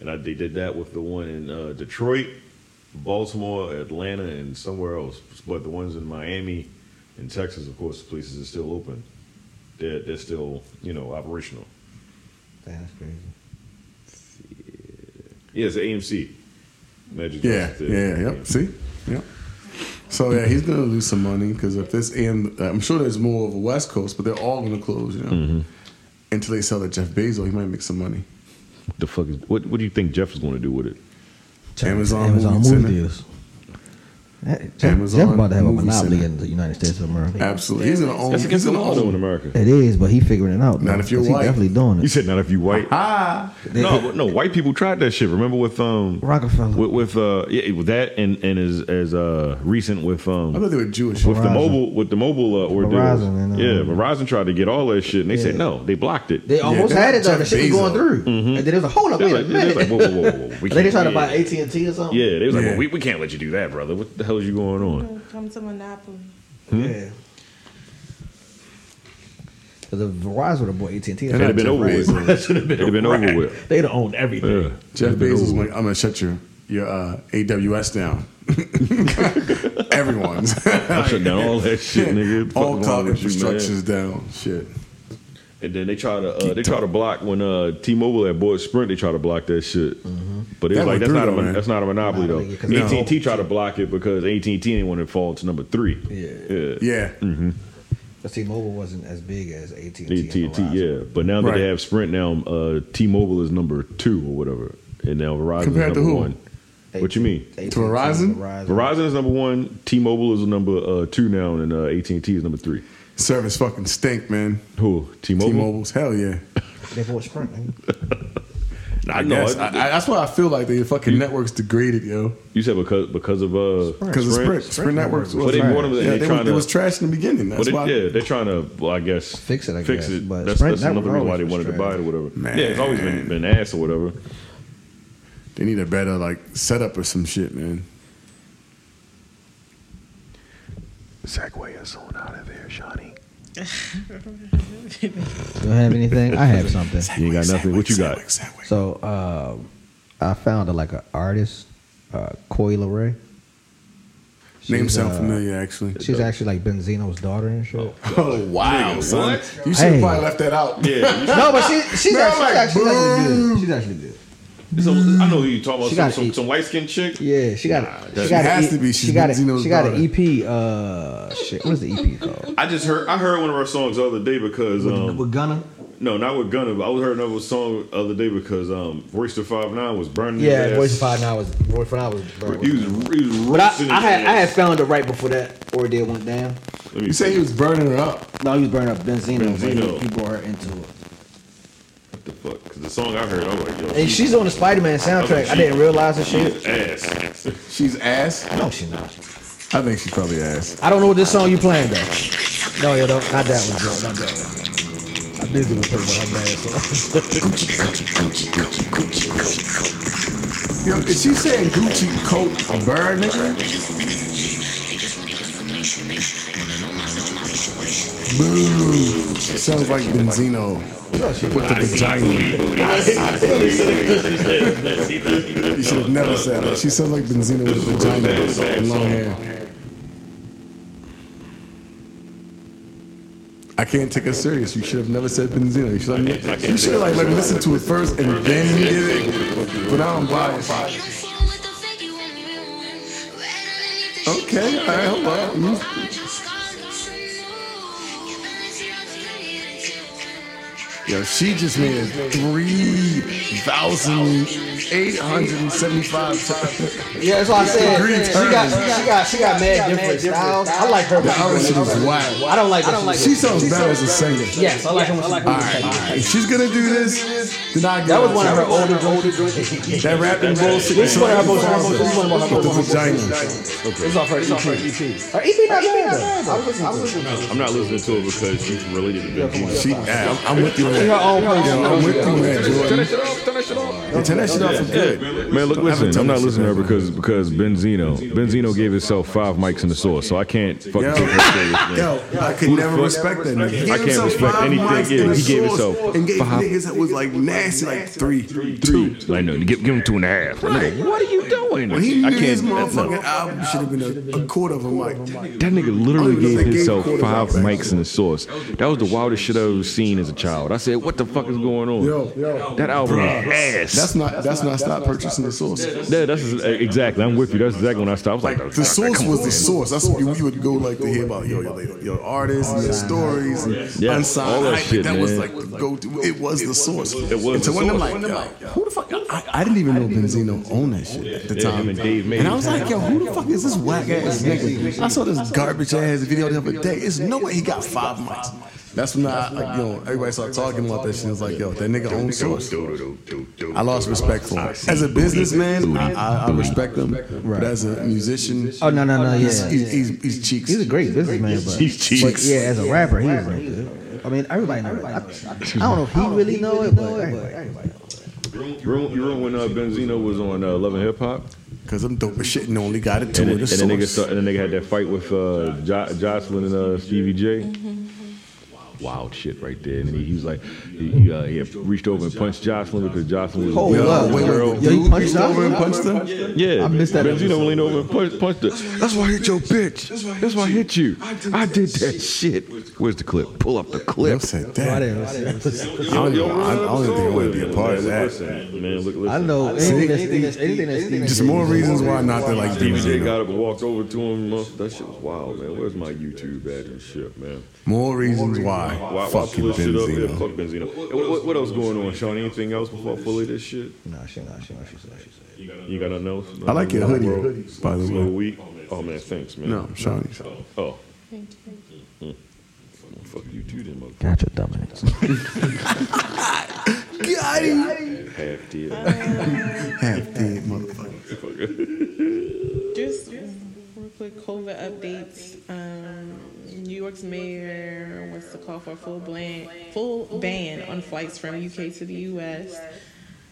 Speaker 5: And I, they did that with the one in uh, Detroit, Baltimore, Atlanta, and somewhere else. But the ones in Miami and Texas, of course, the places are still open. They're they're still you know operational.
Speaker 6: Damn, that's crazy.
Speaker 5: Yeah, it's AMC. Magic
Speaker 4: Yeah,
Speaker 5: Johnson
Speaker 4: yeah,
Speaker 5: Theater.
Speaker 4: yep. See, yep. So yeah, he's gonna lose some money because if this and uh, I'm sure there's more of a West Coast, but they're all gonna close, you know.
Speaker 5: Mm-hmm.
Speaker 4: Until they sell to Jeff Bezos, he might make some money.
Speaker 5: The fuck is what? What do you think Jeff is going to do with it?
Speaker 4: Amazon
Speaker 6: Amazon
Speaker 4: Movie
Speaker 6: movie,
Speaker 4: Center.
Speaker 6: deals. That- Jeff,
Speaker 4: Amazon
Speaker 6: Jeff about to have a
Speaker 4: Movie
Speaker 6: monopoly
Speaker 4: Center.
Speaker 6: in the United States of America.
Speaker 4: Absolutely, he's gonna own.
Speaker 5: That's against
Speaker 4: Oh, He's
Speaker 5: the
Speaker 4: gonna
Speaker 5: law though in
Speaker 4: own.
Speaker 5: America.
Speaker 6: It is, but he figuring it out.
Speaker 4: Not
Speaker 6: though,
Speaker 4: if you're
Speaker 6: 'cause
Speaker 4: white.
Speaker 6: He definitely doing
Speaker 5: You
Speaker 6: it.
Speaker 5: said not if you white.
Speaker 4: Ah,
Speaker 5: No, but no, white people tried that shit. Remember with um
Speaker 6: Rockefeller.
Speaker 5: with, with uh yeah, with that and and as as uh recent with um
Speaker 4: I thought they were Jewish.
Speaker 5: with the
Speaker 6: Verizon.
Speaker 5: mobile with the mobile uh, ordeal.
Speaker 6: Verizon and, uh,
Speaker 5: yeah, Verizon tried to get all that shit and they said
Speaker 6: Yeah.
Speaker 5: no, they blocked it.
Speaker 6: They almost
Speaker 4: that's
Speaker 6: had it though.
Speaker 4: Jeff
Speaker 6: The shit was going
Speaker 4: Bezos.
Speaker 6: through, and then there was a hold up.
Speaker 5: Mm-hmm.
Speaker 6: Wait a
Speaker 5: They were like, they
Speaker 6: minute.
Speaker 5: was like, whoa, whow, whoa, whoa, whoa. We
Speaker 6: Like they
Speaker 5: can't-
Speaker 6: trying to
Speaker 5: yeah.
Speaker 6: buy AT and T or something.
Speaker 5: Yeah, they was like,
Speaker 4: Yeah.
Speaker 5: well, we, we can't let you do that, brother. What the hell is you going on?
Speaker 12: Come to Monopoly.
Speaker 5: hmm.
Speaker 6: yeah. Cause if Verizon would have bought AT and T,
Speaker 4: They'd have
Speaker 5: It'd have been over with. It'd have been over with.
Speaker 6: They'd have owned everything.
Speaker 5: Yeah.
Speaker 4: Jeff
Speaker 5: It'd have been
Speaker 4: Bezos,
Speaker 5: over
Speaker 4: like,
Speaker 5: with.
Speaker 4: I'm gonna shut your your uh, AWS down. Everyone's
Speaker 5: I shut down all that shit, nigga. Fuck
Speaker 4: all
Speaker 5: wrong
Speaker 4: cloud
Speaker 5: with you, man.
Speaker 4: infrastructures down. Shit.
Speaker 5: And then they try to uh, they try to block when uh, T-Mobile had bought Sprint. They try to block that shit. But it was
Speaker 4: Mm-hmm. That went
Speaker 5: like that's
Speaker 4: through,
Speaker 5: not a
Speaker 4: though,
Speaker 5: mon-
Speaker 4: man.
Speaker 5: that's not a monopoly though.
Speaker 6: yeah, 'cause
Speaker 5: AT
Speaker 4: no.
Speaker 5: and T tried to block it because AT and T didn't want to fall to number three. Yeah, Mm.
Speaker 4: Yeah.
Speaker 6: But T-Mobile wasn't as big as AT and T.
Speaker 5: AT and T. Yeah, but now that
Speaker 4: Right.
Speaker 5: they have Sprint, now uh, T-Mobile is number two or whatever, and now Verizon is
Speaker 4: Compared
Speaker 5: number
Speaker 4: to who?
Speaker 5: one. What you mean?
Speaker 6: To
Speaker 4: Verizon?
Speaker 5: Verizon is number one. T-Mobile is number uh, two now, and uh, AT and T is number three.
Speaker 4: Service fucking stink, man.
Speaker 5: Who? T-Mobile.
Speaker 4: T-Mobile's hell yeah.
Speaker 6: They bought Sprint. man.
Speaker 5: I know.
Speaker 4: Yes, I, I, that's why I feel like the fucking network's degraded, yo.
Speaker 5: you said because because of uh,
Speaker 4: Because of Sprint, Sprint, networks.
Speaker 5: But they bought them and
Speaker 4: yeah,
Speaker 5: they
Speaker 4: they,
Speaker 5: trying
Speaker 4: was, they
Speaker 5: to-
Speaker 4: was trash in the beginning. That's
Speaker 5: But it,
Speaker 4: why.
Speaker 5: yeah, they're trying to, well, I guess,
Speaker 6: Fix it, I
Speaker 5: fix
Speaker 6: guess,
Speaker 5: it.
Speaker 6: but
Speaker 5: that's
Speaker 6: Sprint
Speaker 5: that's another
Speaker 6: Network
Speaker 5: reason why they
Speaker 6: always
Speaker 5: wanted to buy it or whatever.
Speaker 4: Man.
Speaker 5: Yeah, it's always been been ass or whatever.
Speaker 4: They need a better like setup or some shit, man.
Speaker 10: Segway us on out of here, Shawnee.
Speaker 6: Don't have anything. I have something.
Speaker 5: You ain't got nothing. What you got?
Speaker 6: So uh, I found a, like an artist, uh, Koi Ray.
Speaker 4: Name sound familiar, actually.
Speaker 6: uh, She's actually like Benzino's daughter and shit.
Speaker 4: Oh wow, son! You should
Speaker 6: Hey.
Speaker 4: have probably left that out.
Speaker 5: Yeah, you-
Speaker 6: No, but she, she's,
Speaker 4: Man, I'm
Speaker 6: actually, she's, actually,
Speaker 4: like,
Speaker 6: she's actually
Speaker 4: boom.
Speaker 6: good. She's actually good.
Speaker 5: it's a, I know who you talking about.
Speaker 6: She
Speaker 5: Some,
Speaker 6: got
Speaker 5: some,
Speaker 6: eight.
Speaker 5: some light skinned chick.
Speaker 6: Yeah, she got.
Speaker 5: that-
Speaker 6: she got.
Speaker 4: has
Speaker 6: a, E
Speaker 4: to be. She's
Speaker 6: She got. A,
Speaker 4: Benzino's
Speaker 6: she got an
Speaker 4: daughter.
Speaker 6: EP. Uh, shit. What is the EP called?
Speaker 5: I just heard I heard one of her songs the other day because um,
Speaker 6: With Gunna.
Speaker 5: no, not with Gunna. But I was heard another song the other day because um, Royce the Five Nine was burning. his
Speaker 6: Yeah,
Speaker 5: ass.
Speaker 6: Voice of Five Now was Voice of Five was.
Speaker 5: He was, he was
Speaker 6: But I,
Speaker 5: roasting
Speaker 6: I
Speaker 5: his
Speaker 6: had I had
Speaker 5: ass.
Speaker 6: found it right before that ordeal went down.
Speaker 5: Let me
Speaker 4: You say
Speaker 5: see.
Speaker 4: he was burning her up.
Speaker 6: No, he was burning up Benzino.
Speaker 5: Benzino.
Speaker 6: Benzino. He brought her into it.
Speaker 5: what the fuck? Because the song I heard, I was like, yo,
Speaker 6: And she's on the Spider Man soundtrack. I didn't realize that shit.
Speaker 5: she's ass.
Speaker 4: She's ass.
Speaker 6: No, she's not.
Speaker 4: I think she's probably ass.
Speaker 6: I don't know what this song you playing though. No, yo, don't. Not that one, Joe. Not that one. I did do a purple. I'm bad. So.
Speaker 4: Yo, is she saying Gucci coat burn nigga? Sounds like Benzino with the vagina. You should have never said that. She sounds like Benzino with a vagina and long hair. I can't take her serious. You should have never said Benzino. You should have, you should have like, like listen to it first and then get it. But I don't buy it. Okay, all right, hold on. You- Yo, she just made three thousand eight hundred and seventy-five times.
Speaker 6: Yeah, that's what I said. She
Speaker 4: Three
Speaker 6: got,
Speaker 4: times.
Speaker 6: she got, she got, she got mad different styles. I like her.
Speaker 4: The other shit is wild.
Speaker 6: I don't like that.
Speaker 4: She sounds better as a singer.
Speaker 6: Yes, I like her. when she-
Speaker 4: All right, all right. If she's gonna do this, then I get
Speaker 6: That was
Speaker 4: it.
Speaker 6: one of her older, older joints.
Speaker 4: That rapping bullshit.
Speaker 6: Which one of her most- her most- which one of her
Speaker 4: With the
Speaker 6: most-
Speaker 4: vagina.
Speaker 6: It's off her E EP. Her EP not bad. though. I was listening to it.
Speaker 11: I'm not listening to it because she's related to Big G.
Speaker 4: She, yeah, I'm, I'm with you on that.
Speaker 6: She her own person.
Speaker 4: Yeah, I'm with you on that, Jordan.
Speaker 9: shit off. Turn that shit off.
Speaker 4: Yeah, turn that shit off for good.
Speaker 5: Man, look,
Speaker 4: Don't ever
Speaker 5: listen.
Speaker 4: turn
Speaker 5: I'm
Speaker 4: that
Speaker 5: not
Speaker 4: shit
Speaker 5: listening to
Speaker 4: off.
Speaker 5: her because because Benzino Benzino gave himself five mics in the source, so I can't fucking
Speaker 4: Yo.
Speaker 5: take her serious. Man.
Speaker 4: Yo, I could
Speaker 5: Who the
Speaker 4: never
Speaker 5: fuck-
Speaker 4: respect that nigga. He
Speaker 5: I
Speaker 4: gave
Speaker 5: can't
Speaker 4: himself
Speaker 5: respect
Speaker 4: five
Speaker 5: anything,
Speaker 4: mics
Speaker 5: yeah,
Speaker 4: in the
Speaker 5: he gave
Speaker 4: sauce
Speaker 5: himself
Speaker 4: and gave
Speaker 5: five-
Speaker 4: niggas that was like nasty, like three, three, two.
Speaker 5: Three, like no, give, give him two and a half. Like, nigga, what are you doing?
Speaker 4: When he
Speaker 5: I
Speaker 4: knew
Speaker 5: can't.
Speaker 4: his
Speaker 5: That, no.
Speaker 4: motherfucking album should have been a, a quarter of a mic.
Speaker 5: That nigga literally
Speaker 4: Only
Speaker 5: gave
Speaker 4: they gave
Speaker 5: himself
Speaker 4: quarters
Speaker 5: five
Speaker 4: out back
Speaker 5: mics in the source. That was the wildest shit I've ever seen as a child. I said, "What the fuck is going on?"
Speaker 4: Yo, yo.
Speaker 5: that album is ass.
Speaker 4: That's not that's not stop purchasing the source.
Speaker 5: yeah, that's exactly. I'm with you. That's exactly when I stopped. I was like,
Speaker 4: The source was the source. That's what we would go like to hear about yo, yo, yo, yo artists and their stories and
Speaker 5: Yeah,
Speaker 4: unsigned.
Speaker 5: all that
Speaker 4: hype.
Speaker 5: shit,
Speaker 4: that was
Speaker 5: man.
Speaker 4: like the go to. It was the source. It
Speaker 5: was
Speaker 4: And so
Speaker 5: the
Speaker 4: when I'm
Speaker 5: source.
Speaker 4: like, yo, who the fuck? I, I didn't even know Benzino owned that shit at the
Speaker 5: Yeah,
Speaker 4: time.
Speaker 5: him and Dave Mays.
Speaker 4: And I was like, yo, who the fuck is this whack ass nigga? I saw this garbage ass video the other day. It's no way he got five mics. That's when I, like, you know, everybody started talking about that shit. It's like, yo, that nigga owns source. I lost respect for him. As a businessman, I, I, I respect him. But as a musician,
Speaker 6: Oh no, no, no.
Speaker 4: he's,
Speaker 6: Yeah,
Speaker 4: he's, he's, he's cheeks.
Speaker 6: he's a great businessman, but
Speaker 4: He's
Speaker 6: but
Speaker 4: cheeks.
Speaker 6: yeah, as a rapper, he was no good. I mean, everybody knows. I, I don't know if he really know it, but everybody.
Speaker 5: You remember, you remember when uh, Benzino was on uh, Love and Hip Hop,
Speaker 4: Because I'm dope as shit and only got it to
Speaker 5: and,
Speaker 4: it.
Speaker 5: then- and the
Speaker 4: It's
Speaker 5: nigga
Speaker 4: source.
Speaker 5: start, and the nigga had that fight with uh, jo- Jocelyn and uh, Stevie J. Wild shit right there, and then he, he was like, he, he, uh, he had reached over and punched Jocelyn because Jocelyn was
Speaker 6: Hold
Speaker 5: a
Speaker 6: up,
Speaker 4: wait,
Speaker 5: girl.
Speaker 4: wait,
Speaker 6: Yo, he
Speaker 4: Dude
Speaker 6: punched
Speaker 4: reached
Speaker 6: her?
Speaker 4: over and punched her?
Speaker 5: Yeah,
Speaker 6: I missed that
Speaker 5: Benzino leaned over and punched, punched her. That's why I hit your bitch. That's why I hit you. I did that shit. Where's the clip? Pull up the
Speaker 4: Yo
Speaker 5: clip.
Speaker 4: said
Speaker 6: I
Speaker 4: that.
Speaker 6: didn't- I didn't-
Speaker 4: I don't even- I- I don't even think I want to be a part of that.
Speaker 11: Listen, man, look,
Speaker 6: I
Speaker 11: listen.
Speaker 6: know anything that's anything that's anything that's
Speaker 4: Just more reasons why not to like
Speaker 11: Stevie J
Speaker 4: Benzino.
Speaker 11: got up and walked over to him. That shit was wild, man. Where's my YouTube at and shit, man?
Speaker 4: More reasons why.
Speaker 11: Why, why
Speaker 4: Fucking
Speaker 11: pull this shit up? Yeah,
Speaker 4: Benzino.
Speaker 11: fuck Benzino. Hey, What, what, what else going on, Sean? Anything else before I fully this shit?
Speaker 6: Nah, she, nah, she, nah, she, said- she said.
Speaker 11: You got nothing else?
Speaker 4: I like your hoodie, by the
Speaker 11: Slow
Speaker 4: way.
Speaker 11: week. Oh man, thanks, man.
Speaker 4: No, Shawnee.
Speaker 11: Oh, Mm.
Speaker 8: Thank you.
Speaker 11: fuck you too, then, motherfucker.
Speaker 6: Gotcha, dumbass.
Speaker 4: Got him.
Speaker 11: Half deal.
Speaker 4: Half dead motherfucker.
Speaker 8: Just real quick, COVID updates. Um, New York's mayor wants to call for a full ban, full ban on flights from UK to the US.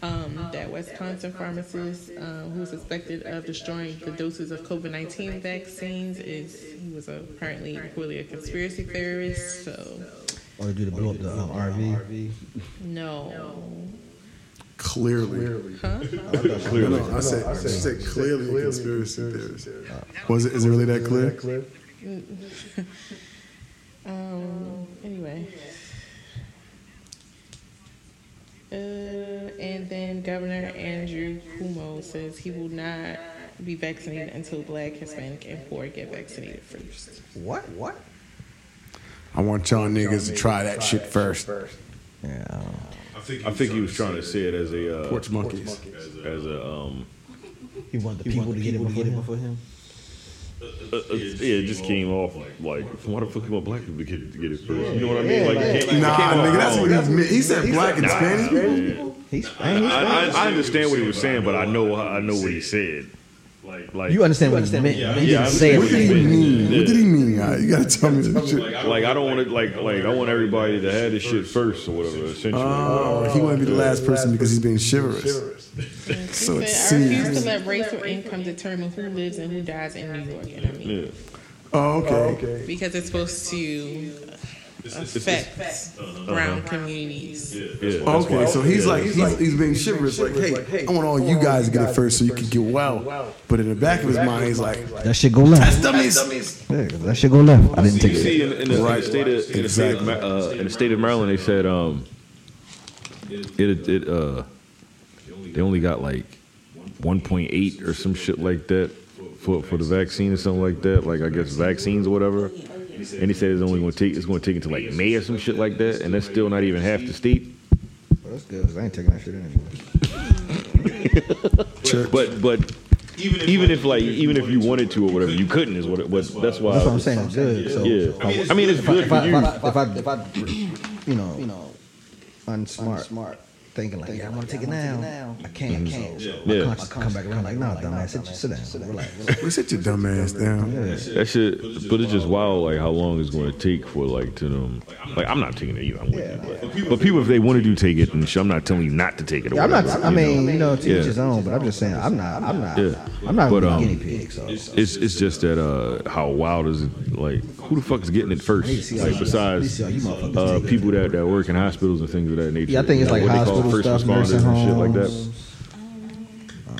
Speaker 8: Um, that Wisconsin pharmacist um, who was suspected of destroying the doses of COVID 19 vaccines is he was apparently really a conspiracy theorist. So,
Speaker 6: Or did it blow up the um, RV?
Speaker 8: no.
Speaker 4: Clearly.
Speaker 8: Huh?
Speaker 4: No, no, I said, I said clearly a conspiracy theorist. Was it, is it really that clear?
Speaker 8: Um, anyway. Uh, and then Governor Andrew Cuomo says he will not be vaccinated until black, Hispanic, and poor get vaccinated first.
Speaker 6: What? What?
Speaker 4: I want y'all niggas to try that shit first.
Speaker 6: Yeah. I don't know.
Speaker 11: I think he was trying to say it as a uh,
Speaker 4: Porch monkeys.
Speaker 11: as a um
Speaker 6: He wanted the people to get it before him. Before him.
Speaker 11: uh, uh, yeah, it just came off like why the fuck you want black people to get, to get it first? You know what I mean? Like, it can't- it
Speaker 4: Nah,
Speaker 11: came off
Speaker 4: nigga, that's
Speaker 11: wrong.
Speaker 4: what he meant. He said black and Spanish.
Speaker 6: He's
Speaker 11: I, I, I understand what he was saying, but I know I know what he said. Like, like
Speaker 6: You understand what he meant? He
Speaker 11: yeah, I
Speaker 6: didn't
Speaker 11: understand
Speaker 6: say it.
Speaker 11: what
Speaker 4: What
Speaker 11: he
Speaker 4: did he
Speaker 11: meant.
Speaker 4: mean?
Speaker 11: Yeah.
Speaker 4: What did he mean? guy? You gotta tell me this shit.
Speaker 11: Like I don't want to like like I want everybody to have this shit first or whatever. Essentially,
Speaker 6: Ah.
Speaker 4: Oh, he want to be the last person because he's being chivalrous. So
Speaker 8: He
Speaker 4: it
Speaker 8: said, I refuse
Speaker 4: seems.
Speaker 8: to let race or income determine who lives and who dies in New York. And I mean,
Speaker 11: yeah.
Speaker 4: Oh, okay.
Speaker 8: because it's uh-huh. supposed to affects brown communities.
Speaker 4: Oh, okay, so he's like he's,
Speaker 8: like.
Speaker 4: he's being chivalrous. Like, hey, I want all you guys to get it first so you can get well. But in the back of his mind, he's like,
Speaker 6: That shit go left.
Speaker 4: that's dummies.
Speaker 6: Yeah, that shit go left. I didn't
Speaker 5: You
Speaker 6: take it.
Speaker 5: see, in, in, the, in the state of in the state of, Ma- uh, in the state of Maryland, they said um, it it uh, they only got like 1.8 or some shit like that for for the vaccine or something like that. Like I guess vaccines or whatever. And he said it's only going to take it's going to take until like May or some shit like that, and that's still not even half the state.
Speaker 6: Well, that's good because I ain't taking that shit anyway.
Speaker 5: But but. Even if, like even if you wanted to or whatever you couldn't is what it was that's why
Speaker 6: That's what I'm saying. It's good. So
Speaker 5: yeah
Speaker 6: if I-
Speaker 5: I mean it's good
Speaker 6: if I,
Speaker 5: for
Speaker 6: if
Speaker 5: you
Speaker 6: I, if I, if I, you know, you know, unsmart, smart, thinking like, yeah, I want to take it now. I can't, I can't. So my
Speaker 5: Yeah.
Speaker 6: conscience come back around like, nah, dumbass, sit, sit down, sit down, relax.
Speaker 4: Well, sit your dumb ass down.
Speaker 5: That shit, but it's just wild, like how long it's going to take for like to them. Like I'm not taking it either. I'm with you, but, but people, if they wanted to take it and shit, I'm not telling you not to take it. Or
Speaker 6: Yeah, I'm not.
Speaker 5: whatever,
Speaker 6: I
Speaker 5: you
Speaker 6: mean,
Speaker 5: know?
Speaker 6: you know, to
Speaker 5: Yeah.
Speaker 6: each his own. But I'm just saying, I'm not. I'm not.
Speaker 5: Yeah.
Speaker 6: I'm not
Speaker 5: But,
Speaker 6: a
Speaker 5: um,
Speaker 6: guinea pig. So
Speaker 5: it's it's just that uh, how wild is it? Like who the fuck is getting it first?
Speaker 6: I need to see how
Speaker 5: Like
Speaker 6: you- I need to
Speaker 5: besides
Speaker 6: see how you motherfuckers
Speaker 5: uh,
Speaker 6: take it.
Speaker 5: people that, that work in hospitals and things of that nature.
Speaker 6: yeah, I think it's
Speaker 5: Like,
Speaker 6: like
Speaker 5: what they call
Speaker 6: hospital
Speaker 5: first
Speaker 6: stuff,
Speaker 5: responders
Speaker 6: nursing
Speaker 5: and shit like that.
Speaker 6: homes. Uh,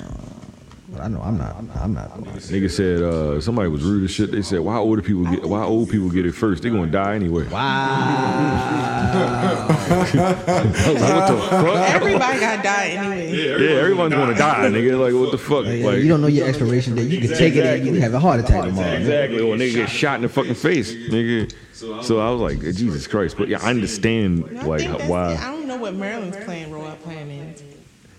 Speaker 6: But I know I'm not. I'm not. I'm not.
Speaker 5: Nigga said uh, somebody was rude as shit. They said why older people get why old people get it first? They gonna die anyway. I was like, what the fuck?
Speaker 8: Everybody got died anyway.
Speaker 5: Yeah, everyone's gonna die, nigga. Like, what the fuck?
Speaker 6: Yeah,
Speaker 5: like,
Speaker 6: you don't know your expiration date. You can take it and you can have a heart attack tomorrow. man.
Speaker 5: Exactly. Or nigga get shot in the fucking face, nigga. So I was like, Jesus Christ. But yeah, I understand
Speaker 8: I
Speaker 5: like
Speaker 8: think that's it.
Speaker 5: why.
Speaker 8: I don't know what Maryland's plan, role plan is.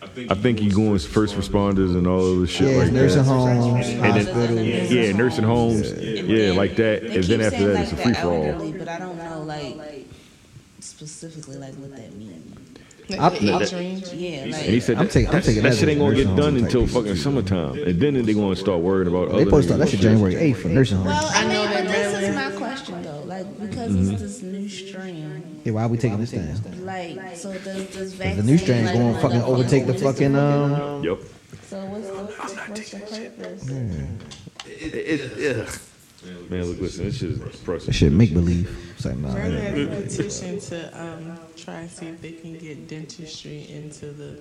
Speaker 5: I think you going first responders and all of the shit
Speaker 6: Yeah,
Speaker 5: like
Speaker 6: nursing
Speaker 5: that.
Speaker 6: homes,
Speaker 5: And
Speaker 6: hospitals.
Speaker 5: then, yeah, nursing homes, yeah, like that.
Speaker 7: They
Speaker 5: And then
Speaker 7: keep
Speaker 5: after
Speaker 7: saying,
Speaker 5: that,
Speaker 7: like,
Speaker 5: it's a
Speaker 7: the
Speaker 5: free for all.
Speaker 7: elderly, But I don't know like specifically like what that means.
Speaker 8: Like,
Speaker 6: I-
Speaker 8: the
Speaker 6: that-
Speaker 8: age range.
Speaker 7: Yeah,
Speaker 5: And
Speaker 7: like
Speaker 5: he said
Speaker 6: I'm
Speaker 5: that,
Speaker 6: taking- I'm
Speaker 5: that-
Speaker 6: taking
Speaker 5: that
Speaker 6: that
Speaker 5: shit ain't gonna
Speaker 6: as a
Speaker 5: get done
Speaker 6: nursing
Speaker 5: until
Speaker 6: home
Speaker 5: fucking summertime, and then they gonna start worrying about
Speaker 6: They
Speaker 5: other.
Speaker 6: post up. That
Speaker 5: niggas
Speaker 6: shit
Speaker 5: and shit.
Speaker 6: January 8th for nursing
Speaker 7: Well,
Speaker 6: homes.
Speaker 7: I mean, but this is my question though. Like, because
Speaker 5: Mm-hmm.
Speaker 7: it's this new strain.
Speaker 6: Yeah, why are we taking this down?
Speaker 7: Like, so does this vaccine?
Speaker 6: The new strain
Speaker 7: like,
Speaker 6: going to fucking
Speaker 7: motherfucker,
Speaker 6: overtake the
Speaker 7: just-
Speaker 6: fucking
Speaker 5: uh,
Speaker 6: um.
Speaker 5: Yep.
Speaker 7: So what's the, what's the purpose?
Speaker 5: Man, look, listen, this shit is depressing.
Speaker 6: That shit make believe. It's like nah.
Speaker 8: Maryland
Speaker 6: that-
Speaker 8: has a petition to um, try and see if they can get dentistry into the.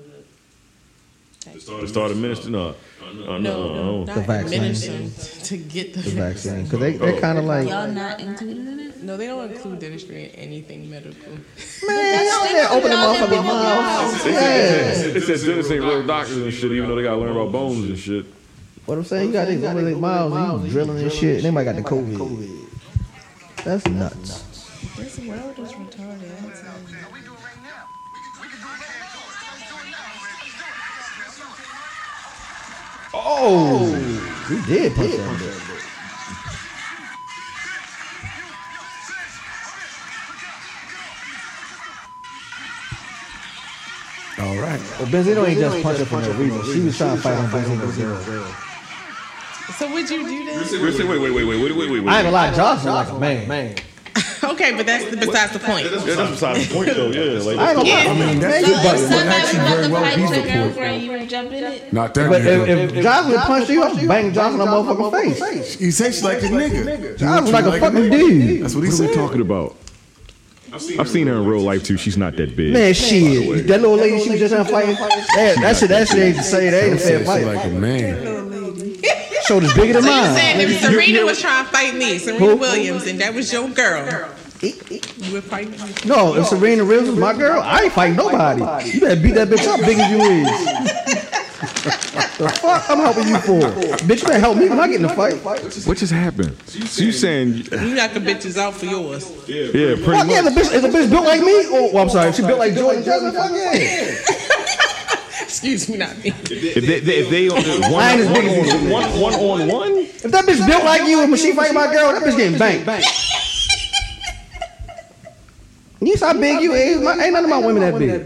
Speaker 5: The start administering? No, no,
Speaker 8: Oh,
Speaker 5: no.
Speaker 8: not
Speaker 6: The vaccine.
Speaker 8: administering to get the,
Speaker 6: The vaccine, because they
Speaker 5: Oh.
Speaker 6: they kind of like
Speaker 7: Y'all not included in it?
Speaker 8: No, they don't include dentistry in anything medical.
Speaker 6: man, y'all there open the motherfucking mouth. Yeah.
Speaker 5: It says dentists ain't real doctors and shit, even though they gotta learn about bones and shit.
Speaker 6: What I'm saying, you got these little miles, you drilling and shit. and They might got the COVID. That's nuts.
Speaker 7: This world is retarded. I'm telling you.
Speaker 6: We did punch that bitch.
Speaker 4: All right.
Speaker 6: Well, Benzino ain't just punch her for no reason. She was trying to fight on Benzino's girl.
Speaker 8: So would you do that?
Speaker 5: Wait, wait, wait, wait, wait, wait, wait,
Speaker 6: I ain't gonna lie, Josh was like a man.
Speaker 8: Okay, but that's besides the point.
Speaker 5: That's beside the point, though. Yeah, like
Speaker 6: I ain't gonna lie.
Speaker 4: I mean, that's
Speaker 7: So
Speaker 4: good, but
Speaker 7: if
Speaker 4: it might actually very
Speaker 7: somebody about to
Speaker 4: well
Speaker 7: fight
Speaker 4: be
Speaker 7: your
Speaker 4: the point.
Speaker 7: girlfriend, you would jump in it?
Speaker 4: Not that
Speaker 6: But if,
Speaker 4: nigga.
Speaker 6: if, if Josh would punch you, I'd bang Josh in the motherfucking face.
Speaker 4: He said she's like a nigga.
Speaker 6: I was like a fucking dude.
Speaker 4: That's what he
Speaker 5: what are
Speaker 4: said.
Speaker 5: we talking about? I've seen her in real life too. She's not that big.
Speaker 6: Man, shit. That little lady she was just out fighting. That, that shit, that shit ain't the same. That ain't a fair
Speaker 4: Said she
Speaker 6: fight.
Speaker 4: like a man.
Speaker 6: Shoulders bigger than
Speaker 8: So you said
Speaker 6: mine.
Speaker 8: if Serena was trying to fight me, Serena Williams, and that was your girl, you would fight me.
Speaker 6: No, if Serena Williams was my girl, I ain't fighting nobody. You better beat that bitch up big as you is. the fuck I'm helping you for? Bitch, you better help me when I get in the fight. Fuck
Speaker 5: What just happened? So you saying?
Speaker 8: You knock the bitches out for yours.
Speaker 5: Yeah, pretty
Speaker 6: yeah,
Speaker 5: much.
Speaker 6: the bitch, is the bitch built like me? Oh, well, I'm sorry. She built like Jordan Johnson? Fuck yeah.
Speaker 8: Excuse me, not me.
Speaker 5: If they, they, if they one,
Speaker 6: Mine is bigger than
Speaker 5: one, one, one on one,
Speaker 6: If that bitch built like you and when she fighting my girl, that bitch getting banked. You see how big you is? My, ain't none of my women that big.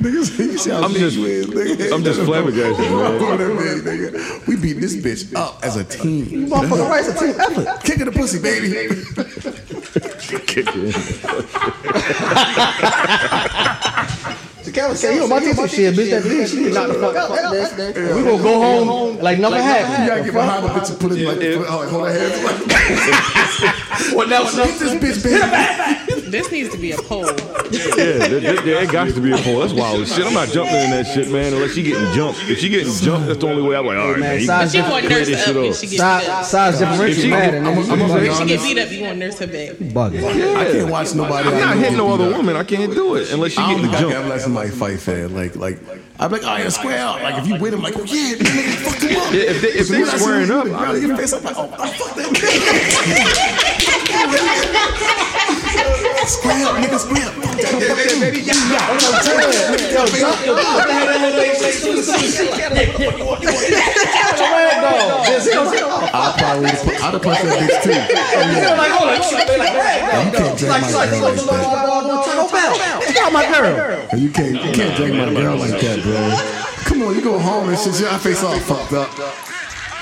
Speaker 4: Niggas, you see how
Speaker 5: I'm
Speaker 4: big
Speaker 5: just-
Speaker 4: you is, nigga.
Speaker 5: I'm just flabbergasted, man.
Speaker 4: Come on, that big nigga. We beat this bitch up as a team.
Speaker 6: Motherfucker, right? It's a team effort.
Speaker 4: Kick of the pussy, baby.
Speaker 5: Kick it.
Speaker 6: Carol said, "Yo, my teacher shit, bitch, that bitch, she knocked the fuck out." We gonna go home like nothing
Speaker 4: You gotta
Speaker 6: happened.
Speaker 4: get behind the bitch and put it like, put- like hold her hands like.
Speaker 6: Well, now
Speaker 4: Beat this bitch, bitch.
Speaker 8: This needs to be a poll.
Speaker 13: Yeah, there, there, there got to be a poll. That's wild as shit. I'm not jumping in that shit, man, unless she getting jumped. If she getting jumped, that's the only way I'm like, all right,
Speaker 6: man,
Speaker 13: man. you
Speaker 6: size
Speaker 13: can
Speaker 8: You want
Speaker 13: play
Speaker 8: nurse
Speaker 13: this
Speaker 8: up
Speaker 13: shit
Speaker 8: and
Speaker 13: off.
Speaker 8: she get beat up.
Speaker 6: Size, size
Speaker 13: If
Speaker 6: differential
Speaker 13: she-
Speaker 6: matter.
Speaker 4: I'm-
Speaker 6: nigga.
Speaker 4: I'm- I'm-
Speaker 6: You
Speaker 8: She
Speaker 4: I'm-
Speaker 8: get beat up, you want nurse her back.
Speaker 6: bugging.
Speaker 4: I can't watch nobody.
Speaker 13: I'm
Speaker 4: I
Speaker 13: not
Speaker 4: know
Speaker 13: hitting no
Speaker 4: get
Speaker 13: other
Speaker 4: beat up.
Speaker 13: woman. I can't do it unless she
Speaker 4: I don't
Speaker 13: getting
Speaker 4: think I can ever
Speaker 13: jumped.
Speaker 4: let somebody fight fair. Like, like, I'm like, oh, yeah, square up. Like, if you win, I'm like, oh, yeah, this nigga fucked him up.
Speaker 13: Yeah, if they- if they
Speaker 4: When I see
Speaker 13: squaring
Speaker 4: him,
Speaker 13: up,
Speaker 4: like,
Speaker 13: I-
Speaker 4: really, your face, I'm like, oh, I fucked that nigga. Square up, nigga, square up. Fuck that, fuck that. I probably would have I'd have punched that bitch too. Oh, yeah.
Speaker 6: Like, hold on, hold on, like
Speaker 4: You can't drag my girl like that.
Speaker 6: my girl.
Speaker 4: You can't, you can't drag my girl like that, bro. Come on, you go home and shit, your face all fucked up.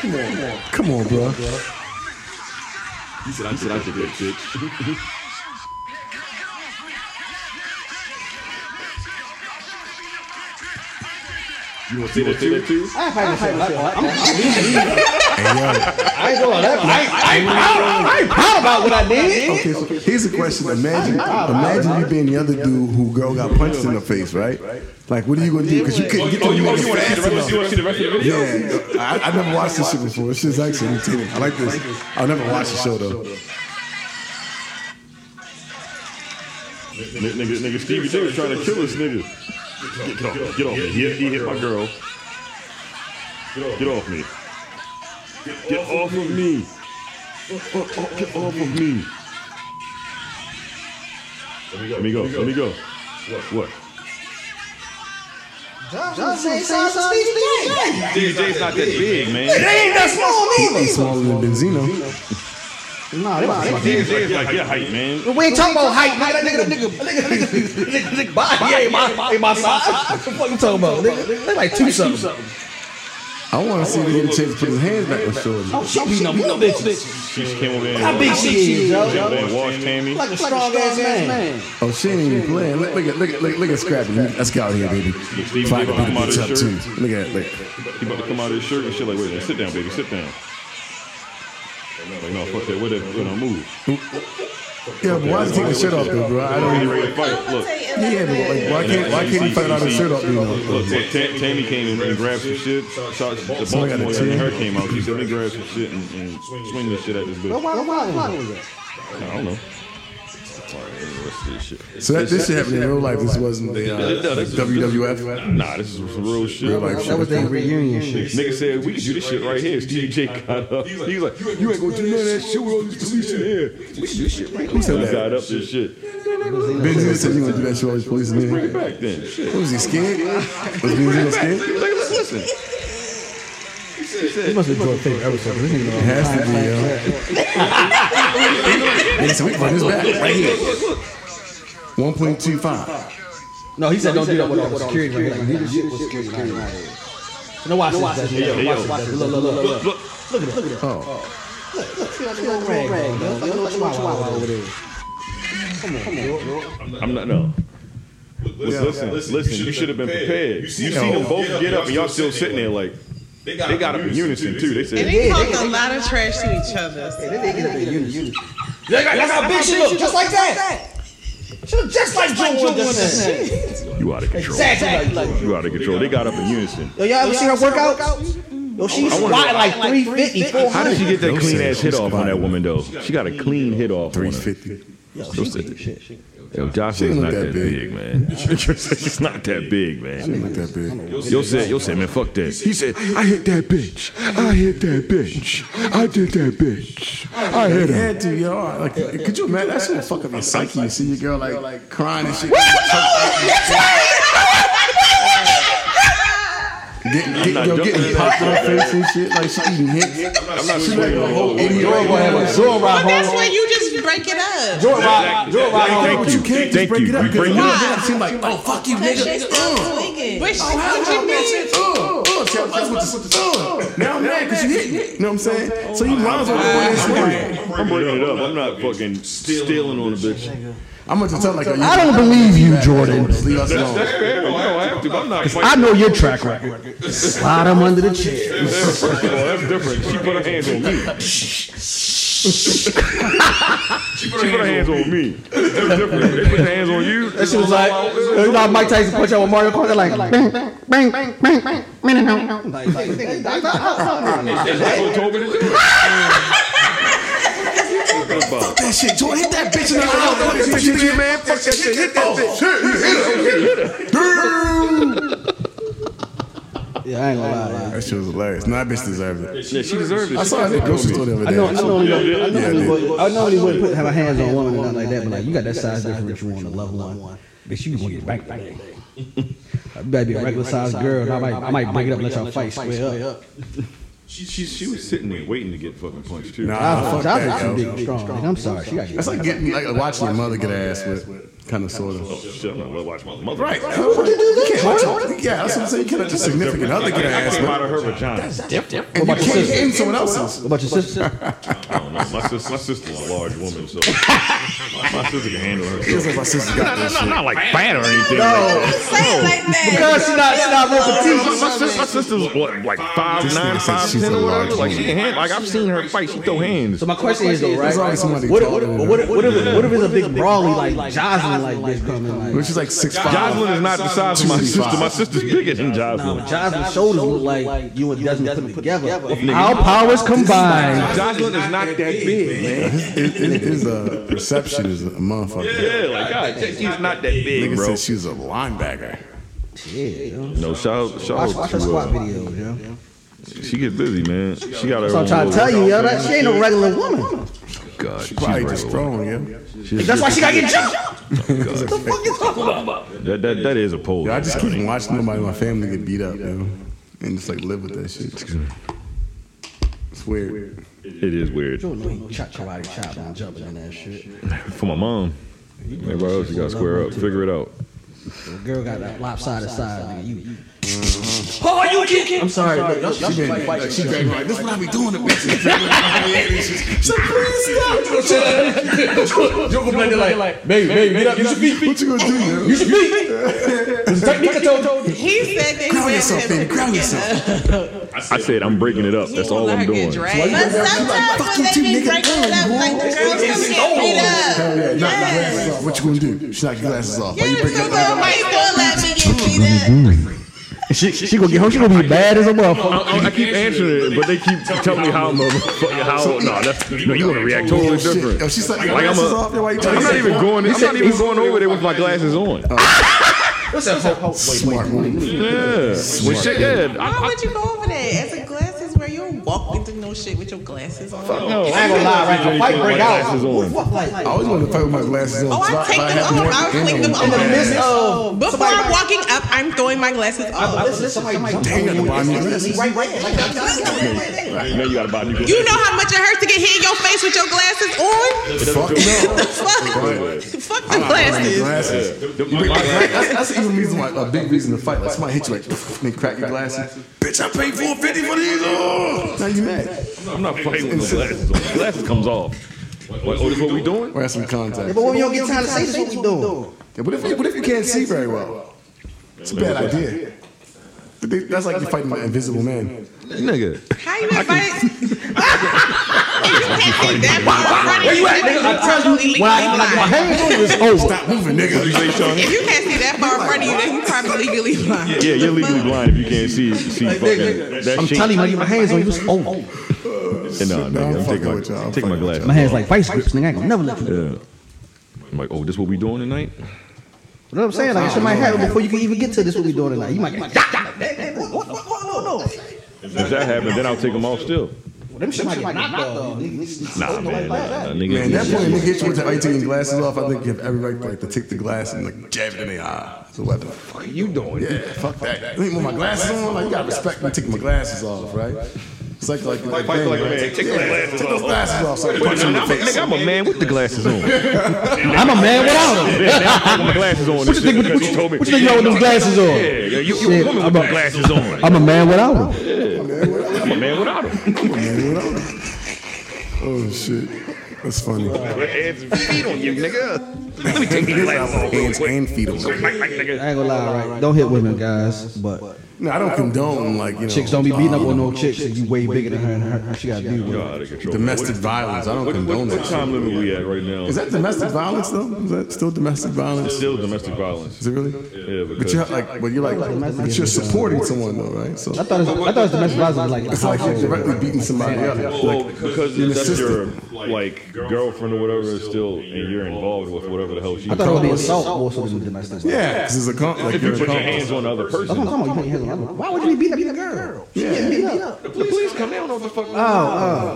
Speaker 4: Come on, come on, bro.
Speaker 5: You want to see that too? too?
Speaker 6: I find this shit. like, oh, I'm- I'm- I ain't going.
Speaker 13: I ain't
Speaker 6: proud about what I did.
Speaker 4: Okay, so here's a question. Imagine, imagine you being the other dude who girl got punched in the face, right? Like, what are you gonna do? Because you couldn't get
Speaker 5: Oh,
Speaker 4: them
Speaker 5: you, oh, you
Speaker 4: niggas
Speaker 5: want to see
Speaker 4: fast
Speaker 5: the rest?
Speaker 4: enough.
Speaker 5: You want to see the rest of the video?
Speaker 4: Yeah, I, I never watched this shit before. This shit's actually entertaining. I like this. I'll never watch the show though.
Speaker 5: N- nigga, nigga, Stevie J was trying to kill this nigga. Get, get off, get off me. He, hit- he hit my girl. Get off me. Get off of me. Oh, oh, oh, Get off of me. Let me go. Let me go. What? What? Stevie J's not that big, man.
Speaker 4: He's smaller than Benzino.
Speaker 5: Stevie J is like your height, man.
Speaker 6: We ain't talking about height, nigga. That nigga, that nigga, that nigga, that nigga, that nigga, that nigga, body ain't my, ain't my size. What the fuck you talking about? Nigga, they like two something.
Speaker 4: I want to see him get a chance to put his hands back on shoulders.
Speaker 6: She beat them little bitches.
Speaker 5: She just came over there
Speaker 6: How
Speaker 5: and
Speaker 6: big she is, yo?
Speaker 5: over there and washed Tammy.
Speaker 6: Like a strong ass man.
Speaker 4: Oh, she ain't even playing. Look, look at look at look, look at Scrappy. Let's get out here, baby.
Speaker 5: Stevie
Speaker 4: Fire the
Speaker 5: J come out of
Speaker 4: bitch up
Speaker 5: his
Speaker 4: too.
Speaker 5: shirt.
Speaker 4: Look at it. Look.
Speaker 5: He about to come out of his shirt and shit like, wait a minute, sit down, baby, sit down. Like, no, fuck that, whatever, we're gonna move.
Speaker 4: Yeah, but why is he taking his shirt off though, bro? I don't.
Speaker 5: Ready,
Speaker 4: Even,
Speaker 5: ready to fight,
Speaker 7: I'ma
Speaker 5: look.
Speaker 7: tell you,
Speaker 4: yeah, but like, why can't why can't he fight out his shirt off? You know.
Speaker 5: Look, Ta- Ta- Tammy came in and grabbed some shit. Shot the
Speaker 4: Someone got a
Speaker 5: Baltimore and
Speaker 4: tear.
Speaker 5: her came out. She said, let me grab some shit and, and swing this shit at this bitch. I don't know. Alright, and the rest of this shit.
Speaker 4: So that this shit happened in real life. This wasn't the uh, WWF.
Speaker 5: Nah, this is some real shit.
Speaker 4: Real life
Speaker 6: That was
Speaker 4: shit.
Speaker 6: their reunion shit.
Speaker 5: Nigga said we can do this shit right here. Stevie J got up. He was like, "You ain't gonna do none of that shit with all these police in here. We can do shit right here."
Speaker 4: said
Speaker 5: He
Speaker 4: that?
Speaker 5: got up this shit.
Speaker 4: Benzino said you gonna do that shit. All these police in
Speaker 5: Bring
Speaker 4: here.
Speaker 5: it back then. Shit.
Speaker 4: Was he scared? Was Benzino scared?
Speaker 5: Listen.
Speaker 6: He must have been favorite episode. This nigga
Speaker 4: It has to be, yo. They said we can run this back right here. 1.25.
Speaker 6: No, he said don't do that with all the security. Like, nigga, shit was security. No, watch this.
Speaker 5: Yeah,
Speaker 6: Look,
Speaker 5: yo.
Speaker 6: look, look, look, look.
Speaker 5: Look,
Speaker 4: Oh,
Speaker 5: I'm not no. Listen, listen, listen, you should have been prepared. You see them both get up and y'all still sitting there like they got up in unison too. They
Speaker 8: And
Speaker 5: said
Speaker 8: they talk a lot of trash to each other.
Speaker 6: That's how big she look, just like that. She look just like Joe Joe Wonder.
Speaker 5: you out of control. You out of control. They got up in unison.
Speaker 6: Yo, y'all ever seen her workouts? Yo, she's squat like 350,
Speaker 5: How did
Speaker 6: 400.
Speaker 5: she get that
Speaker 4: Those
Speaker 5: clean ass
Speaker 4: sales
Speaker 5: hit
Speaker 4: was
Speaker 5: off on that
Speaker 4: fire.
Speaker 5: woman though? She got a clean hit off. on her.
Speaker 4: 350.
Speaker 5: Those sales- Yo, Jocelyn's
Speaker 4: ain't
Speaker 5: not
Speaker 4: look
Speaker 5: that
Speaker 4: that big.
Speaker 5: big, man. She's not that big, man.
Speaker 4: Like that big.
Speaker 5: Yo said, yo said, man, fuck that. He said, I hit that bitch. I hit that bitch. I did that bitch. I hit
Speaker 4: You
Speaker 5: her.
Speaker 4: had to, yo. Like, could you imagine? That's what fuck up your psyche. You see your girl like, crying and shit. Getting,
Speaker 5: I'm not
Speaker 4: getting, yo,
Speaker 5: jumping in
Speaker 4: getting popped on her face and shit. Like she eating hits.
Speaker 5: I'm not
Speaker 4: She like
Speaker 5: swinging
Speaker 4: a
Speaker 5: the whole
Speaker 4: whole
Speaker 5: idiot.
Speaker 4: idiot.
Speaker 8: But that's why you just break it up.
Speaker 5: Thank
Speaker 4: But you
Speaker 5: you.
Speaker 4: can't just
Speaker 5: Thank
Speaker 4: break
Speaker 5: you.
Speaker 4: it up.
Speaker 5: Bring
Speaker 4: Bring it
Speaker 5: it up.
Speaker 4: up. She like, oh fuck you, nigga.
Speaker 7: She's still swinging.
Speaker 8: But she, what you mean?
Speaker 4: Uh, uh, tell- that's what this is doing. Now I'm mad because you hit me. You know what I'm saying? So you might as well go in and swing.
Speaker 5: I'm bringing it up. I'm not fucking stealing on a bitch.
Speaker 4: I'm going to tell like a-
Speaker 3: I don't believe you, Jordan.
Speaker 4: Leave us
Speaker 5: That's, that's
Speaker 4: alone.
Speaker 5: fair. though. I don't have to. but I'm not.
Speaker 3: I
Speaker 5: fighting.
Speaker 3: know your track record. Slide him under the chair.
Speaker 5: First of all, that's different. She put her hands on me. she put her hands on me. That's different. They put their hands on you.
Speaker 3: That shit was like, you know, how Mike Tyson punch out with Mario Kart. They're like, bang, bang, bang, bang, bang, minute no. Like, like, nigga, stop, stop, stop.
Speaker 5: That's what told me to do it. What about?
Speaker 4: That shit, Jordan, hit that bitch in the eye. Fuck that bitch, you think, man. Fuck that shit. Hit that bitch.
Speaker 6: Yeah, I ain't gonna lie.
Speaker 4: That shit was hilarious. Nah, that bitch deserved it.
Speaker 5: Yeah, she deserved it.
Speaker 4: I saw it at the grocery store the other day.
Speaker 6: I know, I know, I know, I know,
Speaker 4: Yeah, I
Speaker 6: you
Speaker 4: did.
Speaker 6: would- I know you wouldn't put have a hands on woman or nothing like that, but like you got that size difference you want a level one. Bitch, you gonna get back back. I better be a regular sized girl, and I might, I might break it up, and let y'all fight square up.
Speaker 5: She, she, she was sitting there waiting to get fucking punched too.
Speaker 4: Nah, fuck
Speaker 6: Shout out
Speaker 4: that,
Speaker 6: to you,
Speaker 4: yo.
Speaker 6: big, strong. nigga. I'm sorry, she got you.
Speaker 4: That's like getting like watching your mother get her ass whipped, kind of sort
Speaker 5: Oh,
Speaker 4: of.
Speaker 5: shit, I'm not gonna watch my mother.
Speaker 4: Right. You can't watch your- Yeah, that's what I'm saying. You can't let your significant other
Speaker 5: I,
Speaker 4: get her ass
Speaker 5: came out
Speaker 4: whipped.
Speaker 5: of her vagina.
Speaker 4: And you can't get in someone else's.
Speaker 6: What about your sister?
Speaker 5: I don't know. My, sis, my sister's a large woman, so my sister can handle
Speaker 4: Feels
Speaker 5: herself.
Speaker 4: like my sister got this shit.
Speaker 5: like fat or anything.
Speaker 8: Say it like that.
Speaker 3: Because she not, she not real petite.
Speaker 5: My, sis, my sister's what, like five nine,
Speaker 4: nigga said
Speaker 5: five
Speaker 4: she's
Speaker 5: ten
Speaker 4: a
Speaker 5: or
Speaker 4: large
Speaker 5: whatever. Like she
Speaker 4: woman.
Speaker 5: can handle. Like I've seen her fight. She throw hands.
Speaker 6: So my question is though, right?
Speaker 4: There's always
Speaker 6: What,
Speaker 4: somebody
Speaker 6: what,
Speaker 4: taller
Speaker 6: what,
Speaker 4: than her.
Speaker 6: what, what, if, what if it's a big brawly like Jocelyn like this coming? Like,
Speaker 4: Which is like six
Speaker 5: Jocelyn
Speaker 4: five.
Speaker 5: is not the size of my sister. My sister's bigger than Jocelyn.
Speaker 6: Jocelyn's shoulders look like you and Desmond put together.
Speaker 3: Our powers combined.
Speaker 5: Jocelyn is not that big, man.
Speaker 4: It, it is a uh, perception is a motherfucker.
Speaker 5: Yeah, like God, she's not that big,
Speaker 4: Nigga
Speaker 5: bro.
Speaker 4: said she's a linebacker.
Speaker 6: Yeah, yo.
Speaker 5: No, shout,
Speaker 6: Watch,
Speaker 5: shout out
Speaker 6: watch her
Speaker 5: to
Speaker 6: squat
Speaker 5: uh,
Speaker 6: videos, yo.
Speaker 5: She gets busy, man. She got her.
Speaker 6: So I'm trying
Speaker 5: own
Speaker 6: to
Speaker 5: little-
Speaker 6: tell you, yo, that she ain't no regular woman.
Speaker 5: God, she's
Speaker 4: Probably just
Speaker 5: regular.
Speaker 4: strong, yeah.
Speaker 5: She's
Speaker 6: That's why she gotta get jumped.
Speaker 5: That, that, that is a pole.
Speaker 4: Yeah, I just keep watching nobody in my family get beat up, yo. And just like live with that shit. It's weird.
Speaker 5: It is weird
Speaker 6: Chop, karate chop, and jumping in that shit.
Speaker 5: for my mom. Everybody else, you gotta square up, figure it out.
Speaker 6: The girl got that lopsided side, nigga. You.
Speaker 3: I'm sorry. look, y'all-
Speaker 4: She been like, she grabbed me like, this is what I be doing to bitches. She's like, please stop. You're gonna be like, like, baby, baby, get up, use your feet. What you gonna do, yo? Use your feet. There's a technique I told you.
Speaker 8: He said they
Speaker 4: Ground
Speaker 8: said
Speaker 4: yourself,
Speaker 8: that-
Speaker 4: baby, ground yourself.
Speaker 5: I said I'm breaking it up. That's all I'm doing.
Speaker 8: But sometimes when they be breaking it up, like the girls come get beat up.
Speaker 4: Hell yeah, knock your glasses off. What you gonna do? She knock your glasses off. Why you breaking
Speaker 8: So
Speaker 4: up like
Speaker 8: girl
Speaker 4: that?
Speaker 8: might still let me get beat up.
Speaker 3: She, she gonna get home. She gonna be bad as a motherfucker.
Speaker 5: I, I- I keep answering it, but they keep telling me how I'm a fucking how. No, that's no. You want to react totally
Speaker 4: Oh, Shit.
Speaker 5: different.
Speaker 4: Yo, she's like, your
Speaker 5: Like I'm
Speaker 4: glasses off.
Speaker 5: a.
Speaker 4: Yo, why you trying
Speaker 5: I'm
Speaker 4: to
Speaker 5: not
Speaker 4: say-
Speaker 5: even going. I'm not even going over there with my glasses on.
Speaker 4: smart move.
Speaker 5: Yeah. Well, shit. Yeah. I-
Speaker 8: Why would you go over there? As a glasses where you don't walk into no shit with your glasses on.
Speaker 5: No, I
Speaker 3: ain't gonna lie, right? The fight break out.
Speaker 5: Glasses on.
Speaker 4: I always wanted to fight with my glasses on.
Speaker 8: Oh,
Speaker 4: so
Speaker 8: I take
Speaker 4: I
Speaker 8: them
Speaker 4: had more
Speaker 8: off. I
Speaker 4: than
Speaker 8: flick them
Speaker 4: them.
Speaker 8: off.
Speaker 6: uh, of
Speaker 8: Before I'm walking up, I'm throwing my glasses off.
Speaker 6: listen, somebody jumped
Speaker 4: Damn,
Speaker 6: on
Speaker 4: the
Speaker 6: you.
Speaker 4: bomb is missing.
Speaker 6: Right, right, like that.
Speaker 5: You know you gotta buy new glasses.
Speaker 8: You know how much it hurts to get hit in your face with your glasses on?
Speaker 4: Fuck no.
Speaker 8: Fuck, fuck the glasses.
Speaker 4: Glasses. That's, that's the even reason why a big reason to fight. Like somebody hit you like, and they crack your glasses. Bitch, I paid four fifty for these. Oh, now you mad?
Speaker 5: I'm not fighting with no glasses on. Glasses comes off. What, oh, this what we doing?
Speaker 4: Or have some contact.
Speaker 6: But when we don't get time to say this, what we doing?
Speaker 4: Yeah, what if what if you can't see very well? It's a bad idea. But they- That's like you fighting an invisible man.
Speaker 5: Nigga.
Speaker 8: How you advise? If you can't see that far in front of you, you probably
Speaker 3: When I, when I get my
Speaker 8: legally blind.
Speaker 3: hands on you, it's over.
Speaker 4: Stop moving, nigga.
Speaker 8: If you can't see that far in front of you, then you probably legally blind.
Speaker 5: Yeah, you're legally blind if you can't see see fucking that
Speaker 3: I'm
Speaker 5: shit.
Speaker 3: telling you, when I get my hands on you, it's
Speaker 6: Oh,
Speaker 3: over.
Speaker 5: Nah,
Speaker 4: No, I'm
Speaker 5: nigga, I'm
Speaker 4: fucking
Speaker 5: taking
Speaker 4: with y'all.
Speaker 5: my
Speaker 4: I'm
Speaker 5: taking my
Speaker 4: fucking with
Speaker 5: glasses.
Speaker 6: My hands like vice grips, nigga. I ain't gonna never let you. You
Speaker 5: Yeah. I'm like, oh, this what we doing tonight?
Speaker 6: know what I'm saying? Like, shit might happen before you can even get to this. What we doing tonight? You might get.
Speaker 5: If that happens, then I'll take them off still.
Speaker 6: Them shit might get knocked off.
Speaker 5: Nah, man, nah, nah,
Speaker 4: Man, that
Speaker 5: nigga.
Speaker 4: point they hit you with the like, taking glasses off. I think you have every right like to take the glass and like jab it in the eye. It's a weapon. Fuck you doing? Yeah, fuck that. I ain't with my glasses on. Like you gotta respect me taking my glasses off, right? It's like like
Speaker 11: Fight like a man. Take those glasses
Speaker 4: Take those
Speaker 11: off.
Speaker 4: glasses off. so I
Speaker 11: Wait a
Speaker 4: punch you in the
Speaker 11: minute, I'm a-
Speaker 4: face.
Speaker 5: Nigga, I'm a man with the glasses on.
Speaker 3: I'm a man without them.
Speaker 5: Yeah, now I'm putting my glasses on.
Speaker 3: What you think- what you- what you think about with those glasses on?
Speaker 5: Yeah, yeah, you, you a
Speaker 3: Shit,
Speaker 5: woman
Speaker 3: I'm
Speaker 5: with
Speaker 3: a-
Speaker 5: glasses on.
Speaker 3: I'm a man without them.
Speaker 5: Yeah. I'm a man without them.
Speaker 4: Oh shit, that's funny.
Speaker 9: feet on you, nigga. Let me take these glasses off real
Speaker 4: Hands
Speaker 9: quick.
Speaker 4: and feet on.
Speaker 9: Like,
Speaker 4: them.
Speaker 9: like, nigga.
Speaker 6: I ain't gonna lie, all right? Don't hit women, guys. But
Speaker 4: No, I don't condone like you know.
Speaker 6: chicks don't be beating up on no chicks. If you way bigger than her, and her, her she got to deal with.
Speaker 11: Y'all out of control.
Speaker 4: Domestic
Speaker 11: What-
Speaker 4: violence. I don't
Speaker 11: What, what,
Speaker 4: condone
Speaker 11: what
Speaker 4: that.
Speaker 11: time limit we at right now?
Speaker 4: Is that domestic violence though? Is that still domestic violence?
Speaker 11: still domestic violence?
Speaker 4: Is it really?
Speaker 11: Yeah,
Speaker 4: But
Speaker 11: because
Speaker 4: you're like, but you're like, but you're supporting someone though, right? So
Speaker 6: I thought it was, I thought it was domestic violence was like,
Speaker 4: it's like you're
Speaker 6: household.
Speaker 4: directly beating somebody up.
Speaker 11: well,
Speaker 4: Like,
Speaker 11: because
Speaker 4: you're an
Speaker 11: that's your
Speaker 4: assistant.
Speaker 11: like girlfriend or whatever is still, and you're involved with whatever the hell she.
Speaker 6: I thought it would be assault more so than domestic violence.
Speaker 4: yeah, because it's a con- like
Speaker 11: if you
Speaker 4: you're
Speaker 11: put
Speaker 4: a
Speaker 11: your
Speaker 4: con-
Speaker 11: hands on the other
Speaker 6: That's what
Speaker 11: person,
Speaker 6: I'm talking about. You put your hands on. Why would you be beating up a girl? She getting beat up.
Speaker 11: the police come. They don't know what the fuck.
Speaker 6: Oh,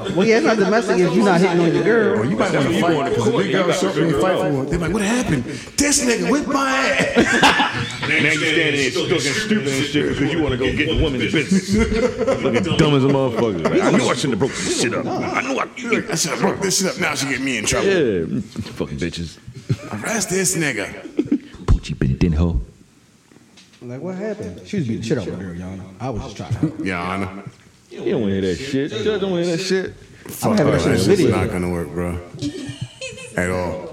Speaker 6: oh. Well, yeah, it's not domestic if you're not hitting on your
Speaker 4: Or
Speaker 6: girl.
Speaker 4: you might have to fight because a big girl short me and fight for it. They're like, what happened? This nigga whipped my ass.
Speaker 11: Now you standing there stuck and stupid and shit because you want to go get the woman's business. Looking
Speaker 5: Dumb as a motherfucker. Like,
Speaker 9: I knew I shouldn't have broke this shit up. I knew I.
Speaker 4: You're like, I should have broke this shit up. Now she get me in trouble.
Speaker 5: yeah, fucking bitches.
Speaker 4: Arrest this nigga.
Speaker 5: Poochie bitty didn't hoe.
Speaker 6: Like, what happened? She was beating the shit out of a girl, y'all. I was just trying to help.
Speaker 4: Yeah, I know.
Speaker 5: You don't want to hear that shit. Judge don't want to hear that shit.
Speaker 4: Fuck
Speaker 6: having
Speaker 4: that.
Speaker 6: a
Speaker 4: That's
Speaker 6: video.
Speaker 4: not gonna work, bro. At all.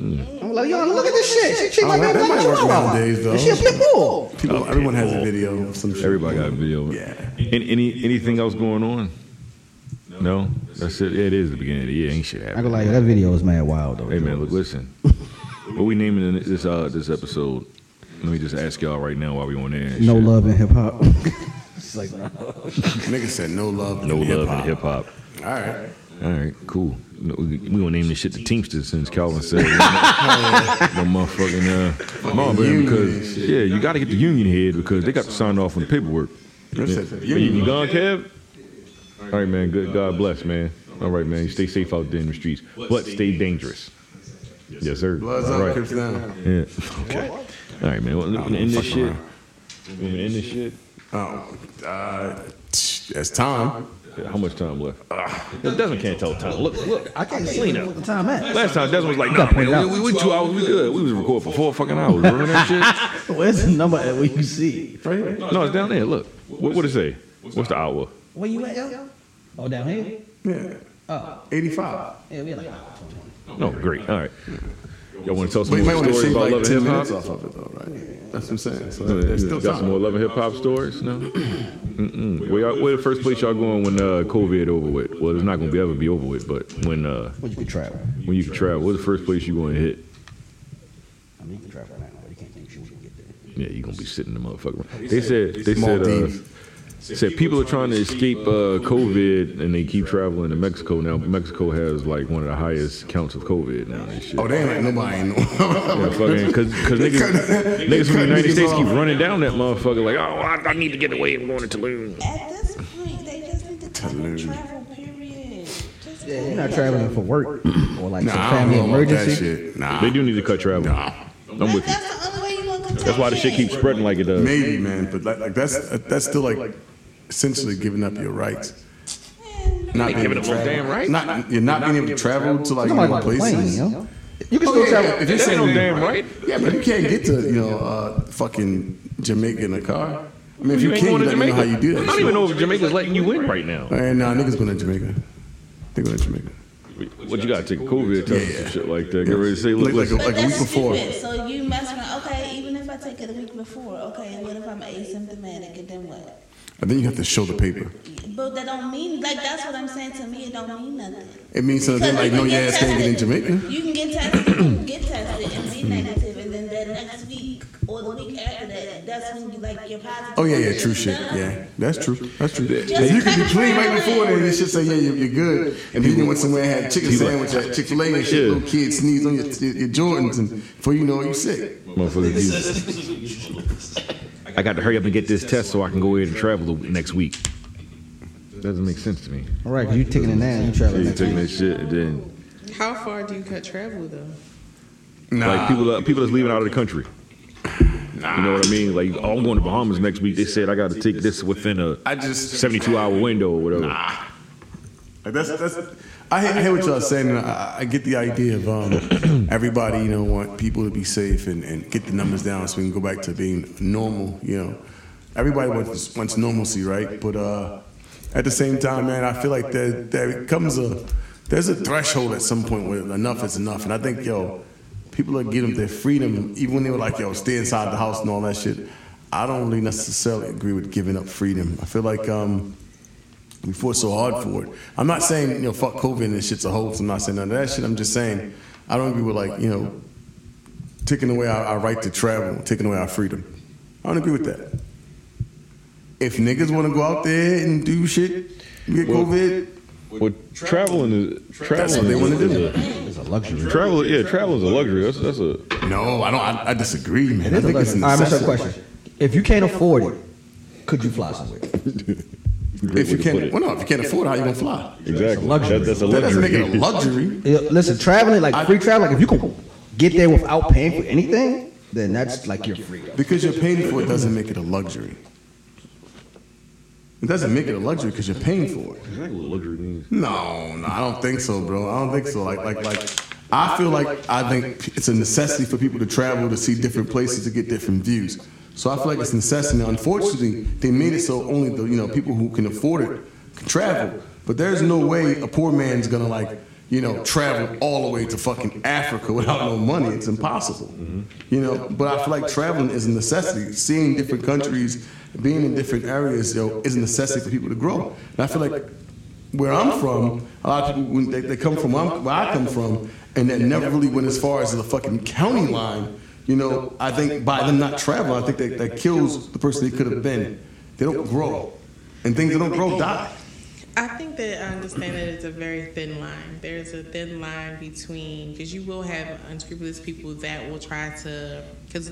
Speaker 6: I'm like, y'all, look at this shit. She cheat
Speaker 4: Oh,
Speaker 6: like
Speaker 4: that-
Speaker 6: that.
Speaker 4: that
Speaker 6: Like,
Speaker 4: might work
Speaker 6: chihuahua.
Speaker 4: nowadays, though.
Speaker 6: And She a pit bull.
Speaker 4: People, everyone has a video. of Some shit.
Speaker 5: Everybody got a video.
Speaker 4: Yeah.
Speaker 5: Any, any anything else going on? No, that's it. Yeah, it is the beginning of the year. Ain't shit
Speaker 6: I go
Speaker 5: happening.
Speaker 6: like, that video is mad wild though.
Speaker 5: Hey man, look, listen. what we naming in this uh this episode? Let me just ask y'all right now while we on there. and
Speaker 6: No
Speaker 5: shit.
Speaker 6: love in hip hop. She's like,
Speaker 4: Nigga said no love.
Speaker 5: no
Speaker 4: in
Speaker 5: love
Speaker 4: hip-hop.
Speaker 5: in hip hop.
Speaker 4: All right.
Speaker 5: All right, cool. No, we, we gonna name this shit the Teamsters since Calvin said no, motherfucking uh, Marbury because yeah, you got to get the union head because they got to sign off on the paperwork. Yeah.
Speaker 4: said
Speaker 5: You, you gone, Kev? All right, man. Good. God bless, man. All right, man. You stay safe out there in the streets, but stay dangerous. Yes, sir.
Speaker 4: Bloods
Speaker 5: All
Speaker 4: up,
Speaker 5: right.
Speaker 4: Crips down.
Speaker 5: Yeah. Okay. All right, man. Well, we gonna end this shit. We gonna end this shit.
Speaker 4: Oh, uh, that's time.
Speaker 5: Yeah, How much time left?
Speaker 4: Ah.
Speaker 5: It doesn't can't tell time. Look, look.
Speaker 6: I can't see what the time at.
Speaker 5: Last time Desmond was like, nah,
Speaker 6: point it
Speaker 5: man,
Speaker 6: out.
Speaker 5: we, we, we two hours, we good. We was recording for four fucking hours. Remember that shit?
Speaker 6: Where's the number at where you see?
Speaker 5: No, it's down there. Look, what what it say? What's the hour?
Speaker 6: Where you at, yo? Oh, down here?
Speaker 4: Yeah. 85.
Speaker 6: Yeah, we like.
Speaker 5: No, great. All right. Y'all want to tell some
Speaker 4: But you might
Speaker 5: more
Speaker 4: want to
Speaker 5: stories
Speaker 4: shave
Speaker 5: about
Speaker 4: like
Speaker 5: love
Speaker 4: 10
Speaker 5: and hip
Speaker 4: minutes
Speaker 5: hop?
Speaker 4: off of it, though, right? That's what I'm saying. So there's still
Speaker 5: Got some more
Speaker 4: time.
Speaker 5: love and hip hop stories? No. Mm-mm. Where, y'all, where the first place y'all going when uh, COVID over with? Well, it's not gonna be ever be over with, but when uh,
Speaker 6: Well, you can travel.
Speaker 5: when you can travel, what's the first place you going to hit?
Speaker 6: I mean, you can travel right now, but you can't think you can get there.
Speaker 5: Yeah, you gonna be sitting in the motherfucker. They said they said uh,
Speaker 4: Maldives.
Speaker 5: said people are trying to escape uh, COVID and they keep traveling to Mexico now. Mexico has like one of the highest counts of COVID now and shit.
Speaker 4: Oh, they ain't let nobody know.
Speaker 5: Yeah, fucking, cause, cause
Speaker 4: They
Speaker 5: niggas,
Speaker 4: cut- they
Speaker 5: niggas from the
Speaker 4: cut
Speaker 5: United
Speaker 4: niggas
Speaker 5: States keep
Speaker 4: off.
Speaker 5: running down that motherfucker like, oh, I, I need to get away. I'm going to Tulum.
Speaker 7: At this point, they just need to travel, travel period. Just
Speaker 6: Yeah,
Speaker 7: go.
Speaker 6: you're not traveling for work or like some
Speaker 4: Nah, I don't
Speaker 6: family
Speaker 4: know about that
Speaker 6: emergency.
Speaker 4: shit. Nah.
Speaker 5: They do need to cut travel.
Speaker 4: Nah.
Speaker 5: I'm with you.
Speaker 7: That's the only way you gonna contain
Speaker 5: That's why the shit keeps spreading like it does.
Speaker 4: Maybe, man, but like, like that's that's still like essentially giving up your rights. Not being
Speaker 5: giving
Speaker 4: able
Speaker 5: up
Speaker 4: to
Speaker 5: your
Speaker 4: travel.
Speaker 5: damn rights?
Speaker 4: Not you're not being able to travel to like
Speaker 6: Come on,
Speaker 4: new
Speaker 6: like a plane,
Speaker 4: places.
Speaker 6: yo. You can
Speaker 4: Oh,
Speaker 6: still
Speaker 4: yeah,
Speaker 6: travel.
Speaker 4: yeah, if it's
Speaker 5: That ain't no
Speaker 4: in-
Speaker 5: damn right.
Speaker 4: Yeah, but you can't get to you know uh, fucking Jamaica in a car. I mean, if you,
Speaker 5: You ain't
Speaker 4: can, you
Speaker 5: going to
Speaker 4: don't know
Speaker 5: Jamaica.
Speaker 4: how you do
Speaker 5: I
Speaker 4: that.
Speaker 5: don't
Speaker 4: Shit.
Speaker 5: even know if Jamaica's letting you in right now.
Speaker 4: And nah, niggas going to Jamaica. They going to Jamaica.
Speaker 5: What you got to take COVID test and
Speaker 4: Yeah.
Speaker 5: some shit like that. Get ready to say, look,
Speaker 4: Like- like
Speaker 5: listen.
Speaker 4: a-
Speaker 7: But
Speaker 4: a week
Speaker 7: that's
Speaker 4: before.
Speaker 7: stupid. So you mess around. Okay, even if I take it a week before. Okay, what if I'm asymptomatic and then what?
Speaker 4: And then you have to show the paper.
Speaker 7: But that don't mean like that's what I'm saying. To me, it don't mean nothing.
Speaker 4: It means so then
Speaker 7: Because
Speaker 4: like
Speaker 7: you
Speaker 4: no,
Speaker 7: can
Speaker 4: your
Speaker 7: get
Speaker 4: ass can't get in
Speaker 7: tested.
Speaker 4: Jamaica.
Speaker 7: You can get tested, you can get tested and be negative, and then that next week or the week after that, that's when you like you're positive.
Speaker 4: Oh yeah, yeah, true shit. Yeah, that's true. That's true.
Speaker 7: Just
Speaker 4: you could be clean right
Speaker 7: traveling.
Speaker 4: before, and they should say, yeah, you're, you're good. And then you went somewhere and had chicken sandwich at Chick Fil A, and shit.
Speaker 5: Yeah.
Speaker 4: Little kid sneezed on your, your, your Jordans, and before you know it, you sick.
Speaker 5: Motherfucker, you- I got to hurry up and get this test so I can go ahead and travel the next week. Doesn't make sense to me.
Speaker 6: All right, 'cause you taking it now, you
Speaker 5: Yeah,
Speaker 6: traveling.
Speaker 5: you
Speaker 6: next
Speaker 5: taking
Speaker 6: week.
Speaker 5: that shit and then
Speaker 8: How far do you cut travel though?
Speaker 4: Nah,
Speaker 5: like people people that's leaving out of the country. You know what I mean? Like, oh, I'm going to Bahamas next week. They said I got to take this within a 72 hour window or whatever.
Speaker 4: Like that's that's. I hear, I hear what y'all saying. And I, I get the idea of um, everybody, you know, want people to be safe and, and get the numbers down so we can go back to being normal. You know, everybody wants wants normalcy, right? But uh, at the same time, man, I feel like there there comes a there's a threshold at some point where enough is enough, and I think yo, people are getting their freedom even when they were like yo, stay inside the house and all that shit. I don't really necessarily agree with giving up freedom. I feel like um, we fought so hard for it. I'm not saying you know fuck COVID and this shit's a hoax. I'm not saying none of that shit. I'm just saying I don't agree with like you know taking away our, our right to travel, taking away our freedom. I don't agree with that. If niggas want to go out there and do shit, get
Speaker 5: Well,
Speaker 4: COVID.
Speaker 5: Well, traveling is traveling.
Speaker 4: That's what they
Speaker 5: is-
Speaker 4: wanna do.
Speaker 5: Is a, luxury. Travel, yeah, travel is a luxury. That's that's a.
Speaker 4: No, I don't. I, I disagree,
Speaker 6: It
Speaker 4: man. I
Speaker 6: is a
Speaker 4: think it's
Speaker 6: luxury.
Speaker 4: an
Speaker 6: All right, what's your
Speaker 4: necessity.
Speaker 6: question? If you can't afford it, could you fly somewhere?
Speaker 4: If you
Speaker 6: way to put
Speaker 4: can't,
Speaker 6: it.
Speaker 4: well, no, if you can't afford it, how you gonna fly?
Speaker 6: It's a luxury.
Speaker 4: That- that's a That doesn't luxury. make it a luxury.
Speaker 6: Yeah, listen, traveling like free travel, like if you can get there without paying for anything, then that's like your free.
Speaker 4: Because you're paying for it doesn't make it a luxury. It doesn't make it a luxury because you're paying for it.
Speaker 11: Exactly what luxury means.
Speaker 4: No, no, I don't think so, bro. I don't think so. Like, like, like, I feel like I think it's a necessity for people to travel to see different places to get different views. So I feel like it's a necessity. Unfortunately, they made it so only the you know people who can afford it can travel. But there's no way a poor man's gonna like you know travel all the way to fucking Africa without no money. It's impossible. You know, but I feel like traveling is a necessity. Seeing different countries, being in different areas, yo, is a necessity for people to grow. And I feel like where I'm from, a lot of people when they, they come from where, I'm, where I come from, and that never really went as far as the fucking county line. You know, I think by them not traveling, I think that, that kills the person they could have been. They don't grow, and things that don't grow die.
Speaker 8: I think that I understand that it's a very thin line. There's a thin line between because you will have unscrupulous people that will try to because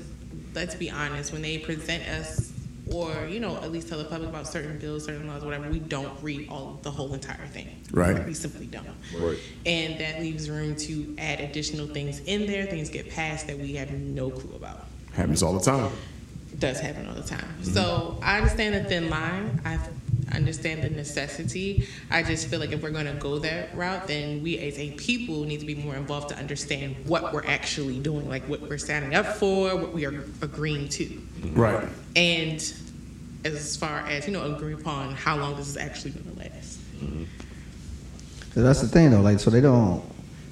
Speaker 8: let's be honest, when they present us or you know at least tell the public about certain bills, certain laws, whatever, we don't read all the whole entire thing.
Speaker 4: Right.
Speaker 8: We simply don't.
Speaker 4: Right.
Speaker 8: And that leaves room to add additional things in there. Things get passed that we have no clue about
Speaker 4: Happens all the time.
Speaker 8: does happen all the time. So I understand the thin line. I understand the necessity. I just feel like if we're going to go that route, then we as a people need to be more involved to understand what we're actually doing, like what we're signing up for, what we are agreeing to.
Speaker 4: Right.
Speaker 8: And as far as, you know, agree upon how long this is actually going to last.
Speaker 6: So that's the thing though. Like, so they don't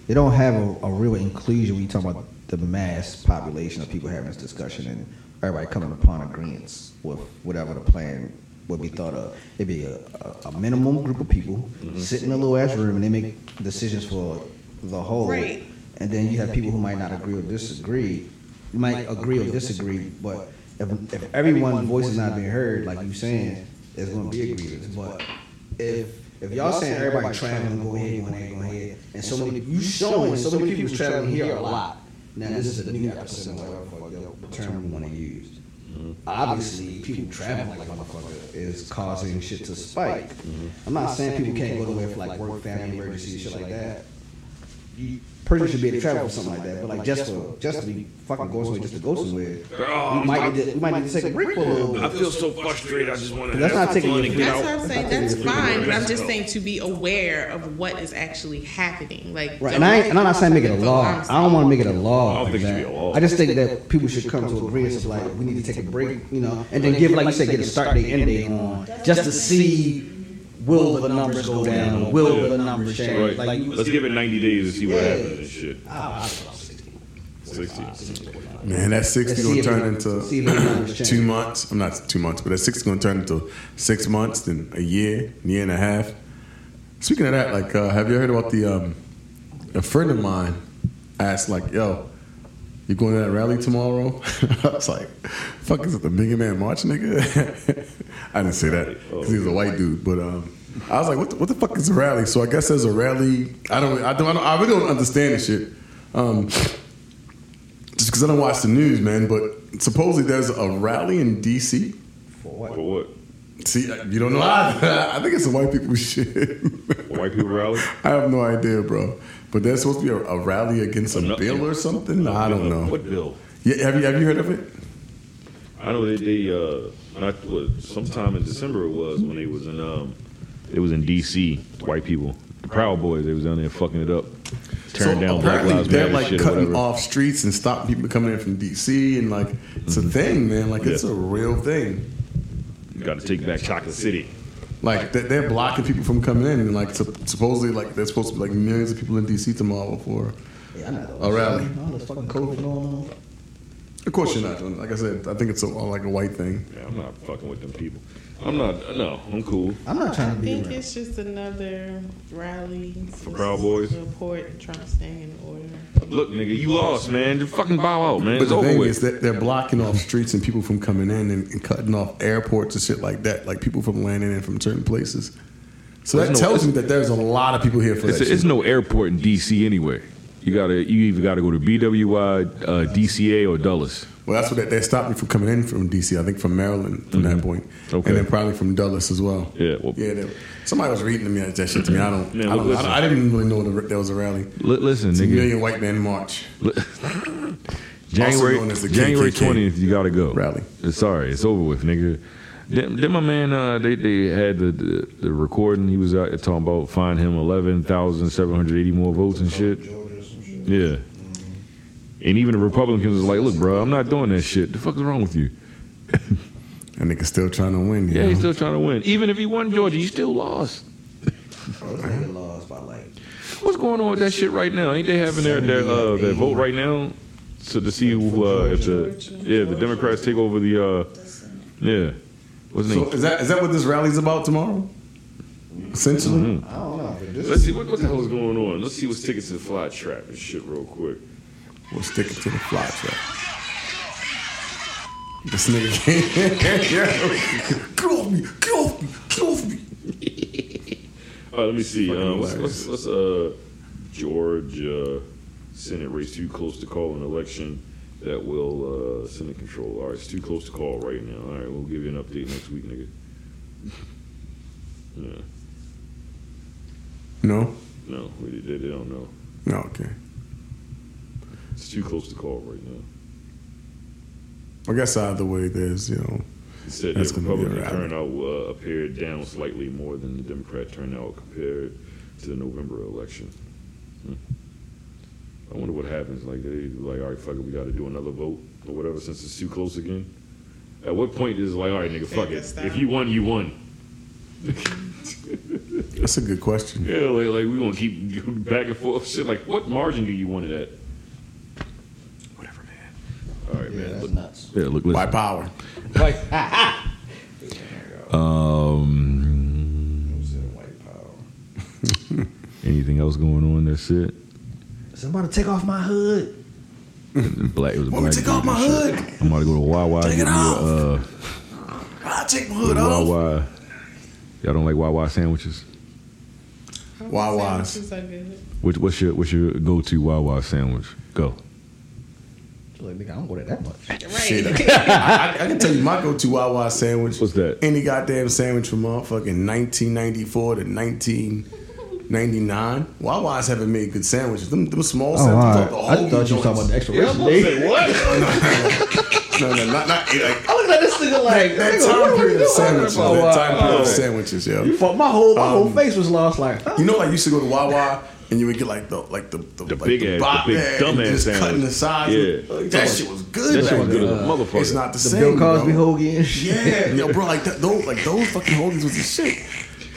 Speaker 6: they don't have a, a real inclusion when you talk about the mass population of people having this discussion and everybody coming upon agreements with whatever the plan would be thought of. It'd be a, a, a minimum group of people sit in a little ass room and they make decisions for the whole.
Speaker 8: Right.
Speaker 6: And then you have people who might not agree or disagree, you might agree or disagree, but if, if everyone's voice is not being heard, like you saying, there's going to be a grievance. But if if y'all saying everybody traveling, go ahead, go ahead, go ahead, and so many you showing so many people traveling here a lot. Now this is a new episode, whatever the fuck the term we want to use. Obviously, people traveling like a motherfucker is causing shit to spike. I'm not saying people can't go to work for like work, family emergencies, shit like that. You person should be able to travel for something like that, but like just for just to be fucking going somewhere, just to go somewhere, we might need to, we might need to take a break for a little.
Speaker 14: I feel so frustrated. I just want to.
Speaker 6: But that's not taking your-
Speaker 8: That's what I'm saying. That's
Speaker 6: Absolutely.
Speaker 8: fine, but I'm just saying to be aware of what is actually happening. Like,
Speaker 6: Right, and I ain't, and I'm not saying make it a law. I don't want to make it a law. I
Speaker 8: don't think it should be a law.
Speaker 6: I just think that people should come to agreements of like we need to take a break, you know, and then give like you said, get a start date, end date on, just to see will the numbers go down, will the numbers change.
Speaker 11: Right.
Speaker 6: Like you
Speaker 11: Let's give it 90 days to see what
Speaker 6: Yeah.
Speaker 11: happens and shit.
Speaker 6: Ah,
Speaker 11: 60.
Speaker 4: Man, that
Speaker 11: Let's
Speaker 4: 60 going
Speaker 11: see
Speaker 4: to
Speaker 11: if
Speaker 4: turn
Speaker 11: it- see if it numbers
Speaker 4: into
Speaker 11: change.
Speaker 4: two months. I'm not two months, but that 60 going to turn into six months, then a year, year and a half. Speaking of that, like, uh, have you heard about the, um, a friend of mine asked, like, yo, you going to that rally tomorrow? I was like, fuck, is it the Bigger Man March, nigga? I didn't say that because he was a white dude, but, um, I was like, what the, what the fuck is a rally? So I guess there's a rally. I don't, I don't, I, don't, I really don't understand this shit. Um, just because I don't watch the news, man. But supposedly there's a rally in D.C.
Speaker 6: For what?
Speaker 11: For what?
Speaker 4: See, you don't know. I, I think it's a white people shit.
Speaker 11: white people rally?
Speaker 4: I have no idea, bro. But there's supposed to be a, a rally against a bill or something. I don't know.
Speaker 11: What bill?
Speaker 4: Yeah, have you have you heard of it?
Speaker 11: I know that they uh, not what, sometime in December it was when they was in um, it was in D.C. White people, the Proud Boys. They was down there fucking it up, tearing
Speaker 4: so
Speaker 11: down Black
Speaker 4: apparently
Speaker 11: Lives
Speaker 4: they're
Speaker 11: Matter
Speaker 4: like
Speaker 11: shit or
Speaker 4: cutting
Speaker 11: whatever.
Speaker 4: off streets and stopping people coming in from DC and like it's a thing, man. Like it's
Speaker 11: Mm-hmm. Yeah.
Speaker 4: a real thing.
Speaker 11: You got to take back Chocolate City.
Speaker 4: Like they- they're blocking people from coming in, and like sup- supposedly like there's supposed to be like millions of people in DC tomorrow for a rally.
Speaker 6: All this fucking COVID going on.
Speaker 4: Of course you're not. Like I said, I think it's a, like a white thing.
Speaker 11: Yeah, I'm not fucking with them people. I'm not. No, I'm cool.
Speaker 4: I'm not
Speaker 8: I think it's just another rally. For
Speaker 11: Proud Boys?
Speaker 8: Report Trump staying in order.
Speaker 11: Look, nigga, you lost, man. Just fucking bow out, man.
Speaker 4: But
Speaker 11: it's
Speaker 4: the
Speaker 11: over
Speaker 4: thing
Speaker 11: with.
Speaker 4: is that they're blocking off streets and people from coming in and, and cutting off airports and shit like that. Like people from landing in from certain places. So
Speaker 5: There's
Speaker 4: that
Speaker 5: no-
Speaker 4: tells me that there's a lot of people here for
Speaker 5: It's,
Speaker 4: that.
Speaker 5: it's
Speaker 4: shit.
Speaker 5: no airport in DC anyway. You gotta, you either gotta go to BWI, uh, DCA, or Dulles.
Speaker 4: Well, that's what they, they stopped me from coming in from DC. I think from Maryland from that point,
Speaker 5: Mm-hmm. Okay.
Speaker 4: and then probably from Dulles as well.
Speaker 5: Yeah, well-
Speaker 4: yeah. They, somebody was reading to me that shit to me. I don't.
Speaker 5: Man,
Speaker 4: I, don't
Speaker 5: listen.
Speaker 4: I, I didn't really know there was a rally.
Speaker 5: Li- listen,
Speaker 4: it's a
Speaker 5: nigga.
Speaker 4: million white man march.
Speaker 5: January
Speaker 4: Also known as the
Speaker 5: January
Speaker 4: KKK.
Speaker 5: twentieth, you gotta go. Rally. Sorry, it's over with, nigga. Then, then my man, uh, they they had the, the the recording. He was out there talking about find him eleven thousand seven hundred eighty more votes and shit. Yeah. And even the Republicans was like, "Look, bro, I'm not doing that shit. The fuck is wrong with you?"
Speaker 4: That nigga still trying to win. You
Speaker 5: Yeah,
Speaker 4: know?
Speaker 5: he's still trying to win. Even if he won Georgia, he still lost.
Speaker 6: Nigga lost by like
Speaker 5: What's going on with that shit right now? Ain't they having their their, uh, their vote right now so to see who uh, if the yeah the Democrats take over the uh, yeah what's his
Speaker 4: So
Speaker 5: name?
Speaker 4: is that is that what this rally's about tomorrow?
Speaker 6: I
Speaker 4: Essentially,
Speaker 6: don't know. but This
Speaker 11: Let's see what, what the hell is going on. Let's see what's tickets to the fly trap and shit real quick.
Speaker 4: we'll stick it to the fly trap. This nigga can't. Get off me! Get off me! Get off me!
Speaker 11: All right, let me see.
Speaker 4: Fucking
Speaker 11: Um, what's,
Speaker 4: hilarious.
Speaker 11: what's, what's uh Georgia Senate race too close to call an election that will uh, Senate control? All right, it's too close to call right now. All right, we'll give you an update next week, nigga. Yeah,
Speaker 4: No,
Speaker 11: no, we, they, they don't know.
Speaker 4: no, okay.
Speaker 11: It's too close to call right now.
Speaker 4: I guess either way, there's you know.
Speaker 11: It said
Speaker 4: That's
Speaker 11: the
Speaker 4: gonna be a
Speaker 11: Republican
Speaker 4: rally.
Speaker 11: turnout uh, appeared down slightly more than the Democrat turnout compared to the November election. Hmm. I wonder what happens. Like they like, all right, fuck it, we got to do another vote or whatever since it's too close again. At what point is it like, all right, nigga, fuck it. If you won, you won.
Speaker 4: That's a good question.
Speaker 11: Yeah, like, like we gonna keep back and forth shit. Like, what margin do you want it at? Whatever, man. All right, man. Look-
Speaker 5: Yeah, look, listen.
Speaker 4: By power.
Speaker 5: Um, anything else going on? That's it.
Speaker 6: Somebody take off my hood.
Speaker 5: Black. It was a
Speaker 6: Want me
Speaker 5: black
Speaker 6: to take off
Speaker 5: dude and
Speaker 6: my
Speaker 5: shit. I'm about to go to Wawa.
Speaker 6: Take it
Speaker 5: get me a,
Speaker 6: off.
Speaker 5: Uh,
Speaker 4: I take my
Speaker 5: Hood
Speaker 4: hood off.
Speaker 5: Wawa. Y'all don't like Wawa sandwiches?
Speaker 4: Wawa's.
Speaker 5: Which, what's your what's your go to Wawa sandwich? Go.
Speaker 6: Like, nigga, I don't go there that much.
Speaker 4: Shit, I, I, I can tell you my go-to Wawa sandwich.
Speaker 5: What's that?
Speaker 4: Any goddamn sandwich from motherfucking 1994 to 1999. Wawa's haven't made good sandwiches. Them, them small
Speaker 6: Oh,
Speaker 4: sandwiches.
Speaker 6: all right. I thought you was talking about the extra Yeah, I'm about to say,
Speaker 4: what? no, no, not, not like,
Speaker 6: I look at this nigga like
Speaker 4: that
Speaker 6: nigga, what
Speaker 4: time
Speaker 6: are we
Speaker 4: period of
Speaker 6: doing?
Speaker 4: sandwiches.
Speaker 6: Oh, wow.
Speaker 4: That time period
Speaker 6: Oh.
Speaker 4: of sandwiches, yo.
Speaker 6: You fuck, my whole my whole
Speaker 4: Um,
Speaker 6: face was lost. Like
Speaker 4: You know, like you used to go to Wawa and you would get like the like the the, like,
Speaker 11: big ass- the
Speaker 4: bob
Speaker 11: big
Speaker 4: head
Speaker 11: dumb
Speaker 4: and
Speaker 11: ass
Speaker 4: just
Speaker 11: sandwich.
Speaker 4: cutting the sides.
Speaker 11: Yeah.
Speaker 4: Like, that shit was good.
Speaker 11: That shit
Speaker 4: back
Speaker 11: was good
Speaker 4: then.
Speaker 11: as a motherfucker.
Speaker 4: It's not the,
Speaker 6: The
Speaker 4: same.
Speaker 6: Bill Cosby
Speaker 4: bro.
Speaker 6: hoagie and shit.
Speaker 4: Yeah, yo, bro, like that, those like those fucking hoagies was the shit.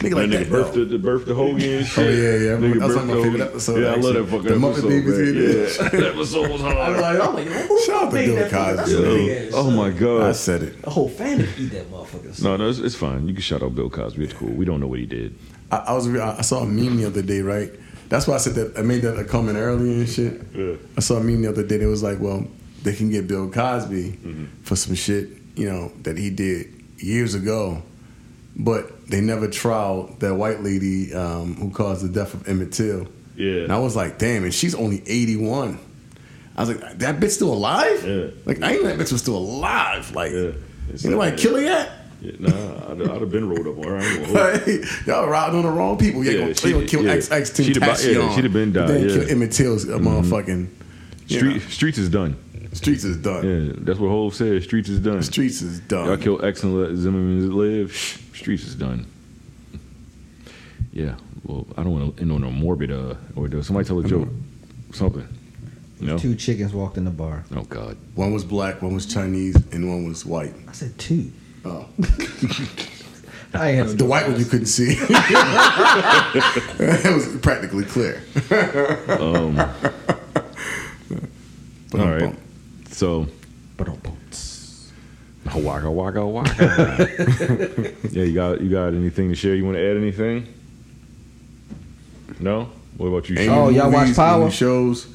Speaker 4: Nigga, like
Speaker 11: That
Speaker 4: that,
Speaker 11: nigga birthed
Speaker 4: bro.
Speaker 11: the, the birthed the Hoagie and shit.
Speaker 4: Oh, yeah, yeah. I remember-
Speaker 11: Nigga
Speaker 4: that was
Speaker 11: birthed
Speaker 4: one of my
Speaker 11: the Hoagie.
Speaker 4: favorite episodes,
Speaker 11: Yeah, I love
Speaker 4: actually.
Speaker 11: that fucking
Speaker 4: The Muppet
Speaker 11: episode.
Speaker 4: Babies
Speaker 11: man.
Speaker 4: did it.
Speaker 11: Yeah, that episode was hard.
Speaker 6: I'm like, I'm like, who
Speaker 4: Shout out to
Speaker 6: made
Speaker 4: Bill
Speaker 6: that fucking- Oh that's
Speaker 4: Cosby.
Speaker 6: a big
Speaker 4: yo.
Speaker 6: ass-
Speaker 5: Oh my god!
Speaker 4: I said it.
Speaker 6: The whole family eat that motherfucker.
Speaker 5: No, no, it's, it's fine. You can shout out Bill Cosby. It's cool. We don't know what he did.
Speaker 4: I, I was re- I saw a meme the other day, right? That's why I said that I made that a comment earlier and shit.
Speaker 11: Yeah.
Speaker 4: I saw a meme the other day. It was like, well, they can get Bill Cosby
Speaker 11: Mm-hmm.
Speaker 4: for some shit, you know, that he did years ago, but they never trialed that white lady um, who caused the death of Emmett Till.
Speaker 11: Yeah.
Speaker 4: And I was like, damn, and she's only eighty one. I was like, that bitch still alive?
Speaker 11: Yeah.
Speaker 4: Like, I ain't that bitch was still alive. Like,
Speaker 11: It's
Speaker 4: you know, like
Speaker 11: like-
Speaker 4: kill her yet?
Speaker 11: Yeah, nah, I'd, I'd have been rolled up on her. I ain't gonna hold you.
Speaker 4: Hey, y'all riding on the wrong people. Y'all
Speaker 11: Yeah,
Speaker 4: gonna,
Speaker 11: she-
Speaker 4: they gonna kill
Speaker 11: yeah.
Speaker 4: X X Tentacion.
Speaker 5: She'd have bu- yeah, she'd have been
Speaker 4: But
Speaker 5: died,
Speaker 4: They
Speaker 6: Mm-hmm.
Speaker 5: yeah.
Speaker 4: kill Emmett Till's a motherfucking. you
Speaker 5: Street,
Speaker 4: know.
Speaker 5: Streets is done.
Speaker 4: Streets is done.
Speaker 6: Yeah, that's what Hove said. Streets is done.
Speaker 4: Streets is done.
Speaker 6: Y'all killed X and let Zimmerman live. Shh, Streets is done. Yeah. Well, I don't want to end on a morbid uh or does somebody tell a joke, something. No.
Speaker 3: Two chickens walked in the bar.
Speaker 6: Oh God.
Speaker 4: One was black, one was Chinese, and one was white.
Speaker 3: I said two.
Speaker 4: Oh.
Speaker 3: I had
Speaker 4: the white one you couldn't see. it was practically clear.
Speaker 6: Um.
Speaker 4: But
Speaker 6: all
Speaker 4: I'm
Speaker 6: right.
Speaker 4: bummed.
Speaker 6: So. Waka waka waka. yeah, you got you got anything to share? You want to add anything? No. What about you?
Speaker 4: Any
Speaker 6: Sean?
Speaker 3: Oh, y'all watch
Speaker 4: movies,
Speaker 3: Power?
Speaker 4: any shows.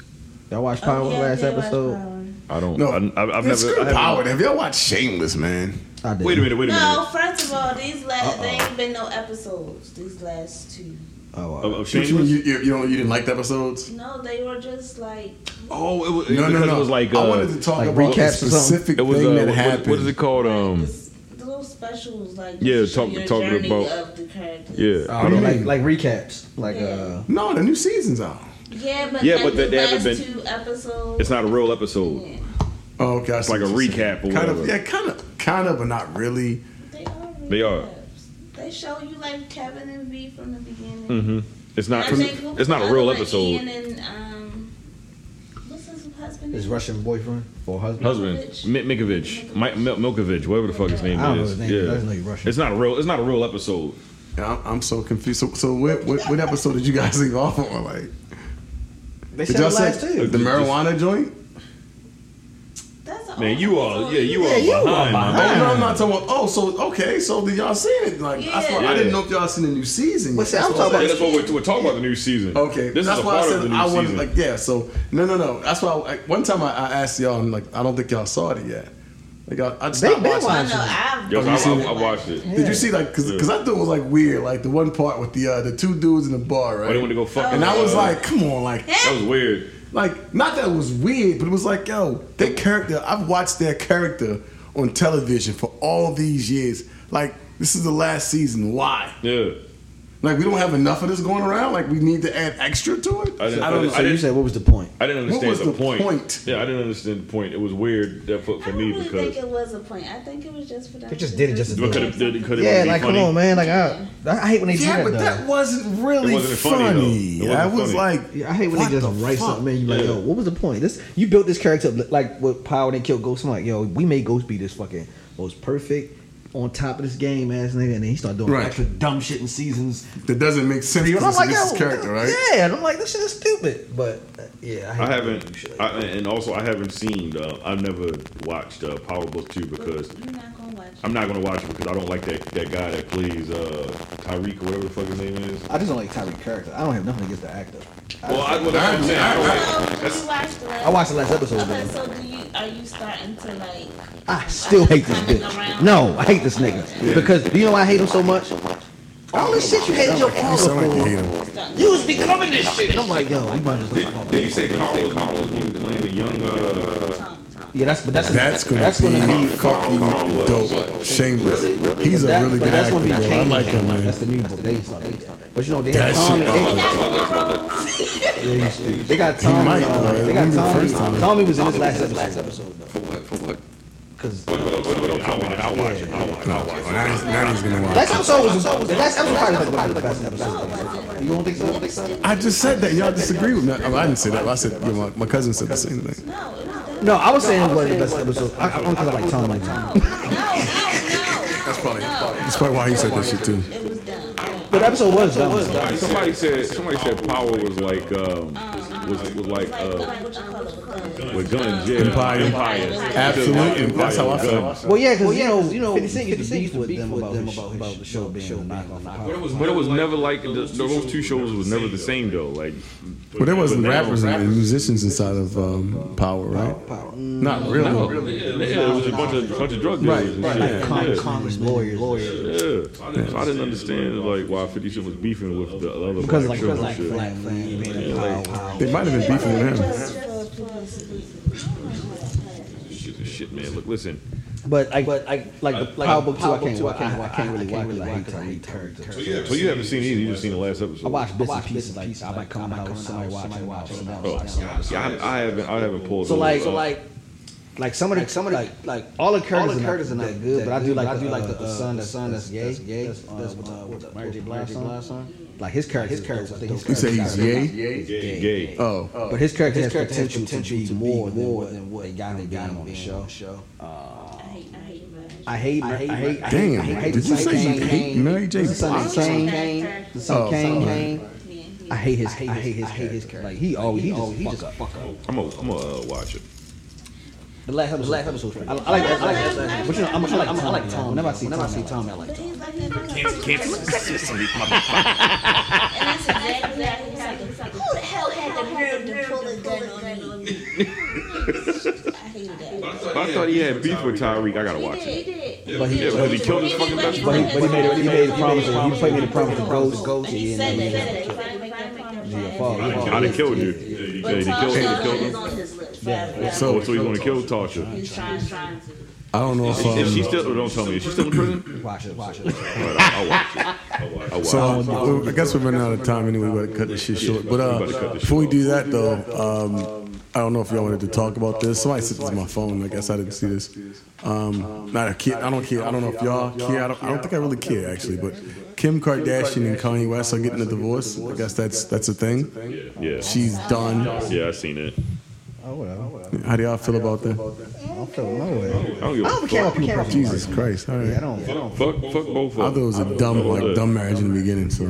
Speaker 3: Y'all watch Power
Speaker 7: Oh, yeah,
Speaker 3: last
Speaker 7: yeah, watch
Speaker 3: episode?
Speaker 7: Power.
Speaker 6: I don't.
Speaker 4: No,
Speaker 6: I, I've, I've
Speaker 4: Man,
Speaker 6: never.
Speaker 4: screw
Speaker 6: I haven't-
Speaker 4: Power. Have y'all watched Shameless, man?
Speaker 3: I did.
Speaker 5: Wait a minute, wait a minute.
Speaker 7: No, first of all, these last there ain't been no episodes. These last two.
Speaker 3: Oh, all
Speaker 5: Of,
Speaker 3: right.
Speaker 5: of
Speaker 4: You,
Speaker 5: Shameless?
Speaker 4: you, you, you don't, you didn't like the episodes?
Speaker 7: No, they were just like
Speaker 5: Oh, it was,
Speaker 4: No, no,
Speaker 5: because
Speaker 4: no.
Speaker 5: It was like uh,
Speaker 4: I wanted to talk
Speaker 3: like
Speaker 4: about
Speaker 3: recaps
Speaker 4: the
Speaker 3: or something?
Speaker 4: specific
Speaker 6: It was uh,
Speaker 4: thing that
Speaker 6: what- what,
Speaker 4: happened.
Speaker 6: what is it called? Um.
Speaker 7: this- the little specials, like
Speaker 6: Yeah,
Speaker 7: just
Speaker 6: talk-
Speaker 7: your
Speaker 6: talking
Speaker 7: journey
Speaker 6: about-
Speaker 7: of the characters.
Speaker 6: Yeah.
Speaker 3: I mean, like like recaps, like
Speaker 7: Yeah.
Speaker 3: uh,
Speaker 4: No, the new season's out.
Speaker 7: Yeah, but
Speaker 5: Yeah,
Speaker 7: like
Speaker 5: but
Speaker 7: the
Speaker 5: they- they haven't
Speaker 7: last
Speaker 5: been-
Speaker 7: two episodes.
Speaker 5: It's not a real episode.
Speaker 7: Yeah,
Speaker 4: Oh, okay. It's
Speaker 5: like a recap or
Speaker 4: Kind
Speaker 5: whatever.
Speaker 4: of, yeah, kind of, kind of, but not really.
Speaker 7: they are.
Speaker 5: They are.
Speaker 7: recaps. They show you like Kevin and V from the beginning.
Speaker 5: Mm-hmm. It's
Speaker 7: And
Speaker 5: not.
Speaker 7: I
Speaker 5: From,
Speaker 7: think who-
Speaker 5: it's not a
Speaker 7: other
Speaker 5: real
Speaker 7: one,
Speaker 5: episode.
Speaker 7: Ian and, um, what's his husband?
Speaker 3: his
Speaker 7: name?
Speaker 3: Russian boyfriend or husband.
Speaker 6: Husband, Mi- Mikovich, Mi- Mil- Milkovich, whatever the fuck his name
Speaker 3: I don't know
Speaker 6: is.
Speaker 3: his name. I just know he's
Speaker 6: Yeah,
Speaker 3: Russian.
Speaker 6: it's not a real. It's not a real episode.
Speaker 4: And I'm, I'm so confused. So, so what, what, what episode did you guys leave off on? Like, did
Speaker 3: They said the
Speaker 4: y'all
Speaker 3: last
Speaker 4: say
Speaker 3: two.
Speaker 4: the marijuana joint?
Speaker 7: That's an
Speaker 5: Man,
Speaker 7: old
Speaker 5: you are.
Speaker 7: episode.
Speaker 5: Yeah, you are behind. my
Speaker 4: Oh,
Speaker 5: man.
Speaker 4: no, I'm not talking about. Oh, so okay, so did y'all seen it? Like, that's why I
Speaker 5: Yeah.
Speaker 4: didn't know if y'all seen the new season.
Speaker 3: Well,
Speaker 4: yet.
Speaker 3: see, I'm
Speaker 4: That's
Speaker 3: talking
Speaker 4: what
Speaker 5: Yeah,
Speaker 4: I'm
Speaker 3: about-
Speaker 5: that's what we're, we're talking about the new season.
Speaker 4: Okay,
Speaker 5: This
Speaker 4: that's
Speaker 5: is a
Speaker 4: why
Speaker 5: part
Speaker 4: I said
Speaker 5: of the new
Speaker 4: I wanted
Speaker 5: season.
Speaker 4: like yeah. So no, no, no. That's why I, one time I, I asked y'all and like I don't think y'all saw it yet. Like I, I just
Speaker 3: They
Speaker 4: stopped
Speaker 3: been
Speaker 4: watching.
Speaker 7: No,
Speaker 3: watching.
Speaker 7: no, I've.
Speaker 5: Yo,
Speaker 4: Have
Speaker 5: I,
Speaker 4: you seen
Speaker 5: I, I watched it.
Speaker 4: Did you see like because
Speaker 5: Yeah.
Speaker 4: I thought it was like weird like the one part with the uh, the two dudes in the bar right?
Speaker 5: Oh, they wanted to go fuck.
Speaker 4: and
Speaker 5: with,
Speaker 4: I was
Speaker 5: uh,
Speaker 4: like, come on, like
Speaker 5: that was weird.
Speaker 4: like not that it was weird, but it was like yo, their character. I've watched their character on television for all these years. Like this is the last season. Why?
Speaker 5: Yeah.
Speaker 4: Like we don't have enough of this going around. Like we need to add extra to it.
Speaker 5: I didn't-
Speaker 4: I don't know.
Speaker 3: So you
Speaker 5: didn't-
Speaker 3: said what was the point?
Speaker 5: I didn't
Speaker 4: What
Speaker 5: understand
Speaker 4: was
Speaker 5: the,
Speaker 4: the
Speaker 5: point.
Speaker 4: point?
Speaker 5: Yeah, I didn't understand the point. It was weird that for,
Speaker 7: I
Speaker 5: for
Speaker 7: don't
Speaker 5: me
Speaker 7: really think
Speaker 5: because
Speaker 7: it was a point. I think it was just for them.
Speaker 3: They just
Speaker 7: to
Speaker 3: did it just to do
Speaker 5: But
Speaker 3: it.
Speaker 5: could it, could it, could it
Speaker 3: Yeah,
Speaker 5: be
Speaker 3: like
Speaker 5: funny?
Speaker 3: come on, man, like I, I hate when they
Speaker 4: Yeah,
Speaker 3: do
Speaker 4: but
Speaker 3: that.
Speaker 4: that
Speaker 3: though.
Speaker 4: wasn't really
Speaker 5: It wasn't funny, though.
Speaker 4: funny.
Speaker 5: It wasn't
Speaker 4: I was
Speaker 5: funny.
Speaker 4: like,
Speaker 3: Yeah, I hate when
Speaker 4: what
Speaker 3: they just
Speaker 4: the
Speaker 3: write
Speaker 4: fuck?
Speaker 3: something. and You like,
Speaker 5: Yeah.
Speaker 3: yo, what was the point? This you built this character up like with Power and Kill Ghost. I'm like, yo, we made Ghost be this fucking most perfect on top of this game ass nigga, and then he started doing
Speaker 4: Right.
Speaker 3: extra dumb shit in seasons.
Speaker 4: That doesn't make sense.
Speaker 3: And I'm
Speaker 4: Because
Speaker 3: like,
Speaker 4: this is
Speaker 3: yo,
Speaker 4: character, right?
Speaker 3: yeah, and I'm like, this shit is stupid. But uh, yeah, I, hate
Speaker 5: I
Speaker 3: when they do
Speaker 5: haven't,
Speaker 3: shit like
Speaker 5: I,
Speaker 3: that.
Speaker 5: and also I haven't seen. Uh, I've never watched uh, Power Book Two because
Speaker 7: You're not gonna watch. it.
Speaker 5: I'm not gonna watch it because I don't like that, that guy that plays uh, Tyreek or whatever the fuck his name is.
Speaker 3: I just don't like Tyreek character. I don't have nothing against the actor.
Speaker 5: Well, I, well that's what I'm saying. I don't like-
Speaker 7: So, did Oh, you watch the last?
Speaker 3: I watched the last episode.
Speaker 7: Okay,
Speaker 3: though.
Speaker 7: so do you? Are you starting to like?
Speaker 3: I still hate this bitch. No, I hate this nigga because do you know why I hate him so much? All this shit you hated your
Speaker 4: You
Speaker 3: father
Speaker 4: sound like you
Speaker 3: for.
Speaker 4: hate him.
Speaker 3: You was becoming this shit. And I'm like, yo, you might as well. stop.
Speaker 5: Did you say Carl was Carl was playing the young? Uh,
Speaker 3: Yeah, that's but that's
Speaker 4: That's gonna
Speaker 3: that's
Speaker 4: be
Speaker 3: gonna be
Speaker 4: fucking dope. Shameless. He's a
Speaker 3: that,
Speaker 4: really
Speaker 3: but
Speaker 4: good
Speaker 3: that's gonna
Speaker 4: actor.
Speaker 3: be
Speaker 4: bro. I
Speaker 3: changed.
Speaker 4: like him, man.
Speaker 3: That's the new book. They ain't started. But you know they
Speaker 4: That
Speaker 3: had Tommy.
Speaker 4: shit-
Speaker 3: They, they, they got Tommy.
Speaker 4: might,
Speaker 3: uh,
Speaker 4: bro.
Speaker 3: they
Speaker 4: When
Speaker 3: got
Speaker 4: was the
Speaker 3: Tommy.
Speaker 4: first time?
Speaker 3: Tommy was in this last episode. For what? For what? Cause
Speaker 5: I watch. I watch. it, I watch. it, I watch. it.
Speaker 4: Now he's- now he's gonna watch.
Speaker 3: last episode was the last episode probably was like one of the best episodes. You don't think so? You don't think so?
Speaker 4: I just said that. Y'all disagree with me. Oh, I, I didn't say that. I said yeah, my, my cousin said the same thing.
Speaker 7: No, it was that.
Speaker 3: No, I was saying it wasn't the best episode. I, I, only 'cause I like Tommy.
Speaker 7: No, no, no,
Speaker 4: That's probably that's probably why he said that shit too.
Speaker 7: no. It was done.
Speaker 3: But the episode was dumb.
Speaker 5: Somebody, somebody said somebody said power was like um, was, was, was like uh,
Speaker 7: Like what you call it?
Speaker 5: with guns, yeah.
Speaker 4: Empire. Absolutely.
Speaker 5: Empire,
Speaker 4: That's how I
Speaker 5: Guns.
Speaker 4: felt.
Speaker 3: Well, yeah, because you know, 50 Cent used to beef with them about, his- about the show being a knockoff. But it was
Speaker 5: But it was never like the, those two shows was never the same though. Like,
Speaker 4: But there wasn't
Speaker 5: now-
Speaker 4: rappers and musicians inside of um, Power, right? Not
Speaker 5: No,
Speaker 4: really.
Speaker 5: yeah, there was a bunch of bunch of drug
Speaker 4: Right,
Speaker 5: dealers and
Speaker 4: right,
Speaker 5: shit.
Speaker 4: like
Speaker 5: yeah.
Speaker 3: Congressman, lawyers, lawyers.
Speaker 5: Yeah. So I didn't, understand like why Fifty Cent was beefing with the other
Speaker 3: Because
Speaker 5: black shows
Speaker 3: like, because
Speaker 5: and
Speaker 3: like,
Speaker 5: shit.
Speaker 3: black flag, man, pow,
Speaker 4: They might have been beefing with him.
Speaker 7: Just for publicity.
Speaker 5: Shit, shit, man. Look, listen.
Speaker 3: pow. But I, but I, like, the like, Power Book Two, I can't, I can't, I can't really watch it. I hate Tyreek character.
Speaker 5: So you haven't seen either. You just seen the last episode.
Speaker 3: I watch bits and pieces. Like, I might come out, somebody watch, somebody watch, somebody watch.
Speaker 5: Yeah, I, I haven't. I haven't pulled.
Speaker 3: So
Speaker 5: those
Speaker 3: like,
Speaker 5: up.
Speaker 3: so like, Like some of the some of the like like all the Curtis, all the Curtis are not that good, but I do like I do like the, uh, son the son that's gay gay that's uh, with the with the Mary J. Blige son. Like his character, his character, I think his
Speaker 4: You say he's
Speaker 3: character-
Speaker 4: yay? Yay. Gay. Gay. Oh.
Speaker 3: but his character
Speaker 4: His
Speaker 3: has
Speaker 4: character has
Speaker 3: potential to
Speaker 4: potential
Speaker 3: be
Speaker 4: to be
Speaker 3: more than
Speaker 4: more
Speaker 3: what than what they got him being on the show. Uh, I hate, I
Speaker 4: Mary- I
Speaker 3: hate, I
Speaker 4: hate-
Speaker 3: hate, I hate,
Speaker 4: Damn,
Speaker 3: I hate
Speaker 4: did
Speaker 3: the
Speaker 4: you
Speaker 3: son
Speaker 4: say you
Speaker 3: Kane,
Speaker 4: hate
Speaker 3: Kane,
Speaker 4: Mary J.
Speaker 3: the son
Speaker 4: Blige?
Speaker 3: Kane, Kane, the son
Speaker 4: Oh,
Speaker 3: Kane,
Speaker 4: sorry.
Speaker 3: Kane. I hate his, I hate his, I hate his character. Like he always, he just, he just fuck up.
Speaker 5: I'm gonna I'm gonna uh, watch it.
Speaker 3: The last episode, the last episode. I, I like, I like, I like, but you know, I'm, I like, I'm, I like Tom. Whenever I see, whenever I see Tom, I like Tom.
Speaker 15: Can't, can't consistently,
Speaker 7: And that's exactly how he was like, who the hell had the nerve to pull a gun on me?
Speaker 5: But I thought he had beef with Tyreek. I gotta watch it.
Speaker 3: But he,
Speaker 5: Yeah, because he killed his fucking best friend.
Speaker 3: But he made, it- he made a promise. He played me the promise to ghost, ghost, and
Speaker 7: Said
Speaker 3: then
Speaker 7: that,
Speaker 3: he
Speaker 7: said
Speaker 3: never
Speaker 7: that.
Speaker 3: killed.
Speaker 7: If I if I make my
Speaker 3: Yeah,
Speaker 7: plan,
Speaker 3: fuck, fuck.
Speaker 5: I'd have killed you. He killed him.
Speaker 7: is on his list.
Speaker 5: Yeah. So, so he's gonna kill Tasha.
Speaker 7: He's trying, trying to.
Speaker 5: Mm-hmm.
Speaker 4: I don't know if
Speaker 5: Is- is
Speaker 4: um,
Speaker 5: she still? oh, Don't tell me. Is she still in prison?
Speaker 3: Watch it, watch it.
Speaker 5: All right, I'll watch it. I'll watch it. I'll
Speaker 4: So
Speaker 5: watch it.
Speaker 4: uh, I guess we're running out of time anyway. We better cut this shit short. But
Speaker 5: We better cut
Speaker 4: uh,
Speaker 5: this
Speaker 4: before we do that though, um, I don't know if y'all wanted to talk about this. Somebody sent this to my phone. I guess I didn't see this. Um, not a kid. I don't care. I don't know if y'all care. I don't, I don't think I really care actually. But Kim Kardashian and Kanye West are getting a divorce. I guess that's that's a thing.
Speaker 5: Yeah.
Speaker 4: She's done.
Speaker 5: Yeah, I seen it.
Speaker 3: Oh, whatever.
Speaker 4: How do y'all feel about that?
Speaker 3: I don't feel no way.
Speaker 5: I don't give a fuck.
Speaker 4: Jesus Christ! All
Speaker 3: Yeah, I
Speaker 4: right.
Speaker 3: don't, I don't,
Speaker 5: Fuck, fuck both
Speaker 4: I thought
Speaker 5: of
Speaker 4: it
Speaker 5: them.
Speaker 4: was a dumb like dumb marriage in the beginning. So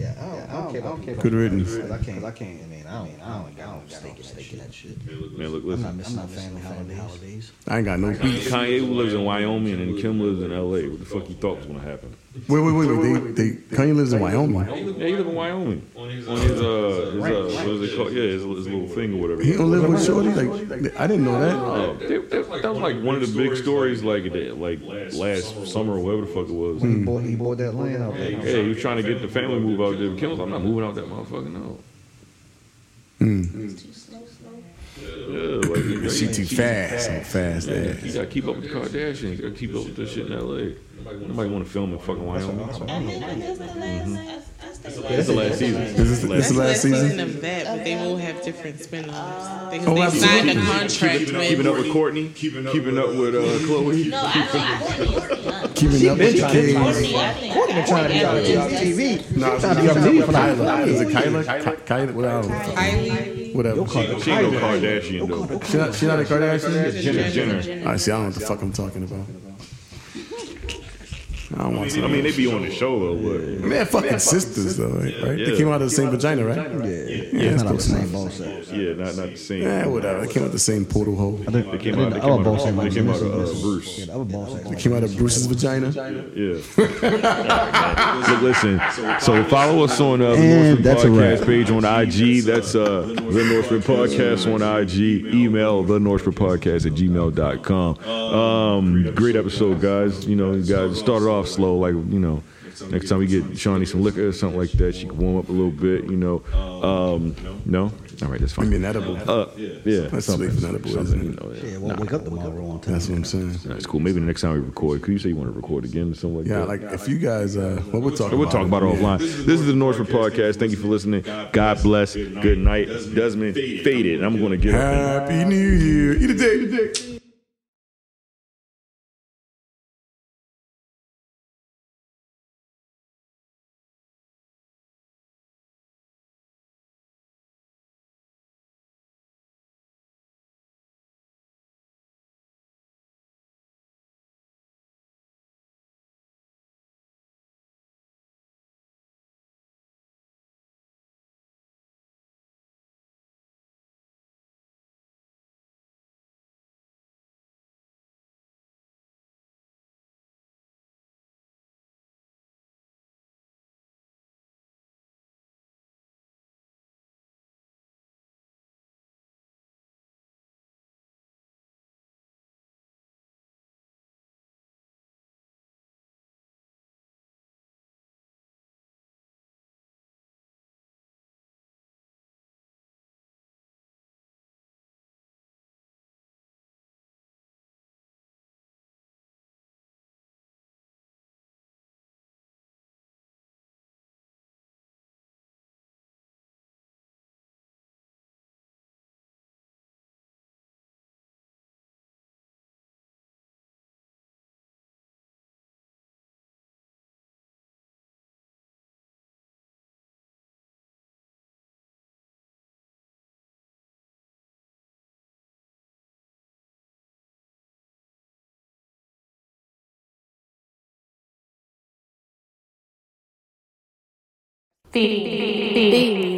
Speaker 3: yeah, I don't, I don't care about people.
Speaker 4: Good riddance.
Speaker 3: Cause I can't, I can't. I mean, I don't, I don't, I don't got no stake in that shit.
Speaker 5: Man, look,
Speaker 3: I'm not
Speaker 5: listen.
Speaker 3: missing, I'm not family holidays.
Speaker 4: I ain't got no beef.
Speaker 5: Kanye lives in Wyoming and Kim lives in L.A. What the fuck you thought was gonna happen?
Speaker 4: Wait, wait, wait, wait. They, they, Kanye lives in Wyoming.
Speaker 5: Yeah, he live in Wyoming. On his, uh, his, uh, what is it called? Yeah, his, his little thing or whatever.
Speaker 4: He don't live with Shorty. Like I didn't know that.
Speaker 5: Uh, that, that- that was like one of the big stories, like that- like last summer or whatever the fuck it was.
Speaker 3: He
Speaker 4: Mm.
Speaker 3: bought, he bought that land out there.
Speaker 5: Yeah, he was trying to get the family move out there. Kim was like, I'm not moving out that motherfucker. No. Yeah, like, you know,
Speaker 4: She
Speaker 5: you-
Speaker 4: too fast. I'm fast
Speaker 5: You
Speaker 4: ass.
Speaker 5: gotta keep up with the Kardashians. You gotta keep up with this shit in L.A. Nobody want to film in fucking Wyoming.
Speaker 7: I mean, but that's the last, I, I stayed
Speaker 5: It's the last season.
Speaker 4: Is this, this
Speaker 8: That's
Speaker 4: the last season?
Speaker 8: of that, but they will have different spin-offs. They,
Speaker 4: Oh,
Speaker 8: they signed
Speaker 4: absolutely.
Speaker 8: a contract
Speaker 5: Keeping up
Speaker 8: with.
Speaker 5: with Courtney. Keeping up, with uh, Chloe.
Speaker 7: No, I think Courtney is done.
Speaker 4: Keeping up with the kids.
Speaker 7: Courtney, I think.
Speaker 3: Courtney trying to be on TV.
Speaker 4: Nah, it's Kyla. Kyla. Is it Kyla? Ky- Kyla? Whatever. Whatever.
Speaker 5: She ain't no Kardashian though.
Speaker 4: She not, she not a Kardashian?
Speaker 5: Jenner. Jenner.
Speaker 4: I see. I don't know what the fuck I'm talking about. I don't want to.
Speaker 5: I mean, they be on the show though, but
Speaker 4: Man, fucking sisters though, right? They came out of the same vagina, right?
Speaker 3: Yeah, yeah, it's not the same bone set.
Speaker 5: yeah, not not the same.
Speaker 4: Yeah, whatever. They came out the same portal hole.
Speaker 3: I think
Speaker 5: They came
Speaker 3: I
Speaker 5: out.
Speaker 3: think
Speaker 5: They
Speaker 3: the other
Speaker 5: came
Speaker 3: bone
Speaker 5: out.
Speaker 3: set
Speaker 5: of- They
Speaker 3: might be
Speaker 5: came out
Speaker 3: missing
Speaker 5: of uh,
Speaker 3: bone.
Speaker 5: Bruce.
Speaker 3: Yeah, the other bone set.
Speaker 4: Came out of Bruce's vagina.
Speaker 5: Yeah. so listen. So follow us on uh, the
Speaker 3: And
Speaker 5: Northwood
Speaker 3: that's a
Speaker 5: Podcast
Speaker 3: wrap.
Speaker 5: page on IG. That's uh, the Northwood Podcast on IG. Email the Northwood Podcast at gmail.com. Um, great episode, guys. You know, you guys started off slow, like you know. Next time we get Shawnee some liquor or something like that, she can warm up a little bit, you know. Um, no, all right, that's
Speaker 4: I
Speaker 5: fine.
Speaker 4: mean, edible.
Speaker 5: Uh, yeah,
Speaker 4: That's
Speaker 5: something,
Speaker 4: sweet, not a boy,
Speaker 5: something,
Speaker 4: isn't it?
Speaker 5: you know, yeah.
Speaker 3: Yeah, won't wake up tomorrow on time.
Speaker 4: That's what I'm saying.
Speaker 5: That's cool. Maybe the next time we record, could you say you want to record again or something like
Speaker 4: Yeah,
Speaker 5: that?
Speaker 4: like if you guys, uh, well, we'll talk.
Speaker 5: We'll talk about it
Speaker 4: yeah.
Speaker 5: offline. This is the Northwood Podcast. Thank you for listening. God bless. Good night. Desmond faded. I'm going to get up and
Speaker 4: Happy New Year. Eat a dick. Eat a dick.
Speaker 1: Feed me.